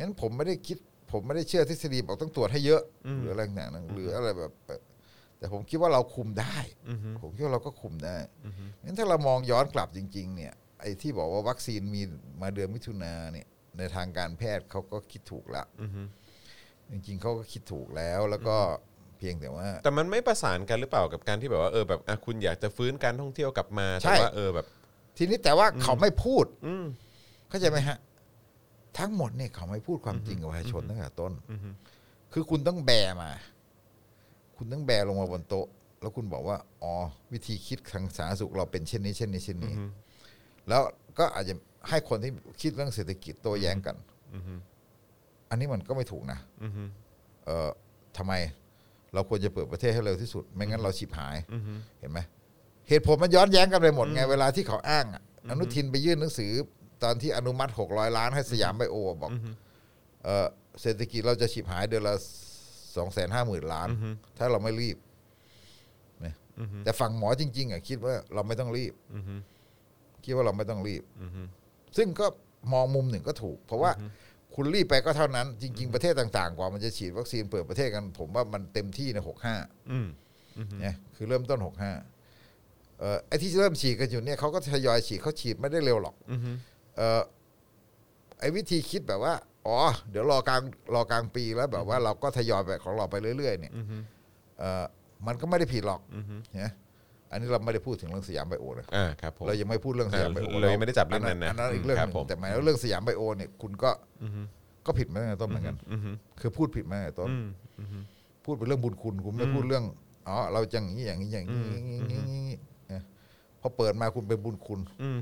[SPEAKER 3] งั้นผมไม่ได้คิด ผมไม่ได้เชื่อทฤษฎีบอกต้องตรวจให้เยอะหรืออะไรต่างๆหรืออะไรแบบ แต่ผมคิดว่าเราคุมได้
[SPEAKER 2] อืมอืม
[SPEAKER 3] ผมคิดว่าเราก็คุมได้งั้นถ้าเรามองย้อนกลับจริง ๆ เนี่ย ไอ้ที่บอกว่าวัคซีนมีมาเดือนมิถุนาเนี่ย ในทางการแพทย์เขาก็คิดถูกละ
[SPEAKER 2] อืม
[SPEAKER 3] จริง ๆเขาก็คิดถูกแล้ว แล้วก็เพียงแต่ว่า
[SPEAKER 2] แต่มันไม่ประสานกันหรือเปล่ากับการที่แบบว่าเออแบบอ่ะคุณอยากจะฟื้นการท่องเที่ยวกลับมา
[SPEAKER 3] ใช่
[SPEAKER 2] แต่ว่าเออแบบ
[SPEAKER 3] ทีนี้แต่ว่าเขาไม่พูด
[SPEAKER 2] อืม
[SPEAKER 3] เข้าใจไหมฮะ ทั้งหมดเนี่ยเขาไม่พูดความจริงกับประชาชนตั้งแต่ต้น
[SPEAKER 2] อือฮึ
[SPEAKER 3] คือคุณต้องแบมา คุณต้องแบลงมาบนโต๊ะ แล้วคุณบอกว่า อ๋อ วิธีคิดทางสาธารณสุขเราเป็นเช่นนี้ เช่นนี้เช่นนี้ แล้วก็อาจจะให้คนที่คิดเรื่องเศรษฐกิจโตัวแย้งกัน
[SPEAKER 2] อืม
[SPEAKER 3] อันนี้มันก็ไม่ถูกนะ
[SPEAKER 2] อืม
[SPEAKER 3] เออทำไม เราควรจะเปิดประเทศให้เร็วที่สุด ไม่งั้นเราชิบหาย
[SPEAKER 2] อืม
[SPEAKER 3] เห็นไหมเหตุผลมันย้อนแย้งกันไปหมดไงเวลาที่เขาอ้างอะอนุทินไปยื่นหนังสือ ตอนที่อนุมัติหกร้อยล้านให้สยามไบโอบอกเออเศรษฐกิจเราจะฉิบหายเดือนละสองแสนห้าหมื่นล้าน ถ้าเราไม่รีบนะแต่ฝั่งหมอจริง ๆอ่ะคิดว่าเราไม่ต้องรีบคิดว่าเราไม่ต้องรีบ ซึ่งก็มองมุมหนึ่งก็ถูก เพราะว่าคุณรีบไปก็เท่านั้น จริง ๆประเทศต่างๆ กว่ามันจะฉีดวัคซีนเปิดประเทศกัน ผมว่ามันเต็มที่ในหกห้า
[SPEAKER 2] อืม
[SPEAKER 3] เนี่ยคือเริ่มต้นหกห้าไอ้ที่เริ่มฉีดกันอยู่เนี่ยเขาก็ทยอยฉีดเขาฉีดไม่ได้เร็วหรอก
[SPEAKER 2] อือฮึ
[SPEAKER 3] เอ่อไอ้วิธีคิดแบบว่า อ๋อ เดี๋ยวรอกลางรอกลางปีแล้วแบบว่าเราก็ทยอยไปของเราไปเรื่อย ๆ เนี่ยเอ่อมันก็ไม่ได้ผิดหรอกเนี่ยอันนี้เราไม่ได้พูดถึงเรื่องสยามไบโอนะ
[SPEAKER 2] อ่าครับผม
[SPEAKER 3] เรายังไม่พูดเรื่องสยามไบโอ
[SPEAKER 2] เออเรายังไม่ได้จับเรื่องนั้นนะ
[SPEAKER 3] อันนั้นอีกเรื่องห
[SPEAKER 2] ครับผ
[SPEAKER 3] นึ
[SPEAKER 2] ม
[SPEAKER 3] งแต่หมายว่าเรื่องสยามไบโอเนี่ยคุณก็ก็ผิดมาตั้งแต่ต้นเหมือนกัน
[SPEAKER 2] อืม
[SPEAKER 3] คือพูดผิดมาตั้งแต่ต้น
[SPEAKER 2] อืม
[SPEAKER 3] พูดเป็นเรื่องบุญคุณคุณไม่พูดเรื่องอ๋อเราจะอย่างนี้อย่างนี้อย่างนี้อย่างนี้อย่างนี้อย่างนี้นะพอเปิดมาคุณเป็นบุญคุณ
[SPEAKER 2] อืม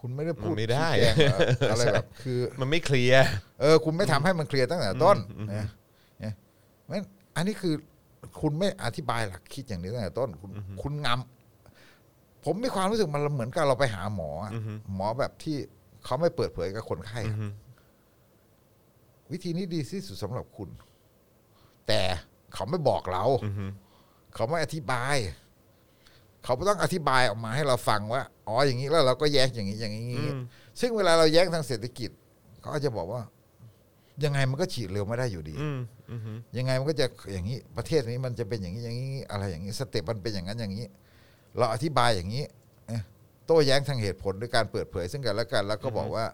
[SPEAKER 3] คุณไม่ได้พูด
[SPEAKER 2] มันไม่ได้
[SPEAKER 3] ชี้แจงเหรออะไรแบบคือ
[SPEAKER 2] มันไม่เคลียร์
[SPEAKER 3] เออคุณไม่ทำให้มันเคลียร์ตั้งแต่ต้นนะนะงั้นอันนี้คือคุณไม่อธิบายหลักคิดอย่างนี้ตั้งแต่ต้น คุณคุณงำผมมีความรู้สึกมันเหมือนกับเราไปหาหมออะหมอแบบที่เขาไม่เปิดเผยกับคนไข้อะวิธีนี้ดีที่สุดสำหรับคุณ แต่เขาไม่บอกเรา
[SPEAKER 2] อืม
[SPEAKER 3] เขาไม่อธิบาย เขาต้องอธิบายออกมาให้เราฟังว่า อ๋ออย่างนี้แล้วเราก็แย้งอย่างนี้อย่างนี้อย่างนี้ซึ่งเวลาเราแย้งทางเศรษฐกิจ เขาอาจจะบอกว่า ยังไงมันก็ฉีดเร็วไม่ได้อยู่ดี
[SPEAKER 2] อืมอืม
[SPEAKER 3] ยังไงมันก็จะอย่างนี้ ประเทศนี้มันจะเป็นอย่างนี้อย่างนี้อะไรอย่างนี้สเต็ปมันเป็นอย่างนั้นอย่างนี้ เราอธิบายอย่างนี้เอ๊ะโต้แย้งทางเหตุผลด้วยการเปิดเผย ซึ่งกันและกัน แล้วก็บอกว่า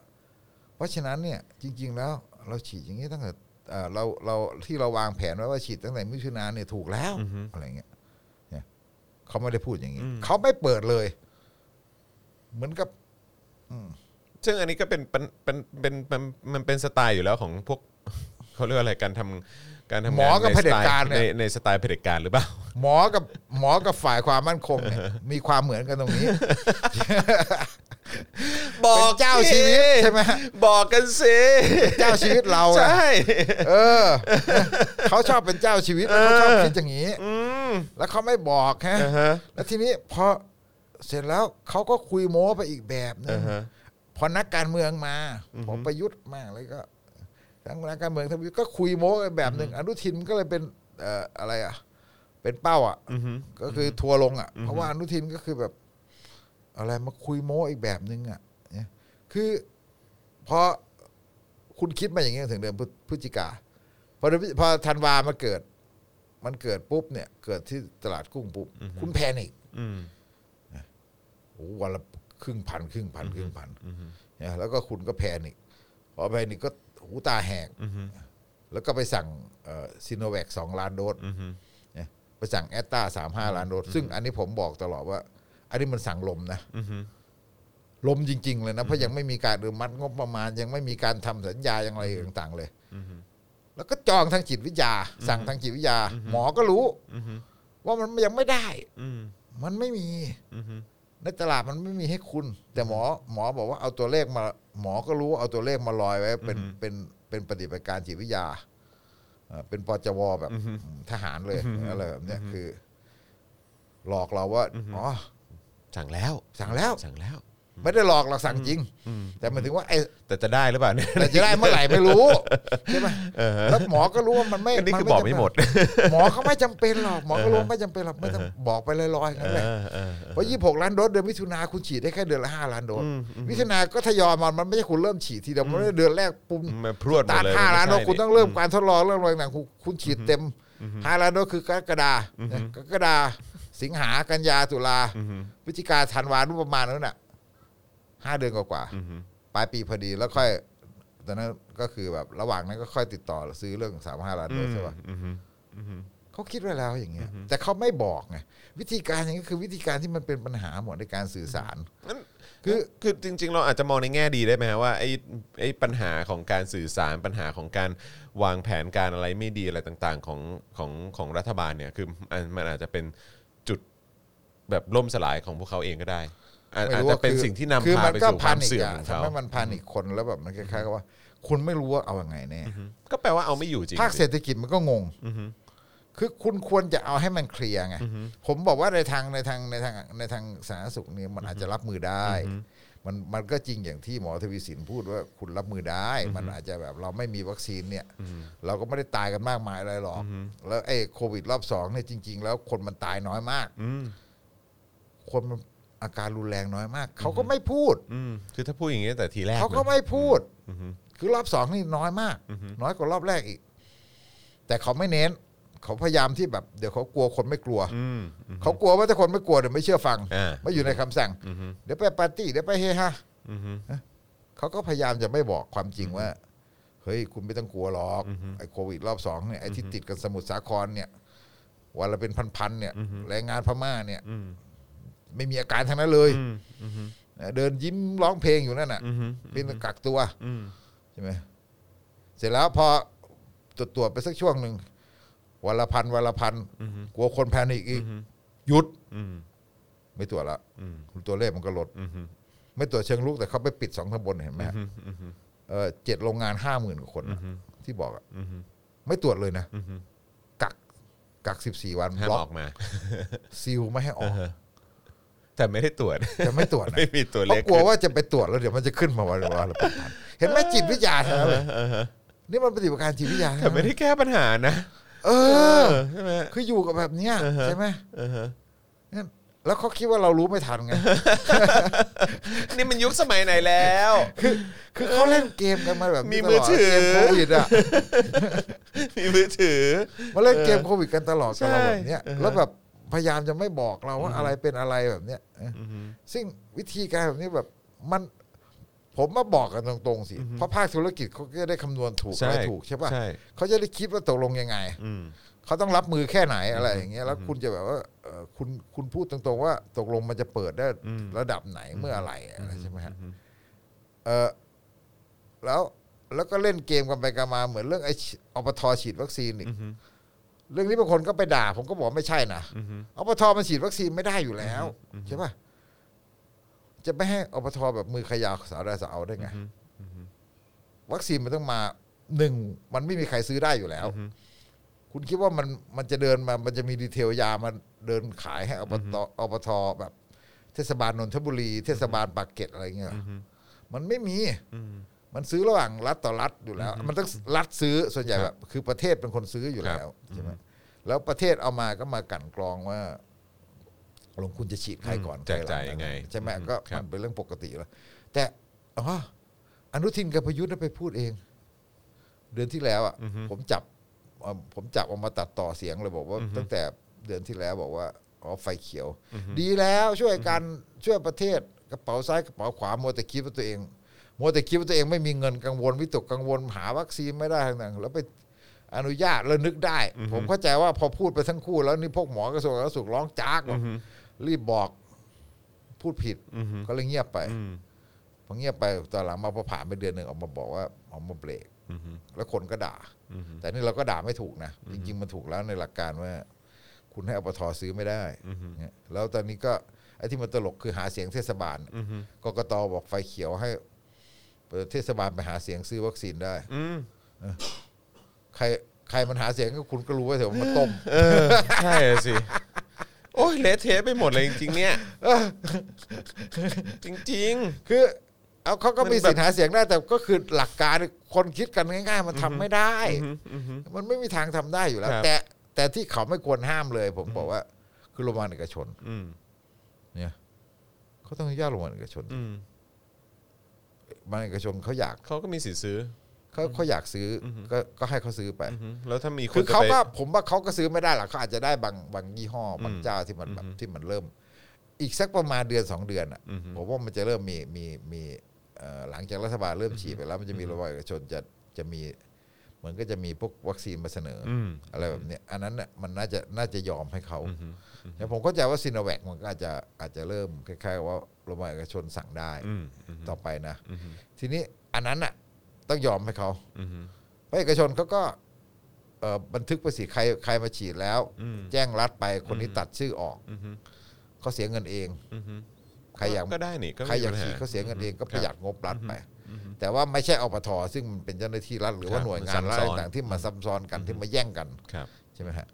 [SPEAKER 3] เพราะฉะนั้นเนี่ย จริง ๆ แล้ว เราฉีดอย่างนี้ตั้งแต่เอ่อเราเราที่เราวางแผนไว้ว่าฉีดตั้งแต่มิถุนาเนี่ยถูกแล้วอะไรเงี้ยเนี่ยเขาไม่ได้พูดอย่างนี้เขาไม่เปิดเลย เหมือนกับ
[SPEAKER 2] ซึ่งอันนี้ก็เป็นเป็นเป็นเป็นมันมันเป็นสไตล์อยู่แล้วของพวก เขาเรียกว่าอะไรการทำการทำงาน
[SPEAKER 3] หมอกับ
[SPEAKER 2] ในส
[SPEAKER 3] เผด็จ
[SPEAKER 2] ไตล์
[SPEAKER 3] การเนี่ย
[SPEAKER 2] ในในสไตล์เผด็จการหรือเปล่า
[SPEAKER 3] หมอกับหมอกับฝ่ายความมั่นคงเนี่ยมีความเหมือนกันตรงนี้
[SPEAKER 2] บอก
[SPEAKER 3] เจ้าชีวิตใช่ไหม
[SPEAKER 2] บอกกันสิ
[SPEAKER 3] เจ้าชีวิตเราอะ
[SPEAKER 2] ใช่
[SPEAKER 3] เออ เขาชอบเป็นเจ้าชีวิตแล้วเขาชอบคิดอย่างนี้
[SPEAKER 2] อืม
[SPEAKER 3] แล้วเขาไม่บอกฮะ
[SPEAKER 2] อ่าฮะ
[SPEAKER 3] แล้วทีนี้พอเสร็จแล้วเขาก็คุยโม้ไปอีกแบบหนึ
[SPEAKER 2] อ่าง ฮะ
[SPEAKER 3] พอนักการเมืองมาผมประยุทธ์มากเลยก็ทั้งนักการเมืองทั้งประยุทธ์ก็คุยโม้ไปแบบหนึ่งอนุทินก็เลยเป็นเอ่ออะไรอ่ะ เป็นเป้าอ่ะก็คือทัวร์ลงอ่ะ เพราะว่าอนุทินก็คือแบบ อะไรมาคุยโม้อีกแบบหนึ่งอ่ะเนี่ยคือพอคุณคิดมาอย่างเงี้ยถึงเดือนพฤพฤศจิกาพอเดือนพฤศพอธันวามาเกิด มันเกิดปุ๊บเนี่ย เกิดที่ตลาดกุ้งปุ๊บคุณแพนิก
[SPEAKER 2] อืม
[SPEAKER 3] โอ้โหวันละครึ่งพันครึ่งพันครึ่งพันนะแล้วก็คุณก็แพนิกพอแพนิกก็หูตาแหกแล้วก็ไปสั่งซีโนแวคสองล้านโดส
[SPEAKER 2] อือฮึ
[SPEAKER 3] เนี่ยไปสั่งแอตตาสามห้าล้านโดสซึ่งอันนี้ผมบอกตลอดว่า อันนี้มันสั่งลมนะ
[SPEAKER 2] อือฮึ
[SPEAKER 3] ลมจริง ๆ เลยนะ เพราะยังไม่มีการอนุมัติงบประมาณ ยังไม่มีการทำสัญญาอย่างไรต่างๆ เลย
[SPEAKER 2] อือฮึ
[SPEAKER 3] แล้วก็จองทางจิตวิทยา สั่งทางจิตวิทยา หมอก็รู้
[SPEAKER 2] อือฮึ
[SPEAKER 3] ว่ามันยังไม่ได้
[SPEAKER 2] อืม
[SPEAKER 3] มันไม่มี
[SPEAKER 2] อือฮึ
[SPEAKER 3] ในตลาดมันไม่มีให้คุณ แต่หมอหมอบอกว่าเอาตัวเลขมา หมอก็รู้ว่าเอาตัวเลขมาลอยไว้ เป็นเป็นเป็นปฏิบัติการจิตวิทยาเอ่อเป็นปจวแบบทหารเลยอะไรแบบเนี้ยคือ หลอกเราว่าอ๋อ
[SPEAKER 2] สั่งแล้ว
[SPEAKER 3] สั่งแล้ว
[SPEAKER 2] สั่งแล้ว
[SPEAKER 3] ไม่ได้หลอกหรอกสั่งจริง แต่หมายถึงว่าไอ้
[SPEAKER 2] แต่จะได้หรือเปล่าเนี่ย
[SPEAKER 3] แต่จะได้เมื่อไหร่ไม่รู้ใช่ไหมแล้วหมอก็รู้ว่ามันไม่
[SPEAKER 2] อันนี่คือ
[SPEAKER 3] จำ
[SPEAKER 2] บอก
[SPEAKER 3] เป็น
[SPEAKER 2] ไม่หมด
[SPEAKER 3] หมอเขาไม่จำเป็นหรอกหมอก็รู้ว่าไม่จำเป็นหรอกไม่ต้องบอกไปลอยๆอย่างนั้นแหละ
[SPEAKER 2] เออเออ
[SPEAKER 3] เพราะยี่หกล้านโดสเดือนมิถุนาคุณฉีดได้แค่เดือนละห้าล้านโดสมิถุนาก็ทยอยมามันไม่ใช่คุณเริ่มฉีดทีเดียวมันไม่ได้เดือนแรกปุ่ม
[SPEAKER 2] มาพรวดหม
[SPEAKER 3] ตา
[SPEAKER 2] ดเลย
[SPEAKER 3] ห้าล้านโดส
[SPEAKER 2] ไม่ใช่
[SPEAKER 3] คุณต้องเริ่มการทดลองเริ่มอะไรต่างๆคุณคุณฉีดเต็มห้าล้านโดสคือกรกฎานะกรกฎาสิงหากันยาตุลา
[SPEAKER 2] อือฮึ
[SPEAKER 3] พฤศจิกาธันวานุประมาณนั้นน่ะห้าเดือนกว่า
[SPEAKER 2] อือฮึ
[SPEAKER 3] ๆปลายปีพอดีแล้วค่อยตอนนั้นก็คือแบบระหว่างนั้นก็ค่อยติดต่อซื้อเรื่องสามห้าล้านโดสใช่ปะ
[SPEAKER 2] อือฮึอือฮึ
[SPEAKER 3] เขาคิดไว้แล้วอย่างเงี้ย แต่เขาไม่บอกไงวิธีการอย่างนี้คือวิธีการที่มันเป็นปัญหาหมดในการสื่อสาร
[SPEAKER 2] นั่น
[SPEAKER 3] คื
[SPEAKER 2] คือ
[SPEAKER 3] อ
[SPEAKER 2] คือจริง ๆ เราอาจจะมองในแง่ดีได้ไหมฮะว่าไอ้ไอ้ปัญหาของการสื่อสารปัญหาของการวางแผนการอะไรไม่ดีอะไรต่างๆของของของรัฐบาลเนี่ยคืออันมันอาจจะเป็นจุดแบบล่มสลายของพวกเขาเองก็ได้อาจอาจจะเป็น
[SPEAKER 3] คือ
[SPEAKER 2] สิ่งที่
[SPEAKER 3] คือน
[SPEAKER 2] ำพา
[SPEAKER 3] มัน
[SPEAKER 2] ไป
[SPEAKER 3] ก็
[SPEAKER 2] สู่
[SPEAKER 3] พาว
[SPEAKER 2] คาม
[SPEAKER 3] นิก
[SPEAKER 2] เสื่อมข
[SPEAKER 3] อะ
[SPEAKER 2] องเขา
[SPEAKER 3] ทำให้มันพานิกคนแล้วแบบมันคล้ายๆกับว่า คุณไม่รู้ว่าเอาอยัางไงแน่
[SPEAKER 2] ก็แปลว่าเอาไม่อยู่จริง
[SPEAKER 3] ภาคเศรษฐกิจมันก็งงคือคุณควรจะเอาให้มันเคลียร์ไงผมบอกว่าในทางในทางในทางในทางสาธารณสุขเนี่ยมันอาจจะรับมือได้ มันมันก็จริงอย่างที่หมอทวีสินพูดว่าคุณรับมือได้ มันอาจจะแบบเราไม่มีวัคซีนเนี่ย เราก็ไม่ได้ตายกันมากมายอะไรหรอกแล้วไอ้โควิดรอบสองเนี่ยจริง ๆ แล้วคนมันตายน้อยมาก
[SPEAKER 2] อืม
[SPEAKER 3] คนมันอาการรุนแรงน้อยมาก เขาก็ไม่พูด
[SPEAKER 2] อืมคือถ้าพูดอย่างนี้ยแต่ทีแรก
[SPEAKER 3] เขาก็
[SPEAKER 2] นะ
[SPEAKER 3] ไม่พูด
[SPEAKER 2] อือฮึ
[SPEAKER 3] คือรอบสองนี่น้อยมาก
[SPEAKER 2] อือฮึ
[SPEAKER 3] น้อยกว่ารอบแรกอีก แต่เขาไม่เน้น เขาพยายามที่แบบ เดี๋ยวเขากลัวคนไม่กลัว
[SPEAKER 2] อืมอืม
[SPEAKER 3] เขากลัวว่าถ้าคนไม่กลัวเดี๋ยวไม่เชื่อฟัง
[SPEAKER 2] อ่า
[SPEAKER 3] ไม่อยู่ในคำสั่ง
[SPEAKER 2] อือฮึ
[SPEAKER 3] เดี๋ยวไปปาร์ตี้เดี๋ยวไปเฮฮา
[SPEAKER 2] อือฮึ
[SPEAKER 3] เขาก็พยายามจะไม่บอกความจริงว่า เฮ้ย คุณไม่ต้องกลัวหรอกไอ้โควิดรอบสองเนี่ยไอ้ที่ติดกันสมุทรสาครเนี่ยวันละเป็นพันๆเนี่ยแรงงานพม่าเนี่ย
[SPEAKER 2] อืม
[SPEAKER 3] ไม่มีอาการทั้งนั้นเลย
[SPEAKER 2] อืมอือฮึ
[SPEAKER 3] เดินยิ้มร้องเพลงอยู่นั่นน่ะ
[SPEAKER 2] อือฮึ
[SPEAKER 3] เป็นกักตัว
[SPEAKER 2] อืม
[SPEAKER 3] ใช่ไหมเสร็จแล้วพอตรวจตรวจไปสักช่วงหนึ่งวันละพันวันละพันกลัวคนแพนิคอีกหยุด
[SPEAKER 2] อืม
[SPEAKER 3] ไม่ตรวจละ
[SPEAKER 2] อืม
[SPEAKER 3] ตัวเลขมันก็ลด
[SPEAKER 2] อือฮึ
[SPEAKER 3] ไม่ตรวจเชิงลุกแต่เขาไปปิดสองตำบลเห็นไหม
[SPEAKER 2] อืมอือฮึ
[SPEAKER 3] เออเจ็ดโรงงานห้าหมื่นกว่าคนน่ะที่บอกอะ
[SPEAKER 2] อือฮึ
[SPEAKER 3] ไม่ตรวจเลยนะ
[SPEAKER 2] อือฮึ
[SPEAKER 3] กักกักสิบสี่วัน
[SPEAKER 2] ห้าม
[SPEAKER 3] บล็
[SPEAKER 2] อ
[SPEAKER 3] อก
[SPEAKER 2] อกมา
[SPEAKER 3] ซีลไม่ให้ออก
[SPEAKER 2] แต่ไม่ได้ตร วจ
[SPEAKER 3] จะไม่ตรวจนะ
[SPEAKER 2] ไม่มีตัวเล
[SPEAKER 3] เพราะ
[SPEAKER 2] ข
[SPEAKER 3] กลัวว่าจะไปตรวจแล้วเดี๋ยวมันจะขึ้นมาวันละวันละเป็นพันเห็นไหมจิตวิทยาทั้งนั้นเลยนี่มันปฏิบัติการจิตวิทยาทั้ง
[SPEAKER 2] แต่
[SPEAKER 3] นั้น
[SPEAKER 2] ไม่ได้แก้ปัญหานะ
[SPEAKER 3] เอ
[SPEAKER 2] เอ
[SPEAKER 3] อ
[SPEAKER 2] อใช่ไหม
[SPEAKER 3] คืออยู่กับแบบเนี้ยใช่ไหม
[SPEAKER 2] อือฮะ
[SPEAKER 3] นั่นแล้วเขาคิดว่าเรารู้ไม่ทันไง
[SPEAKER 2] นี่มันยุคสมัยไหนแล้ว
[SPEAKER 3] คือเขาเล่นเกมกันมาแบบ
[SPEAKER 2] มี
[SPEAKER 3] นี้ตลด
[SPEAKER 2] มือถือ
[SPEAKER 3] เกมโควิดอ่ะ
[SPEAKER 2] มีมือถือ
[SPEAKER 3] มาเล่นเกมโควิดกันตลอด
[SPEAKER 2] ใช่
[SPEAKER 3] กับเราแบบเนี้ย
[SPEAKER 2] เออ
[SPEAKER 3] แล้วแบบพยายามจะไม่บอกเราว่าอะไรเป็นอะไรแบบเนี้ยเอออซึ่งวิธีการแบบนี้แบบมันผมมาบอกกันตรงๆสิ เพราะภาคธุรกิจเขาก็จะได้คำนวณถูกอะไรถูกใช่ป่ะ
[SPEAKER 2] ใช่
[SPEAKER 3] เขาจะได้คิดว่าตกลงยังไง
[SPEAKER 2] อืม
[SPEAKER 3] เขาต้องรับมือแค่ไหนอะไรอย่างเงี้ยแล้วคุณจะแบบว่าเอ่อคุณคุณพูดตรงๆว่าตกลงมันจะเปิดได้ระดับไหนเมื่อไหร่อะไรใช่ไหมฮะเออแล้วแล้วก็เล่นเกมกันไปกันมาเหมือนเรื่องไอ้ฉีอปทฉีดวัคซีนอีกเรื่องนี้บางคนก็ไปด่า ผมก็บอกไม่ใช่นะอปทมันฉีดวัคซีนไม่ได้อยู่แล้วใช่ป่ะจะไม่ให้อปทแบบมือขยาวสาวได้สาวเอาได้ไง วัคซีนมันต้องมาหนึ่งมันไม่มีใครซื้อได้อยู่แล้ว คุณคิดว่ามันมันจะเดินมามันจะมีดีเทลยามันเดินขายให้อบตอบทแบบ เทศบาลนนทบุรี เทศบาลปากเกร็ดอะไรเงี้ยเหรอมันไม่มี มันซื้อระหว่างรัฐต่อรัฐอยู่แล้ว มันต้องรัฐซื้อส่วนใหญ่แบบคือประเทศเป็นคนซื้ออยู่แล้วใช่ไหมแล้วประเทศเอามาก็มากลั่นกรองว่าลงคุณจะฉีดใครก่อน
[SPEAKER 2] แจกจ่ายยังไง
[SPEAKER 3] ใช่ไหม
[SPEAKER 2] อืม
[SPEAKER 3] ก็
[SPEAKER 2] ครั
[SPEAKER 3] มั
[SPEAKER 2] บ
[SPEAKER 3] นเป็นเรื่องปกติแล้วแต่อ๋ออนุทินกับประยุทธ์น่ะไปพูดเอง เดือนที่แล้วอ่ะผมจับเอ่อผมจับเออกมาตัดต่อเสียงเลยบอกว่า ตั้งแต่เดือนที่แล้วบอกว่าอ๋อไฟเขียว ดีแล้วช่วยกันช่วยประเทศกระเป๋าซ้ายกระเป๋าขวามัวแต่คิดว่าตัวเองมัวแต่คิดว่าตัวเองไม่มีเงินกังวลวิตกกังวลหาวัคซีนไม่ได้ทั้งนั้นแล้วไปอนุญาตแล้วนึกได้ ผมเข้าใจว่าพอพูดไปทั้งคู่แล้วนี่พวกหมอกระทรวงสาธารณสุขร้องจากบอกรีบบอกพูดผิดก็เลยเงียบไปพอเงียบไปตอนหลังมาพอผ่านไปเดือนหนึ่งออกมาบอกว่าออกมาเบรก แล้วคนก็ด่า แต่นี่เราก็ด่าไม่ถูกนะ จริง ๆ มันถูกแล้วในหลักการว่า คุณให้อปทซื้อไม่ได้เนี่ยแล้วตอนนี้ก็ไอ้ที่มันตลกคือหาเสียงเทศบาลกกตบอกไฟเขียวให้เทศบาลไปหาเสียงซื้อวัคซีนได้เออใครใครมันหาเสียงก็คุณก็รู้ว่าเดี๋ยวมันต้ม
[SPEAKER 2] เออใช่สิ โอ้ยเละเทะไปหมดเลยจริงๆเนี่ยจริง
[SPEAKER 3] คือเอาเขาก็มี
[SPEAKER 2] มันแบบ
[SPEAKER 3] สิทธิ์หาเสียงได้แต่ก็คือหลักการคนคิดกันง่ายๆ มันทำไม่ได้
[SPEAKER 2] ๆอืมอืม
[SPEAKER 3] มันไม่มีทางทำได้อยู่แล้ว
[SPEAKER 2] ครับ
[SPEAKER 3] แต่แต่ที่เขาไม่ควรห้ามเลย ผมบอกว่า คือโรงพยาบาลเอกชน
[SPEAKER 2] อืม
[SPEAKER 3] เนี่ยเขาต้องอนุญาตโรงพยาบาลเอกชน
[SPEAKER 2] อืม
[SPEAKER 3] โรงพยาบาลเอกชนเขาอยาก
[SPEAKER 2] เขาก็มีสิทธิ์ซื้อ
[SPEAKER 3] เขาเขาอยากซื้ออก็ก็ให้เขาซื้อไป
[SPEAKER 2] อืมแล้วถ้ามีคน
[SPEAKER 3] คือ
[SPEAKER 2] จะ
[SPEAKER 3] เขา
[SPEAKER 2] ไป
[SPEAKER 3] ก็ผมว่าเขาก็ซื้อไม่ได้หรอกเขาอาจจะได้บางบางยี่ห้อบาง
[SPEAKER 2] อืม
[SPEAKER 3] เจ้าที่มันแบบที่มันเริ่ม อีกสักประมาณเดือนสองเดือนอ่ะ
[SPEAKER 2] อือฮึ
[SPEAKER 3] ผมว่ามันจะเริ่มมีมีมีเอ่อหลังจากรัฐบาลเริ่มฉีดไปแล้ว มันจะมีโรงพยาบาลเอกชนจะจะมีเหมือนก็จะมีพวกวัคซีนมาเสนออ
[SPEAKER 2] อืม
[SPEAKER 3] อะไรแบบเนี้ยอันนั้นน่ะมันน่าจะน่าจะยอมให้เขา
[SPEAKER 2] อือฮึ
[SPEAKER 3] แต่ผมเข้าใจว่าซีโนแวคมันก็อาจจะอาจจะเริ่มคล้ายๆกับว่าโรงพยาบาลเอกชนสั่งได้
[SPEAKER 2] อืมอืม
[SPEAKER 3] ต่อไปนะ
[SPEAKER 2] อืม
[SPEAKER 3] ทีนี้อันนั้นน่ะ ต้องยอมให้เขา
[SPEAKER 2] อืม
[SPEAKER 3] เพราะเอกชนเขาก็เอ่อบันทึกภาษีใครใครมาฉีดแล้ว
[SPEAKER 2] อืม
[SPEAKER 3] แจ้งรัฐไปคนนี้ตัดชื่อออก
[SPEAKER 2] อืม
[SPEAKER 3] เขาเสียเงินเอง
[SPEAKER 2] อืม
[SPEAKER 3] ใครอยาก
[SPEAKER 2] ก็ได้นี่ก็ไม่
[SPEAKER 3] ใครอยาก
[SPEAKER 2] มีปัญห
[SPEAKER 3] ฉีดเขาเสียเงินเองก็
[SPEAKER 2] คบ
[SPEAKER 3] ประหยัดงบรัฐไป แต่ว่าไม่ใช่อปทซึ่งมันเป็นเจ้าหน้าที่รัฐหรือ
[SPEAKER 2] ค
[SPEAKER 3] ว่า
[SPEAKER 2] รับ
[SPEAKER 3] หน่วยงานรัฐ
[SPEAKER 2] มันซับซ้อน
[SPEAKER 3] ต่างๆที่มาซับซ้อนกันที่มาแย่งกัน
[SPEAKER 2] ครับ
[SPEAKER 3] ใช่ไหมฮะ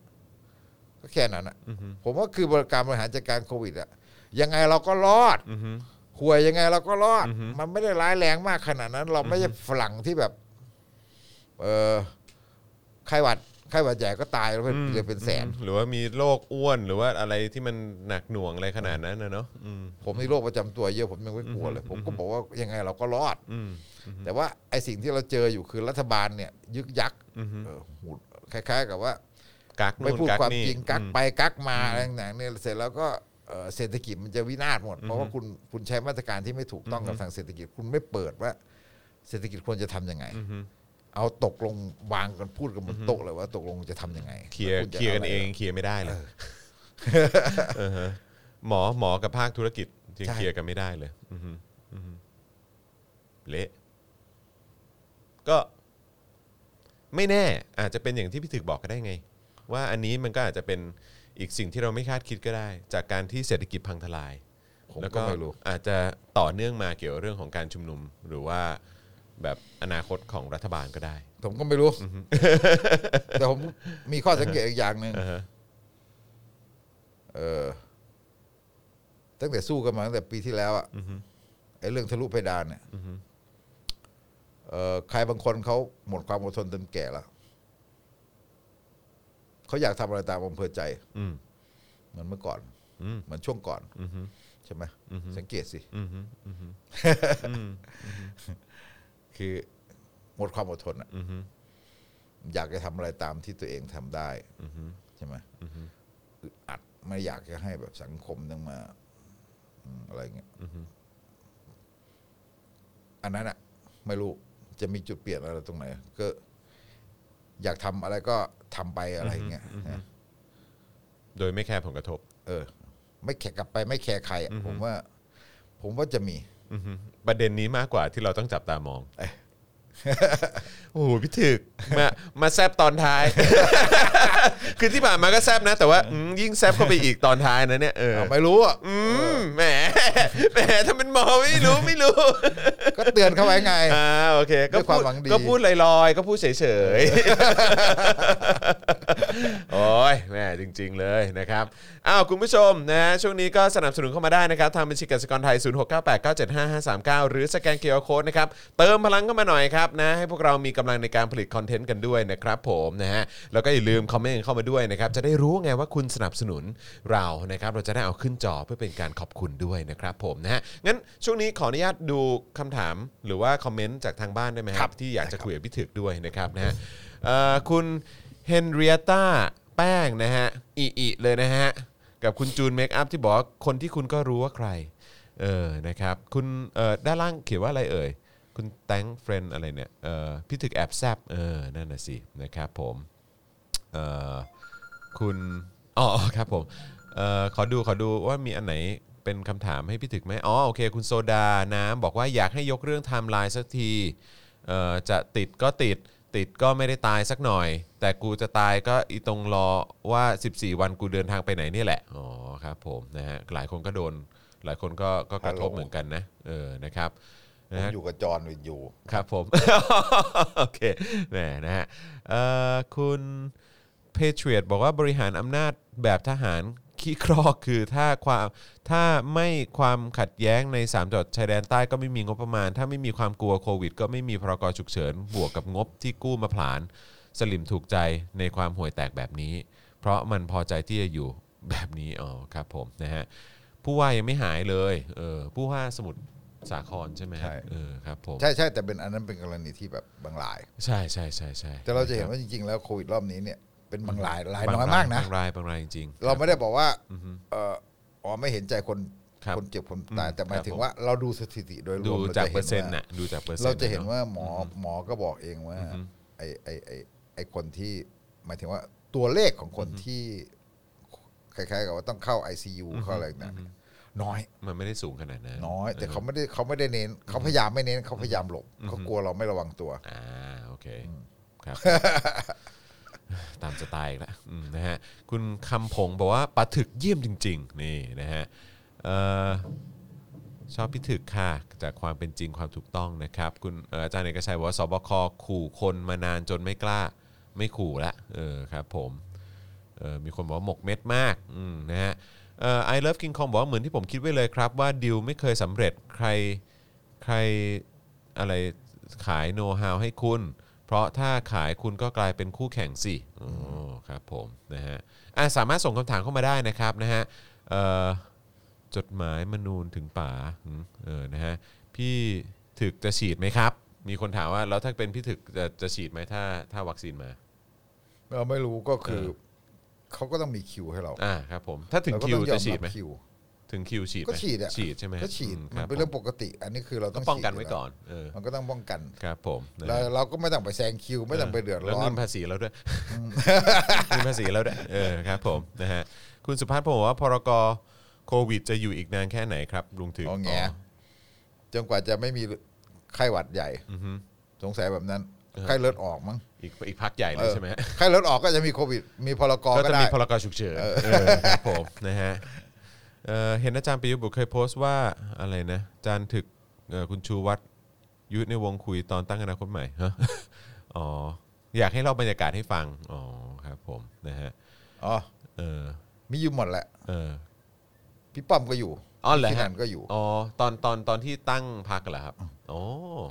[SPEAKER 3] ก็แค่นั้นอ่ะ
[SPEAKER 2] อือฮึ
[SPEAKER 3] ผมว่าคือบริการบริหารจัดการโควิดอ่ะยังไงเราก็รอด
[SPEAKER 2] อืม
[SPEAKER 3] ห่วยยังไงเราก็รอด มันไม่ได้ร้ายแรงมากขนาดนั้น เราไม่ใช่ฝรั่งที่แบบ เออไข้หวัดไข้หวัดใหญ่ก็ตายแล้วเป็น
[SPEAKER 2] อืม
[SPEAKER 3] เลยเป็นแสน
[SPEAKER 2] หรือว่ามีโรคอ้วนหรือว่าอะไรที่มันหนักหน่วงอะไรขนาดนั้นนะเนาะอืม
[SPEAKER 3] ผมมีโรคประจำตัวเยอะผมยังไม่กลัวเลย ผมก็บอกว่ายังไงเราก็รอด
[SPEAKER 2] อืม
[SPEAKER 3] แต่ว่าไอ้สิ่งที่เราเจออยู่คือรัฐบาลเนี่ย ยึกยัก
[SPEAKER 2] อือฮึ
[SPEAKER 3] เออหูดคล้าย ๆ กับว่า
[SPEAKER 2] กัก
[SPEAKER 3] ไม่
[SPEAKER 2] นู่น
[SPEAKER 3] พูด
[SPEAKER 2] กัก
[SPEAKER 3] ความ
[SPEAKER 2] นี่
[SPEAKER 3] จริงกัก
[SPEAKER 2] อืม
[SPEAKER 3] ไปกักมาอะไรต่างๆเนี่ยเสร็จแล้วก็เอ่อเศรษฐกิจมันจะวินาศหมด เพราะว่าคุณคุณใช้มาตรการที่ไม่ถูกต้องกับทางเศรษฐกิจคุณไม่เปิดว่า เศรษฐกิจควรจะทำยังไง เอาตกลงวางกันพูดกันบนโต๊ะเลยว่าตกลงจะทำยังไง
[SPEAKER 2] เคลียร์
[SPEAKER 3] ณจะ
[SPEAKER 2] เคลียร์กันา
[SPEAKER 3] ะ
[SPEAKER 2] เอ
[SPEAKER 3] ไ
[SPEAKER 2] งเคลียร์ไม่ได้เลยเออฮะหมอหมอกับภาคธุรกิจยัง
[SPEAKER 3] ใช่
[SPEAKER 2] เคลียร์กันไม่ได้เลย อือฮึอือฮึเละก็ไม่แน่ อาจจะเป็นอย่างที่พี่ถึกบอกก็ได้ไง ว่าอันนี้มันก็อาจจะเป็นอีกสิ่งที่เราไม่คาดคิดก็ได้ จากการที่เศรษฐกิจพังทลาย
[SPEAKER 3] ผม
[SPEAKER 2] แล้ว
[SPEAKER 3] ก็
[SPEAKER 2] ก็
[SPEAKER 3] ไม่รู้
[SPEAKER 2] อาจจะต่อเนื่องมาเกี่ยวกับเรื่องของการชุมนุม หรือว่าแบบอนาคตของรัฐบาลก็ได้
[SPEAKER 3] ผมก็ไม่รู้ แต่ผมมีข้อสังเกตอีกอย่างหนึ่ง
[SPEAKER 2] อ่าฮะ
[SPEAKER 3] เออตั้งแต่สู้กันมาตั้งแต่ปีที่แล้วอะไอ้เรื่องทะลุเพดานเนี่ยเออใครบางคนเขาหมดความอดทนจนแก่แล้วเขาอยากทำอะไรตามอำเภอใจ
[SPEAKER 2] อืม
[SPEAKER 3] เหมือนเมื่อก่อน
[SPEAKER 2] อืม
[SPEAKER 3] เหมือนช่วงก่อน
[SPEAKER 2] อืม
[SPEAKER 3] ใช่ไหมสังเกตสิ
[SPEAKER 2] อืมอืม
[SPEAKER 3] คือหมดความอดทนอะ
[SPEAKER 2] อือฮึ
[SPEAKER 3] อยากจะทำอะไรตามที่ตัวเองทำได้ใช่ไหมอึดอัดไม่อยากจะให้แบบสังคมต้องมาอืมอะไรเงี้ยอันนั้นอะไม่รู้จะมีจุดเปลี่ยนอะไรตรงไหน ก็ อยากทำอะไรก็ทำไปอะไรอย่างเงี้ยนะ
[SPEAKER 2] โดยไม่แคร์ผลกระทบ
[SPEAKER 3] เออ ไม่แขกกลับไปไม่แคร์ใครอะผมว่า ผมว่าจะมี
[SPEAKER 2] อือฮึประเด็นนี้มากกว่าที่เราต้องจับตามอง โอ้โหพี่ถึกมามาแซบตอนท้าย คือที่ผ่านมาก็แซบนะ แต่ว่าอืมยิ่งแซบเข้าไปอีกตอนท้ายนะเนี่ยเออ
[SPEAKER 3] เอาไม่รู้อ่ะ
[SPEAKER 2] อืมแหม แหมทำเป็นมองไม่รู้ไม่รู้
[SPEAKER 3] ก็เตือนเขาไว้ไง
[SPEAKER 2] อ่าโอเคก็
[SPEAKER 3] ด้วยค
[SPEAKER 2] พู
[SPEAKER 3] วาม
[SPEAKER 2] ด
[SPEAKER 3] หวังดี
[SPEAKER 2] ก็พูดลอยๆ ก็พูดเฉยๆ โอ้ยแม่จริง ๆ เลยนะครับอ้าวคุณผู้ชมนะฮะช่วงนี้ก็สนับสนุนเข้ามาได้นะครับ ทางบัญชีกสิกรไทย 0698975539 หรือสแกนเคอร์โค้ดนะครับ เติมพลังเข้ามาหน่อยครับนะให้พวกเรามีกำลังในการผลิตคอนเทนต์กันด้วยนะครับผมนะฮะแล้วก็อย่าลืมคอมเมนต์เข้ามาด้วยนะครับ จะได้รู้ไงว่าคุณสนับสนุนเรานะครับ เราจะได้เอาขึ้นจอเพื่อเป็นการขอบคุณด้วยนะครับผมนะฮะงั้นช่วงนี้ขออนุญาตดูคำถามหรือว่าคอมเมนต์จากทางบ้านได้ไหมครับ ที่อยากจะคุยกับพี่ถึกด้วยนะครับนะฮะเอ่อคุณเฮนเรียต้าแป้งนะฮะอีอเลยนะฮะ กับคุณจูนเมคอัพที่บอกว่าคนที่คุณก็รู้ว่าใคร เออนะครับคุณเอ่อด้านล่างเขียนว่าอะไรเอ่ย คุณแตงเฟรนอะไรเนี่ยเอ่อพี่ถึกแอบแซบเออนั่นน่ะสินะครับผม เอ่อคุณอ๋อครับผมเอ่อขอดูขอดูว่ามีอันไหนเป็นคำถามให้พี่ถึกไหมอ๋อโอเค คุณโซดาน้ำบอกว่าอยากให้ยกเรื่องไทม์ไลน์สักทีเอ่อจะติดก็ติด ติดก็ไม่ได้ตายสักหน่อย แต่กูจะตายก็อีตรงรอว่า 14 วันกูเดินทางไปไหนนี่แหละอ๋อครับผมนะฮะหลายคนก็โดน หลายคนก็ก็กระทบ
[SPEAKER 3] ฮัลโหล
[SPEAKER 2] เหมือนกันนะเออนะครับ
[SPEAKER 3] ผม
[SPEAKER 2] นะฮะ
[SPEAKER 3] อยู่กับจอห์นวินยู
[SPEAKER 2] ครับผม โอเคแหมนะฮะเอ่อคุณเพเทรียตบอกว่าบริหารอำนาจแบบทหารขี้ครอกคือถ้าความถ้าไม่ความขัดแย้งใน3จังหวัดชายแดนใต้ก็ไม่มีงบประมาณ ถ้าไม่มีความกลัวโควิด ก็ไม่มีพรกฉุกเฉิน บวกกับงบที่กู้มาผลาน สลิมถูกใจในความห่วยแตกแบบนี้ เพราะมันพอใจที่จะอยู่แบบนี้อ๋อครับผมนะฮะผู้ว่ายังไม่หายเลยเออผู้ว่าสมุทรสาครใช่ไหมฮะ
[SPEAKER 3] ใช่
[SPEAKER 2] เออครับผม
[SPEAKER 3] ใช่ใช่แต่เป็นอันนั้นเป็นกรณีที่แบบบางราย
[SPEAKER 2] ใช่ใช่ใช่ใช่
[SPEAKER 3] แต่เราจะเห็นว่าจริงๆ แล้วโควิดรอบนี้เนี่ยเป็นบางรายราย
[SPEAKER 2] บง
[SPEAKER 3] น้อยมากนะ
[SPEAKER 2] บางรายบางรายจริง
[SPEAKER 3] เราไม่ได้บอกว่าเอ่ออ๋อไม่เห็นใจคน
[SPEAKER 2] ครับ
[SPEAKER 3] คนเจ็บคนตายแต่หมายถึ
[SPEAKER 2] ค
[SPEAKER 3] ง
[SPEAKER 2] รับ
[SPEAKER 3] ว่าเราดูสถิติโดยร
[SPEAKER 2] ดู
[SPEAKER 3] วม
[SPEAKER 2] จาก
[SPEAKER 3] จะห็ว่า
[SPEAKER 2] เปอร์เซ็นต์น่ะดูจากเปอร์เซ็นต์
[SPEAKER 3] เราจะเห็น
[SPEAKER 2] อ
[SPEAKER 3] ว่าหมอหมอก็บอกเองว่าไอไอไอไอคนที่หมายถึงว่าตัวเลขของคนที่คล้ายๆกับว่าต้องเข้า ICU เข้าอะไรเนี่ยน้อย
[SPEAKER 2] มันไม่ได้สูงขนาดนั้น
[SPEAKER 3] น้อย แต่เขาไม่ได้เขาไม่ได้เน้นเขาพยายามไม่เน้นเขาพยายามหลบเขากลัวเราไม่ระวังตัว
[SPEAKER 2] อ่าโอเคครับ ตามสไตล์อีกแล้วอืมนะฮะคุณคำผงบอกว่าปลาถึกเยี่ยมจริง ๆ นี่นะฮะเอ่อชอบพิถึกค่ะ จากความเป็นจริงความถูกต้องนะครับ คุณเอ่ออาจารย์เอกชัยบอกว่าสบคขู่คนมานานจนไม่กล้าไม่ขู่ละเออครับผม เอ่อมีคนบอกว่าหมกเม็ดมากอืมนะฮะไอเลิฟกิงคองบอกว่าเหมือนที่ผมคิดไว้เลยครับ ว่าดิวไม่เคยสำเร็จใครใครอะไรขายโน้ตฮาวให้คุณ เพราะถ้าขายคุณก็กลายเป็นคู่แข่งสิโอ้ครับผมนะฮะอ่ะสามารถส่งคำถามเข้ามาได้นะครับนะฮะเอ่อ จดหมายมนูนถึงป๋าอืมเออนะฮะพี่ถึกจะฉีดไหมครับ มีคนถามว่าแล้วถ้าเป็นพี่ถึกจะจะฉีดไหมถ้าถ้าวัคซีนมา
[SPEAKER 3] เราไม่รู้ก็คือเขาก็ต้องมีคิวให้เรา
[SPEAKER 2] อ่าครับผมถ้าถึง
[SPEAKER 3] เราก็
[SPEAKER 2] คิ
[SPEAKER 3] ต้
[SPEAKER 2] ว
[SPEAKER 3] อ
[SPEAKER 2] จะ
[SPEAKER 3] ม
[SPEAKER 2] ฉีด
[SPEAKER 3] รับ
[SPEAKER 2] ไหม
[SPEAKER 3] คิว
[SPEAKER 2] ถึงคิวฉีดไหม
[SPEAKER 3] ก็ฉีดอ่ะ
[SPEAKER 2] ฉีดใช่ไหมฮะ
[SPEAKER 3] ก็ฉีด
[SPEAKER 2] อื
[SPEAKER 3] มันเป็น
[SPEAKER 2] ค
[SPEAKER 3] เรื่
[SPEAKER 2] รั
[SPEAKER 3] อบ ง
[SPEAKER 2] ผม
[SPEAKER 3] ปกติ อันนี้คือเราต้
[SPEAKER 2] ก็
[SPEAKER 3] อง
[SPEAKER 2] ป้องกัน
[SPEAKER 3] ฉีด
[SPEAKER 2] ไว้
[SPEAKER 3] ยู่แล้
[SPEAKER 2] ก่อนเออ
[SPEAKER 3] มันก็ต้องป้องกัน
[SPEAKER 2] ครับผมนะ
[SPEAKER 3] แล้ว
[SPEAKER 2] ฮะ
[SPEAKER 3] เราก็ไม่ต้องไปแซงคิว ไม่ต้องไปเดือดร้อ
[SPEAKER 2] แล้ว
[SPEAKER 3] น
[SPEAKER 2] เงินภาษีเราด้วยเงินภาษีเราด้วยเออครับผมนะฮะคุณสุพัฒน์ผมบอกว่าพรกโควิดจะอยู่อีกนานแค่ไหนครับลุงถึง
[SPEAKER 3] อ๋อแง จนกว่าจะไม่มีไข้หวัดใหญ่
[SPEAKER 2] อือฮึ
[SPEAKER 3] สงสัยแบบนั้น ไข้เลือดออกมั้ง
[SPEAKER 2] อีกอีกพักใหญ่เล
[SPEAKER 3] เอยอ
[SPEAKER 2] ใช่ไหมฮะ
[SPEAKER 3] ไข้เลือดออกก็จะมีโควิด มีพลกร
[SPEAKER 2] ก็
[SPEAKER 3] ก็
[SPEAKER 2] จะ
[SPEAKER 3] ได้
[SPEAKER 2] มีพรกฉุกเฉินเออครับผม นะฮะเอ่อเห็นอาจารย์ปิยบุตรเคยโพสต์ว่าอะไรนะอาจารย์ถึกเอ่อคุณชูวัฒน์ยุทธในวงคุยตอนตั้งอนาคตใหม่ฮะ อ๋ออยากให้เราบรรยากาศให้ฟังอ๋อครับผมนะฮะ
[SPEAKER 3] อ๋อ
[SPEAKER 2] เออ
[SPEAKER 3] มีอยู่หมดแหละ
[SPEAKER 2] เออ
[SPEAKER 3] พี่ป้อมก็อยู่
[SPEAKER 2] อ๋อเหรอฮะ
[SPEAKER 3] พี่นันก็อยู่
[SPEAKER 2] อ๋อตอนตอนตอนที่ตั้งพักเหรอครับอ๋อ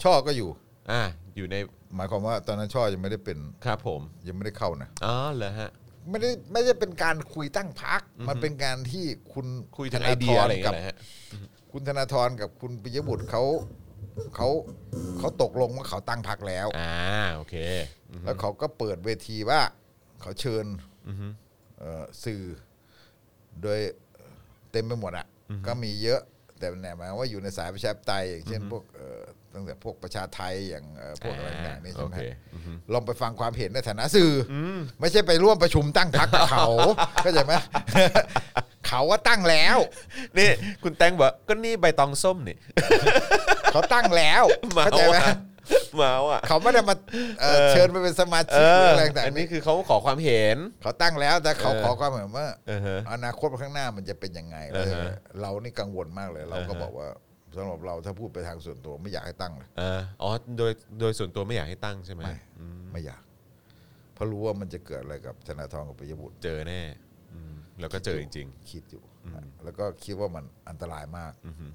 [SPEAKER 3] ช่อก็อยู่
[SPEAKER 2] อ่ะอยู่ใน
[SPEAKER 3] หมายความว่าตอนนั้นช่อยังไม่ได้เป็น
[SPEAKER 2] ครับผม
[SPEAKER 3] ยังไม่ได้เข้านะ
[SPEAKER 2] อ๋อเหรอฮะ
[SPEAKER 3] ไม่ได้ไม่ได้เป็นการคุยตั้งพัก มันเป็นการที่คุณ
[SPEAKER 2] คุยถึง
[SPEAKER 3] ธ
[SPEAKER 2] ไอ
[SPEAKER 3] นา
[SPEAKER 2] เดี
[SPEAKER 3] ธ
[SPEAKER 2] ย
[SPEAKER 3] ร
[SPEAKER 2] อะไรอย่าง
[SPEAKER 3] กั
[SPEAKER 2] เงี้
[SPEAKER 3] บ
[SPEAKER 2] ยเหรอฮะ
[SPEAKER 3] คุณธนาธรกับคุณปิยบุตรเขาเขาเขาตกลงว่าเขาตั้งพรรคแล้ว
[SPEAKER 2] อ่าโอเคอืม
[SPEAKER 3] แล้วเขาก็เปิดเวทีว่า เขาเชิญเอ่อสื่อ โดยเต็มไปหมดอ่ะก็มีเยอะ แต่แหนหมายความว่าอยู่ในสายประชาธิปไตยอย่างเช่นพวกเอ่อตั้งแต่พวกประชาไทยอย่างเอ่อพวกอะไรต่างๆนี่ใช่
[SPEAKER 2] โอ
[SPEAKER 3] ไหม
[SPEAKER 2] เค
[SPEAKER 3] ฮะ
[SPEAKER 2] อือฮึ
[SPEAKER 3] ลองไปฟังความเห็นในฐานะสื่ออไม่ใช่ไปร่วมประชุมตั้งพรรคกับ เขา เข้าใจไหม เขาว่าตั้งแล้ว
[SPEAKER 2] นี่คุณแตงบอกก็นี่ใบตองส้มนี่
[SPEAKER 3] เขาตั้งแล้ว
[SPEAKER 2] เมา
[SPEAKER 3] เข้าใจไหม
[SPEAKER 2] อ่ะเมาอ่ะ
[SPEAKER 3] เขาไม่ได้มาเอ่อ
[SPEAKER 2] เออ
[SPEAKER 3] เชิญไปเป็นสมา
[SPEAKER 2] เอ
[SPEAKER 3] ชิกหรือ
[SPEAKER 2] อ
[SPEAKER 3] อะไรต่าง
[SPEAKER 2] อัน
[SPEAKER 3] ๆ
[SPEAKER 2] นี้
[SPEAKER 3] นี่
[SPEAKER 2] คือเขาขอความเห็น
[SPEAKER 3] เขาตั้งแล้วแต่เขา
[SPEAKER 2] เออ
[SPEAKER 3] ขอความเห็นว่า
[SPEAKER 2] เออฮะ
[SPEAKER 3] อนาคตข้างหน้ามันจะเป็นยังไง
[SPEAKER 2] อ่าฮะ
[SPEAKER 3] เรานี่กังวลมากเลย เราก็
[SPEAKER 2] อ่าฮะ
[SPEAKER 3] บอกว่าสำหรับเราถ้าพูดไปทางส่วนตัวไม่อยากให้ตั้งเลย
[SPEAKER 2] เอออ๋อโดยโดยส่วนตัวไม่อยากให้ตั้งใช่ไหม
[SPEAKER 3] ไม่
[SPEAKER 2] อืม
[SPEAKER 3] ไม่อยากเพราะรู้ว่ามันจะเกิดอะไรกับธนาธรกับปิยบุตร
[SPEAKER 2] เจอแน่อืมแล้วก็เจอจริง
[SPEAKER 3] คิดอยู่แล้วก็คิดว่ามันอันตรายมาก
[SPEAKER 2] อือฮึ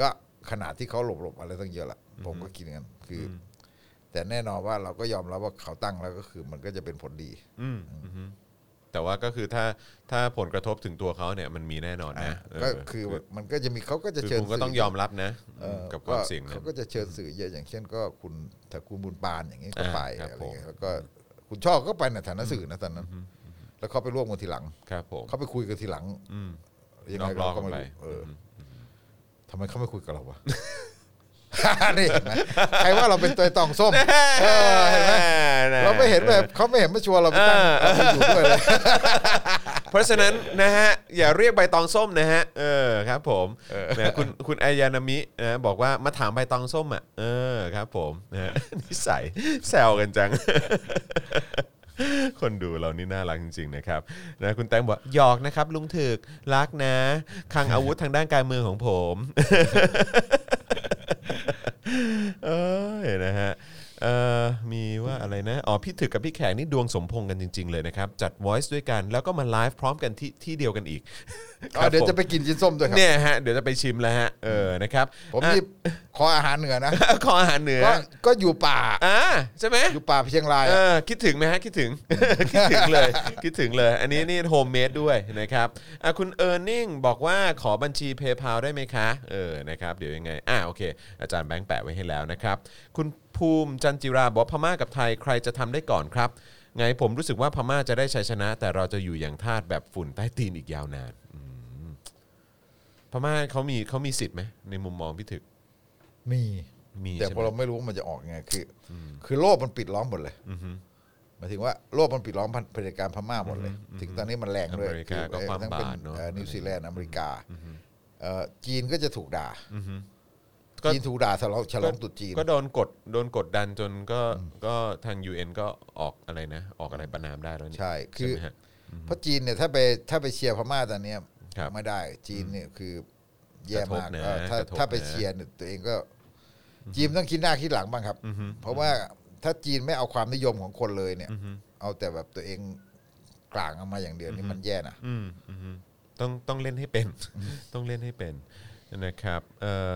[SPEAKER 3] ก็ขนาดที่เขาหลบๆอะไรตั้งเยอะละผมก็คิดกันคือ แต่แน่นอนว่าเราก็ยอมรับว่าเขาตั้งแล้วก็คือ มันก็จะเป็นผลดี
[SPEAKER 2] ๆอืมอือฮึแต่ว่าก็คือถ้าถ้าผลกระทบถึงตัวเขาเนี่ยมันมีแน่นอนนะเ
[SPEAKER 3] ก็คือมันก็จะมีเขาก็จะ
[SPEAKER 2] คือ
[SPEAKER 3] เชิญ
[SPEAKER 2] คุณก็ต้อง
[SPEAKER 3] สื่
[SPEAKER 2] ยอมรับนะ
[SPEAKER 3] เอ่อ
[SPEAKER 2] กับความเสี่ยงนะ
[SPEAKER 3] เขาก็จะเชิญสื่อเยอะอย่างเช่นก็คุณถ้าคุณบุญปานอย่างนี้ก็
[SPEAKER 2] อ่า
[SPEAKER 3] ไป
[SPEAKER 2] ครับ
[SPEAKER 3] อะไรเงี้ย
[SPEAKER 2] ผม
[SPEAKER 3] แล้วก็คุณช่อก็ไปในฐานะสื่อนะตอนนั้น แล้วเขาไปร่วมกันทีหลัง
[SPEAKER 2] ครับผม
[SPEAKER 3] เขาไปคุยกันทีหลัง
[SPEAKER 2] อืม
[SPEAKER 3] ยัง
[SPEAKER 2] น
[SPEAKER 3] ไง
[SPEAKER 2] อกร
[SPEAKER 3] เรา
[SPEAKER 2] อบ
[SPEAKER 3] ก็
[SPEAKER 2] กัน
[SPEAKER 3] ไม่
[SPEAKER 2] ไป
[SPEAKER 3] รู้เออ
[SPEAKER 2] ม
[SPEAKER 3] ทำไมเขาไม่คุยกับเราวะ นี่เห็นไหมใครว่าเราเป็นตัวตองส้มเออเห็นไหมเราไม่เห็นแบบเขาไม่เห็นไม่ชวนเราไปตั้ง
[SPEAKER 2] เออ
[SPEAKER 3] เราไปอยู่ด้วยเลย
[SPEAKER 2] เพราะฉะนั้นนะฮะอย่าเรียกใบตองส้มนะฮะเออครับผมนะคุณคุณอายานามินะบอกว่ามาถามใบตองส้มอ่ะเออครับผมนะฮ ะนิสัยแซวกันจัง คนดูเรานี่น่ารักจริงๆนะครับนะคุณแตงบอกหยอกนะครับ ลุงถึกรักนะคลังอาวุธทางด้านการเมืองของผม เอยนะฮะเอ่อมีว่าอะไรนะ อ๋อ พี่ถึกกับพี่แขกนี่ดวงสมพงษ์กันจริง ๆ เลยนะครับ จัด Voice ด้วยกัน แล้วก็มาไลฟ์พร้อมกันที่ที่เดียวกันอีก
[SPEAKER 3] เอาเดี๋ยวจะ
[SPEAKER 2] ค
[SPEAKER 3] ไป
[SPEAKER 2] รับ
[SPEAKER 3] กินชิ้นส้มด้ว
[SPEAKER 2] ผ
[SPEAKER 3] ย
[SPEAKER 2] ม
[SPEAKER 3] ครับ
[SPEAKER 2] เนี่ยฮะ เดี๋ยวจะไปชิมแล้วฮะ เออ นะครับ
[SPEAKER 3] ผม
[SPEAKER 2] อ่ะ
[SPEAKER 3] นี่ ขออาหารเหนือนะ
[SPEAKER 2] ขออาหารเหนือ
[SPEAKER 3] ก็ก็อยู่ป่า
[SPEAKER 2] อ่าใช่ไหม
[SPEAKER 3] อยู่ป่าเชียงราย
[SPEAKER 2] เอ
[SPEAKER 3] อะ
[SPEAKER 2] อคิดถึงไหมฮะ คิดถึง คิดถึงเลย คิดถึงเลย อันนี้นี่โฮมเมดด้วยนะครับอ่ะคุณเออร์เน็งบอกว่าขอบัญชีเพย์พาได้ไหมคะ เออ นะครับ เดี๋ยวยังไง อ่าโอเค อาจารย์แบงค์แปะไว้ให้แล้วนะครับ คุณภูมิจันจิราบอกว่าพม่ากับไทยใครจะทำได้ก่อนครับ ไงผมรู้สึกว่าพม่าจะได้ชัยชนะ แต่เราจะอยู่อย่างทาสแบบฝุ่นใต้ตีนอีกยาวนานอืมพม่าเขามีเขามีสิทธิ์ไหมในมุมมองพี่ถึก
[SPEAKER 3] มี
[SPEAKER 2] มี
[SPEAKER 3] แต่
[SPEAKER 2] ใช่
[SPEAKER 3] พ
[SPEAKER 2] ไหม
[SPEAKER 3] อเราไม่รู้ว่ามันจะออกยังไงคืออคือโลกมันปิดล้อมหมดเลยหมายถึงว่าโลกมันปิดล้อมพันเผด็จการพม่าหมดเลย ถึงตอนนี้มันแรงด้วย
[SPEAKER 2] อเมริกาก็
[SPEAKER 3] คือ
[SPEAKER 2] ความ
[SPEAKER 3] ทั้งป็
[SPEAKER 2] บาปเนอะ
[SPEAKER 3] อ่อนิวซีแลนด์อเมริกาเอ่อจีนก็จะถูกด่า
[SPEAKER 2] ก็
[SPEAKER 3] จีนถูกด่าฉลองฉลองตรุษจีน
[SPEAKER 2] ก็โดนกดโดนกดดันจนก็ก็ทาง UN ก็ออกอะไรนะ ออกอะไรประนามได้แล้วนี่
[SPEAKER 3] ใช่คือ
[SPEAKER 2] ไหมฮะ
[SPEAKER 3] เพราะจีนเนี่ยถ้าไปถ้าไปเชียร์พม่าตอนเนี้ย
[SPEAKER 2] ครับ
[SPEAKER 3] ไม่ได้จีนเนี่ยคือแย่มาก
[SPEAKER 2] กระทบนะ
[SPEAKER 3] เออถ้าก
[SPEAKER 2] ระทบ
[SPEAKER 3] ถ้าไป
[SPEAKER 2] นะ
[SPEAKER 3] เชียร์เนี่ยตัวเองก็จีนต้องคิดหน้าคิดหลังบ้างครับ เพราะว่าถ้าจีนไม่เอาความนิยมของคนเลยเนี่ย เอาแต่แบบตัวเองกลางเอามาอย่างเดียวนี่มันแย่นะ
[SPEAKER 2] อืมอืมต้องต้องเล่นให้เป็น ต้องเล่นให้เป็นนะครับเออ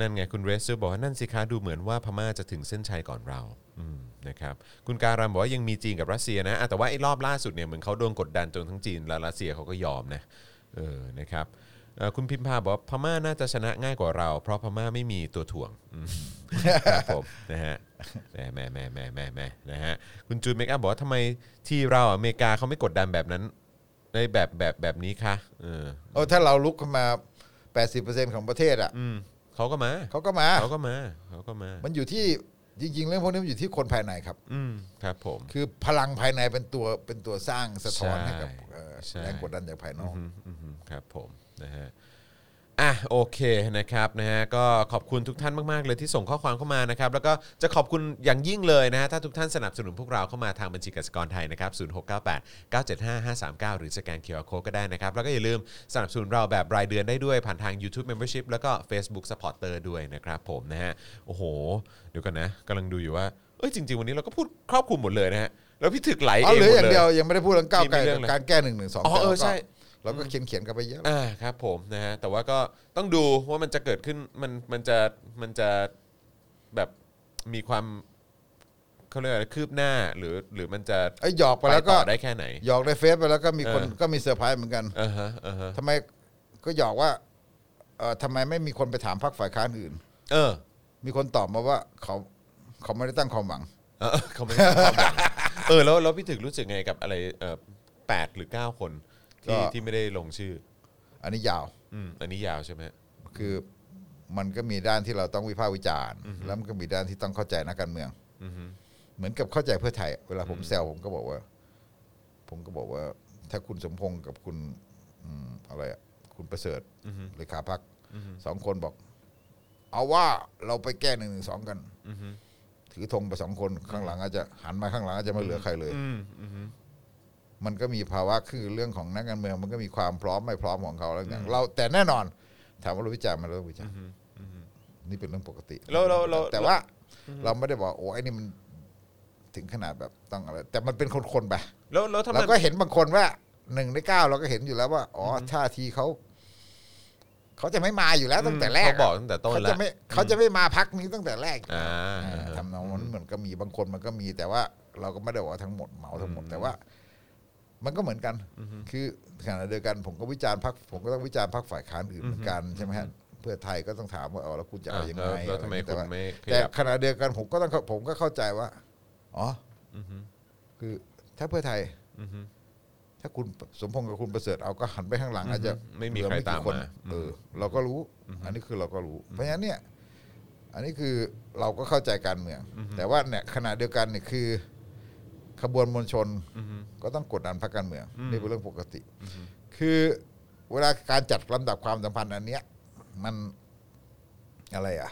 [SPEAKER 2] นั่นไงคุณเรสเซอร์บอกว่านั่นสิคะดูเหมือนว่าพม่าจะถึงเส้นชัยก่อนเราอืมนะครับคุณการามบอกว่ายังมีจีนกับรัสเซียนะอ่ะแต่ว่าไอ้รอบล่าสุดเนี่ยเหมือนเขาโดนกดดันจนทั้งจีนและรัสเซียเขาก็ยอมนะเออนะครับเอ่อคุณพิมพาบอกว่าพม่าน่าจะชนะง่ายกว่าเรา เพราะพม่าไม่มีตัวถ่วงอืม ครับผมนะฮะแหม่แหม่แหม่แหม่แหม่แหม่นะฮะคุณจูนเมคอัพบอกว่าทำไมที่เราอ่ะอเมริกาเขาไม่กดดันแบบนั้นในแบบแบบแบบนี้คะเออ
[SPEAKER 3] โอ้ถ้าเราลุกขึ้นมา 80%ของประเทศอ่ะ
[SPEAKER 2] อืมเขาก็มา
[SPEAKER 3] เขาก็มา
[SPEAKER 2] เขาก็มาเขาก็มา
[SPEAKER 3] มันอยู่ที่จริงๆ เรื่องพวกนี้มันอยู่ที่คนภายในครับ
[SPEAKER 2] อืมครับผม
[SPEAKER 3] คือพลังภายในเป็นตัวเป็นตัวสร้างสะท้อน
[SPEAKER 2] ใช่
[SPEAKER 3] ให้กับเอ่อ
[SPEAKER 2] ใช่
[SPEAKER 3] แรงกดดันจากภายนอก
[SPEAKER 2] อืมอืมอืมครับผมนะฮะอ่ะโอเคนะครับนะฮะก็ขอบคุณทุกท่านมากๆเลยที่ส่งข้อความเข้ามานะครับแล้วก็จะขอบคุณอย่างยิ่งเลยนะฮะถ้าทุกท่านสนับสนุนพวกเราเข้ามาทางบัญชีกสิกรไทยนะครับ0698 975 539 หรือสแกนเคอร์โคก็ได้นะครับ แล้วก็อย่าลืมสนับสนุนเราแบบรายเดือนได้ด้วยผ่านทาง YouTube Membership แล้วก็ Facebook Supporter ด้วยนะครับผมนะฮะโอ้โห เดี๋ยวกันนะกำลังดูอยู่ว่าเอ้ยจริง ๆ วันนี้เราก็พูดครอบคลุมหมดเลยนะฮะแล้วพี่ถึกไหลเอ
[SPEAKER 3] อ๋อง เหลื
[SPEAKER 2] หม
[SPEAKER 3] ออย่า
[SPEAKER 2] ด
[SPEAKER 3] ง
[SPEAKER 2] เล
[SPEAKER 3] เดี
[SPEAKER 2] ย
[SPEAKER 3] ยวยังไม่ได้พูดเรื่องก้าวไกล
[SPEAKER 2] มีเรื่องอะไร
[SPEAKER 3] การแก้หนึ่งหนึ่งสอง
[SPEAKER 2] อ๋อเออใช่
[SPEAKER 3] เราก็เขียนเขียนๆกันไปเยอะแล้ว
[SPEAKER 2] อ่าครับผมนะฮะแต่ว่าก็ต้องดูว่ามันจะเกิดขึ้นมันมันจะมันจะแบบมีความเขาเรียกอะไรคืบหน้าหรือหรือมันจะ
[SPEAKER 3] ไอ้ยหยอกไป
[SPEAKER 2] ไป
[SPEAKER 3] แล้วก็
[SPEAKER 2] ต่อได้แค่ไหน
[SPEAKER 3] หยอกในเฟซไปแล้วก็มีคน
[SPEAKER 2] เออ
[SPEAKER 3] ก็มีเซอร์ไพรส์เหมือนกัน
[SPEAKER 2] อ่าฮะอ่าฮะ
[SPEAKER 3] ทำไมก็หยอกว่าเอ่อทำไมไม่มีคนไปถามพรรคฝ่ายค้านอื่น
[SPEAKER 2] เออ
[SPEAKER 3] มีคนตอบมาว่าเขาเขาไม่ได้ตั้งความหวัง
[SPEAKER 2] เออเขาไม่ได้ให้ความหวัง เออแล้วแล้วพี่ถึกรู้สึกไงกับอะไรเออแปดหรือเก้าคนที่
[SPEAKER 3] ก็
[SPEAKER 2] ที่ไม่ได้ลงชื่อ
[SPEAKER 3] อันนี้ยาว
[SPEAKER 2] อืมอันนี้ยาวใช่ไหมฮะ
[SPEAKER 3] คือมันก็มีด้านที่เราต้องวิพากษ์วิจารณ์ แล้วมันก็มีด้านที่ต้องเข้าใจนักการเมือง
[SPEAKER 2] อือฮึ
[SPEAKER 3] เหมือนกับเข้าใจเพื่อไทยอะเวลาผมแซวผมก็บอกว่า ผมก็บอกว่า ถ้าคุณสมพงษ์กับคุณอืมอะไรอะคุณประเสริฐ
[SPEAKER 2] อือฮึ
[SPEAKER 3] เลขาพัก
[SPEAKER 2] อือฮึ
[SPEAKER 3] สองคนบอก เอาว่าเราไปแก้หนึ่งหนึ่งสองกัน
[SPEAKER 2] อือฮึ
[SPEAKER 3] ถือธงไปสองคนข้างหลังอาจจะหันมาข้างหลังอาจจะไม่เหลือใครเลย
[SPEAKER 2] อืมอือฮึ
[SPEAKER 3] มันก็มีภาวะคือเรื่องของนักการเมืองมันก็มีความพร้อมไม่พร้อมของเขาแล้วอย่างเราแต่แน่นอน ถามว่าเราวิจารณ์ไหมันเราต้องวิจารณ์นี่เป็นเรื่องปกติ
[SPEAKER 2] แล้วแล้วแล้ว
[SPEAKER 3] แต่ว่าเราไม่ได้บอกโอ้ไอ้นี่มันถึงขนาดแบบต้องอะไรแต่มันเป็นคนๆไป
[SPEAKER 2] แล้วแล้วถ้า
[SPEAKER 3] เรา
[SPEAKER 2] มัน
[SPEAKER 3] ก็เห็นบางคนว่าหนึ่งในเก้าเราก็เห็นอยู่แล้วว่าอ๋ออท่าทีเขาเขาจะไม่มาอยู่แล้วตั้งแต่แรก
[SPEAKER 2] เขาบอกตั้งแต่ต้น
[SPEAKER 3] เขา
[SPEAKER 2] แล้
[SPEAKER 3] จะ
[SPEAKER 2] ว
[SPEAKER 3] ไม่เขาจะไม่มาพักนี้ตั้งแต่แรก
[SPEAKER 2] อ่า
[SPEAKER 3] อ่าทำนองนั้นมันก็มีบางคนมันก็มีแต่ว่าเราก็ไม่ได้บอกว่าทั้งหมดเหมาทั้งหมดแต่ว่า มันก็เหมือนกัน คือขณะเดียวกันผมก็วิจารณ์พักผมก็ต้องวิจารณ์พักฝ่ายค้านอื่นเหมือนกันใช่ไหมฮะเพื่อไทยก็ต้องถามว่าเอาแล้วคุณจะเอา
[SPEAKER 2] อ่ะ
[SPEAKER 3] ยังไง
[SPEAKER 2] แล้วแล้วทำไม
[SPEAKER 3] อะร
[SPEAKER 2] คุณ
[SPEAKER 3] อย่าง
[SPEAKER 2] ไม่ขยับ
[SPEAKER 3] เงี้ยแต่ว่าแต่ขณะเดียวกันผมก็ต้องเข้าผมก็เข้าใจว่าอ๋ออคือถ้าเพื่อไทยถ้าคุณสมพงษ์กับคุณประเสริฐเอาก็หันไปข้างหลังอาจจะ
[SPEAKER 2] ไม่มี
[SPEAKER 3] เหลือ
[SPEAKER 2] ใครตาม
[SPEAKER 3] คน
[SPEAKER 2] มา
[SPEAKER 3] เออ เราก็รู้ อันนี้คือเราก็รู้ เพราะฉะนั้นเนี่ย อันนี้คือเราก็เข้าใจการเมือง แต่ว่าเนี่ยขณะเดียวกันเนี่ยคือ ขบวนมวลชนก็ต้องกดดันพรรคการเมืองนี่เป็นเรื่องปกติ คือเวลาการจัดลำดับความสัมพันธ์อันเนี้ย มันอะไรอ่ะ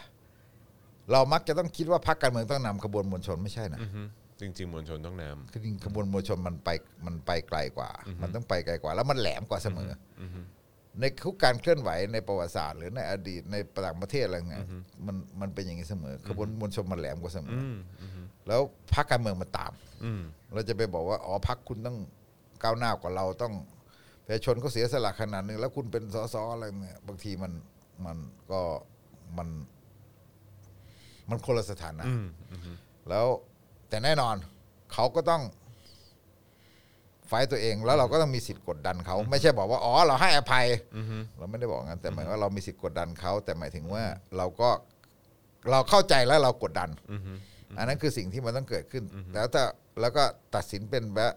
[SPEAKER 3] เรามักจะต้องคิดว่าพรรคการเมืองต้องนำขบวนมวลชนไม่ใช่นะ
[SPEAKER 2] อือฮึจริง ๆ มวลชนต้องนำ
[SPEAKER 3] คือจริงขบวนมวลชนมันไปมันไปไกลกว่า มันต้องไปไกลกว่า แล้วมันแหลมกว่าเสมออในทุกการเคลื่อนไหวในประวัติศาสตร์หรือในอดีตในต่างประเทศอะไรเงี้ยมันมันเป็นอย่างนี้เสมอขบวนมวลชนมันแหลมกว่าเสมออแล้วพรรคการเมืองมันตาม
[SPEAKER 2] อืม
[SPEAKER 3] เราจะไปบอกว่าอ๋อพักคุณต้องก้าวหน้ากว่าเราต้องประชาชนเขาเสียสละขนาดนึงแล้วคุณเป็นสสอะไรเนี่ยบางทีมันมันก็มัน มันคนละสถานะ
[SPEAKER 2] อืม
[SPEAKER 3] แล้วแต่แน่นอนเขาก็ต้องไฟต์ตัวเองแล้วเราก็ต้องมีสิทธิ์กดดันเขาไม่ใช่บอกว่าอ๋อเราให้อภัยเราไม่ได้บอกงั้นแต่หมายว่าเรามีสิทธิ์กดดันเขาแต่หมายถึงว่าเราก็เราเข้าใจแล้วเรากดดันอันนั้นคือสิ่งที่มันต้องเกิดขึ้น แล้วถ้าแล้วก็ตัดสินเป็นแบบ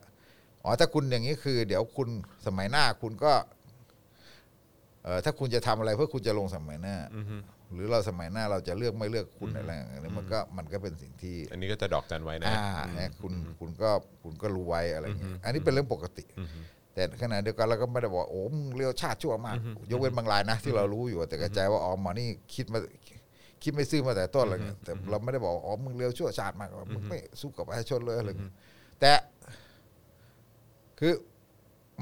[SPEAKER 3] อ๋อถ้าคุณอย่างนี้คือ เดี๋ยวคุณสมัยหน้าคุณก็ เออถ้าคุณจะทำอะไรเพื่อคุณจะลงสมัยหน้าหรือเราสมัยหน้าเราจะเลือกไม่เลือกคุณอะไรอย่างเงี้ยมันก็มันก็เป็นสิ่งที่
[SPEAKER 2] อันนี้ก็จะดอกจันไว้นะ
[SPEAKER 3] อ่าเนี่ยคุณคุณก็คุณก็รู้ไว้อะไรเงี้ยอันนี้เป็นเรื่องปกติ แต่ขณะเดียวกันเราก็ไม่ได้บอกโอ้มงเลี้ยวชาติชั่วมาก ยกเว้นบางรายนะ ที่เรารู้อยู่แต่กระจายว่าอ๋อหมอนี่คิดมาคิดไม่ซื่อมาแต่ต้นอะไรเงี้ยแต่เราไม่ได้บอกว่าอ๋อมึงเลี้ยวชั่วชาติมากมึงไม่สู้กับประชาชนเลยอะไรเงี้ยแต่คือ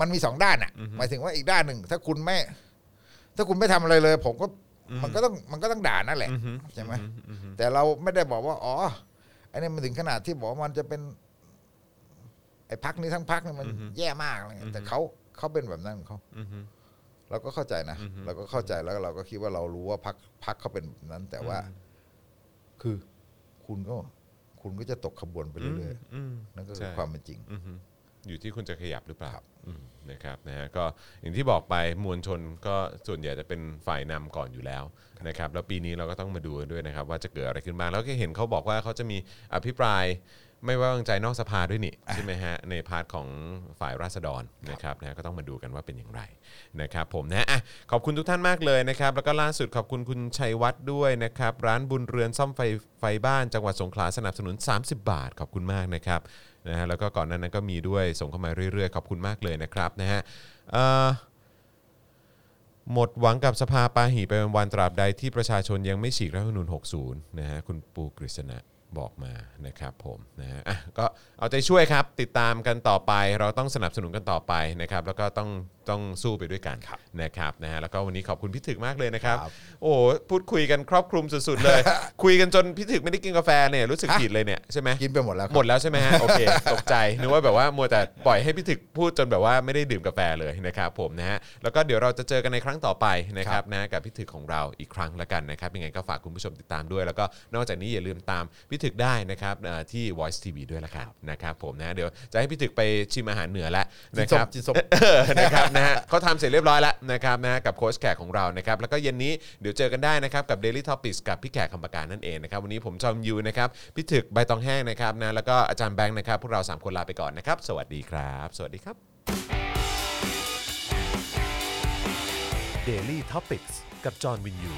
[SPEAKER 3] มันมีสองด้านอ่ะหมายถึงว่าอีกด้านหนึ่งถ้าคุณไม่ ถ้าคุณไม่ทำอะไรเลย ผมก็มันก็ต้องมันก็ต้องด่านั่นแหละใช่ไหมแต่เราไม่ได้บอกว่า อ๋อไอ้นี่มันถึงขนาดที่บอกว่ามันจะเป็น ไอ้พักนี้ทั้งพักนี่มันแย่มากอะไรเงี้ยแต่เขาเขาเป็นแบบนั้นของเขาเราก็เข้าใจนะเราก็เข้าใจแล้วเราก็คิดว่าเรารู้ว่าพักพักเขาเป็นแบบนั้น แต่ว่า คือคุณก็ คุณก็จะตกขบวนไปเรื่อย
[SPEAKER 2] อืม
[SPEAKER 3] ๆนั่นก็
[SPEAKER 2] ใช่
[SPEAKER 3] คือความเป็นจริง
[SPEAKER 2] อือฮึอยู่ที่คุณจะขยับหรือเปล่าอืมนะครับนะฮะก็อย่างที่บอกไปมวลชนก็ส่วนใหญ่จะเป็นฝ่ายนำก่อนอยู่แล้วนะครับ แล้วปีนี้เราก็ต้องมาดูกันด้วยนะครับ ว่าจะเกิดอะไรขึ้นบ้างแล้วก็เห็นเขาบอกว่าเขาจะมีอภิปรายไม่ไว้วางใจนอกสภาด้วยนี่ใช่ไหมฮะในพาร์ทของฝ่ายราษฎรนะครับนะฮะก็ต้องมาดูกันว่าเป็นอย่างไรนะครับผมนะอ่ะขอบคุณทุกท่านมากเลยนะครับ แล้วก็ล่าสุดขอบคุณคุณชัยวัฒน์ด้วยนะครับ ร้านบุญเรือนซ่อมไฟไฟบ้านจังหวัดสงขลาสนับสนุน 30 บาท ขอบคุณมากนะครับ นะฮะแล้วก็ก่อนหน้านั้นก็มีด้วยส่งเข้ามาเรื่อยๆ ขอบคุณมากเลยนะครับนะฮะเอ่อหมดหวังกับสภาปาหีไปวันๆตราบใดที่ประชาชนยังไม่ฉีกรัฐธรรมนูญ60 นะฮะคุณปูกฤษณะบอกมานะครับผมนะฮะอ่ะก็เอาใจช่วยครับ ติดตามกันต่อไป เราต้องสนับสนุนกันต่อไปนะครับ แล้วก็ต้องต้องสู้ไปด้วยกันนะครับนะฮะแล้วก็วันนี้ขอบคุณพี่ถึกมากเลยนะครับ
[SPEAKER 3] ครับ
[SPEAKER 2] โอ้โหพูดคุยกันครอบคลุมสุด ๆเลย คุยกันจนพี่ถึกไม่ได้กินกาแฟเนี่ยรู้สึกผิดเลยเนี่ยใช่ไหม
[SPEAKER 3] กินไปหมดแล้วครับ
[SPEAKER 2] หมดแล้วใช่ ไหมฮะ โอเค ตกใจนึกว่าแบบว่ามัวแต่ปล่อยให้พี่ถึกพูดจนแบบว่าไม่ได้ดื่มกาแฟเลยนะครับผมนะฮะแล้วก็เดี๋ยวเราจะเจอกันในครั้งต่อไปนะครับนะกับพี่ถึกของเราอีกครั้งละกันนะครับยังไงก็ฝากคุณผู้ชมติดตามด้วย แล้วก็นอกจากนี้อย่าลืมตามพี่ถึกได้นะครับเอ่อที่ Voice TV ด้วยละกันนะครับผมนะเดี๋ยวจะให้พี่ถึกไปชิมอาหารเหนือแล้วนะครับ
[SPEAKER 3] จิตสม
[SPEAKER 2] เออนะครับนะฮะเขาทำเสร็จเรียบร้อยแล้วนะครับนะฮะกับโค้ชแขกของเรานะครับแล้วก็เย็นนี้เดี๋ยวเจอกันได้นะครับกับ Daily Topics กับพี่แขกคำปากการนั่นเองนะครับวันนี้ผมจอมยูนะครับพี่ถึกใบตองแห้งนะครับนะแล้วก็อาจารย์แบงค์นะครับพวกเรา 3 คนลาไปก่อนนะครับ สวัสดีครับ สวัสดีครับ
[SPEAKER 1] Daily t o p i c กกับจอห์นวินยู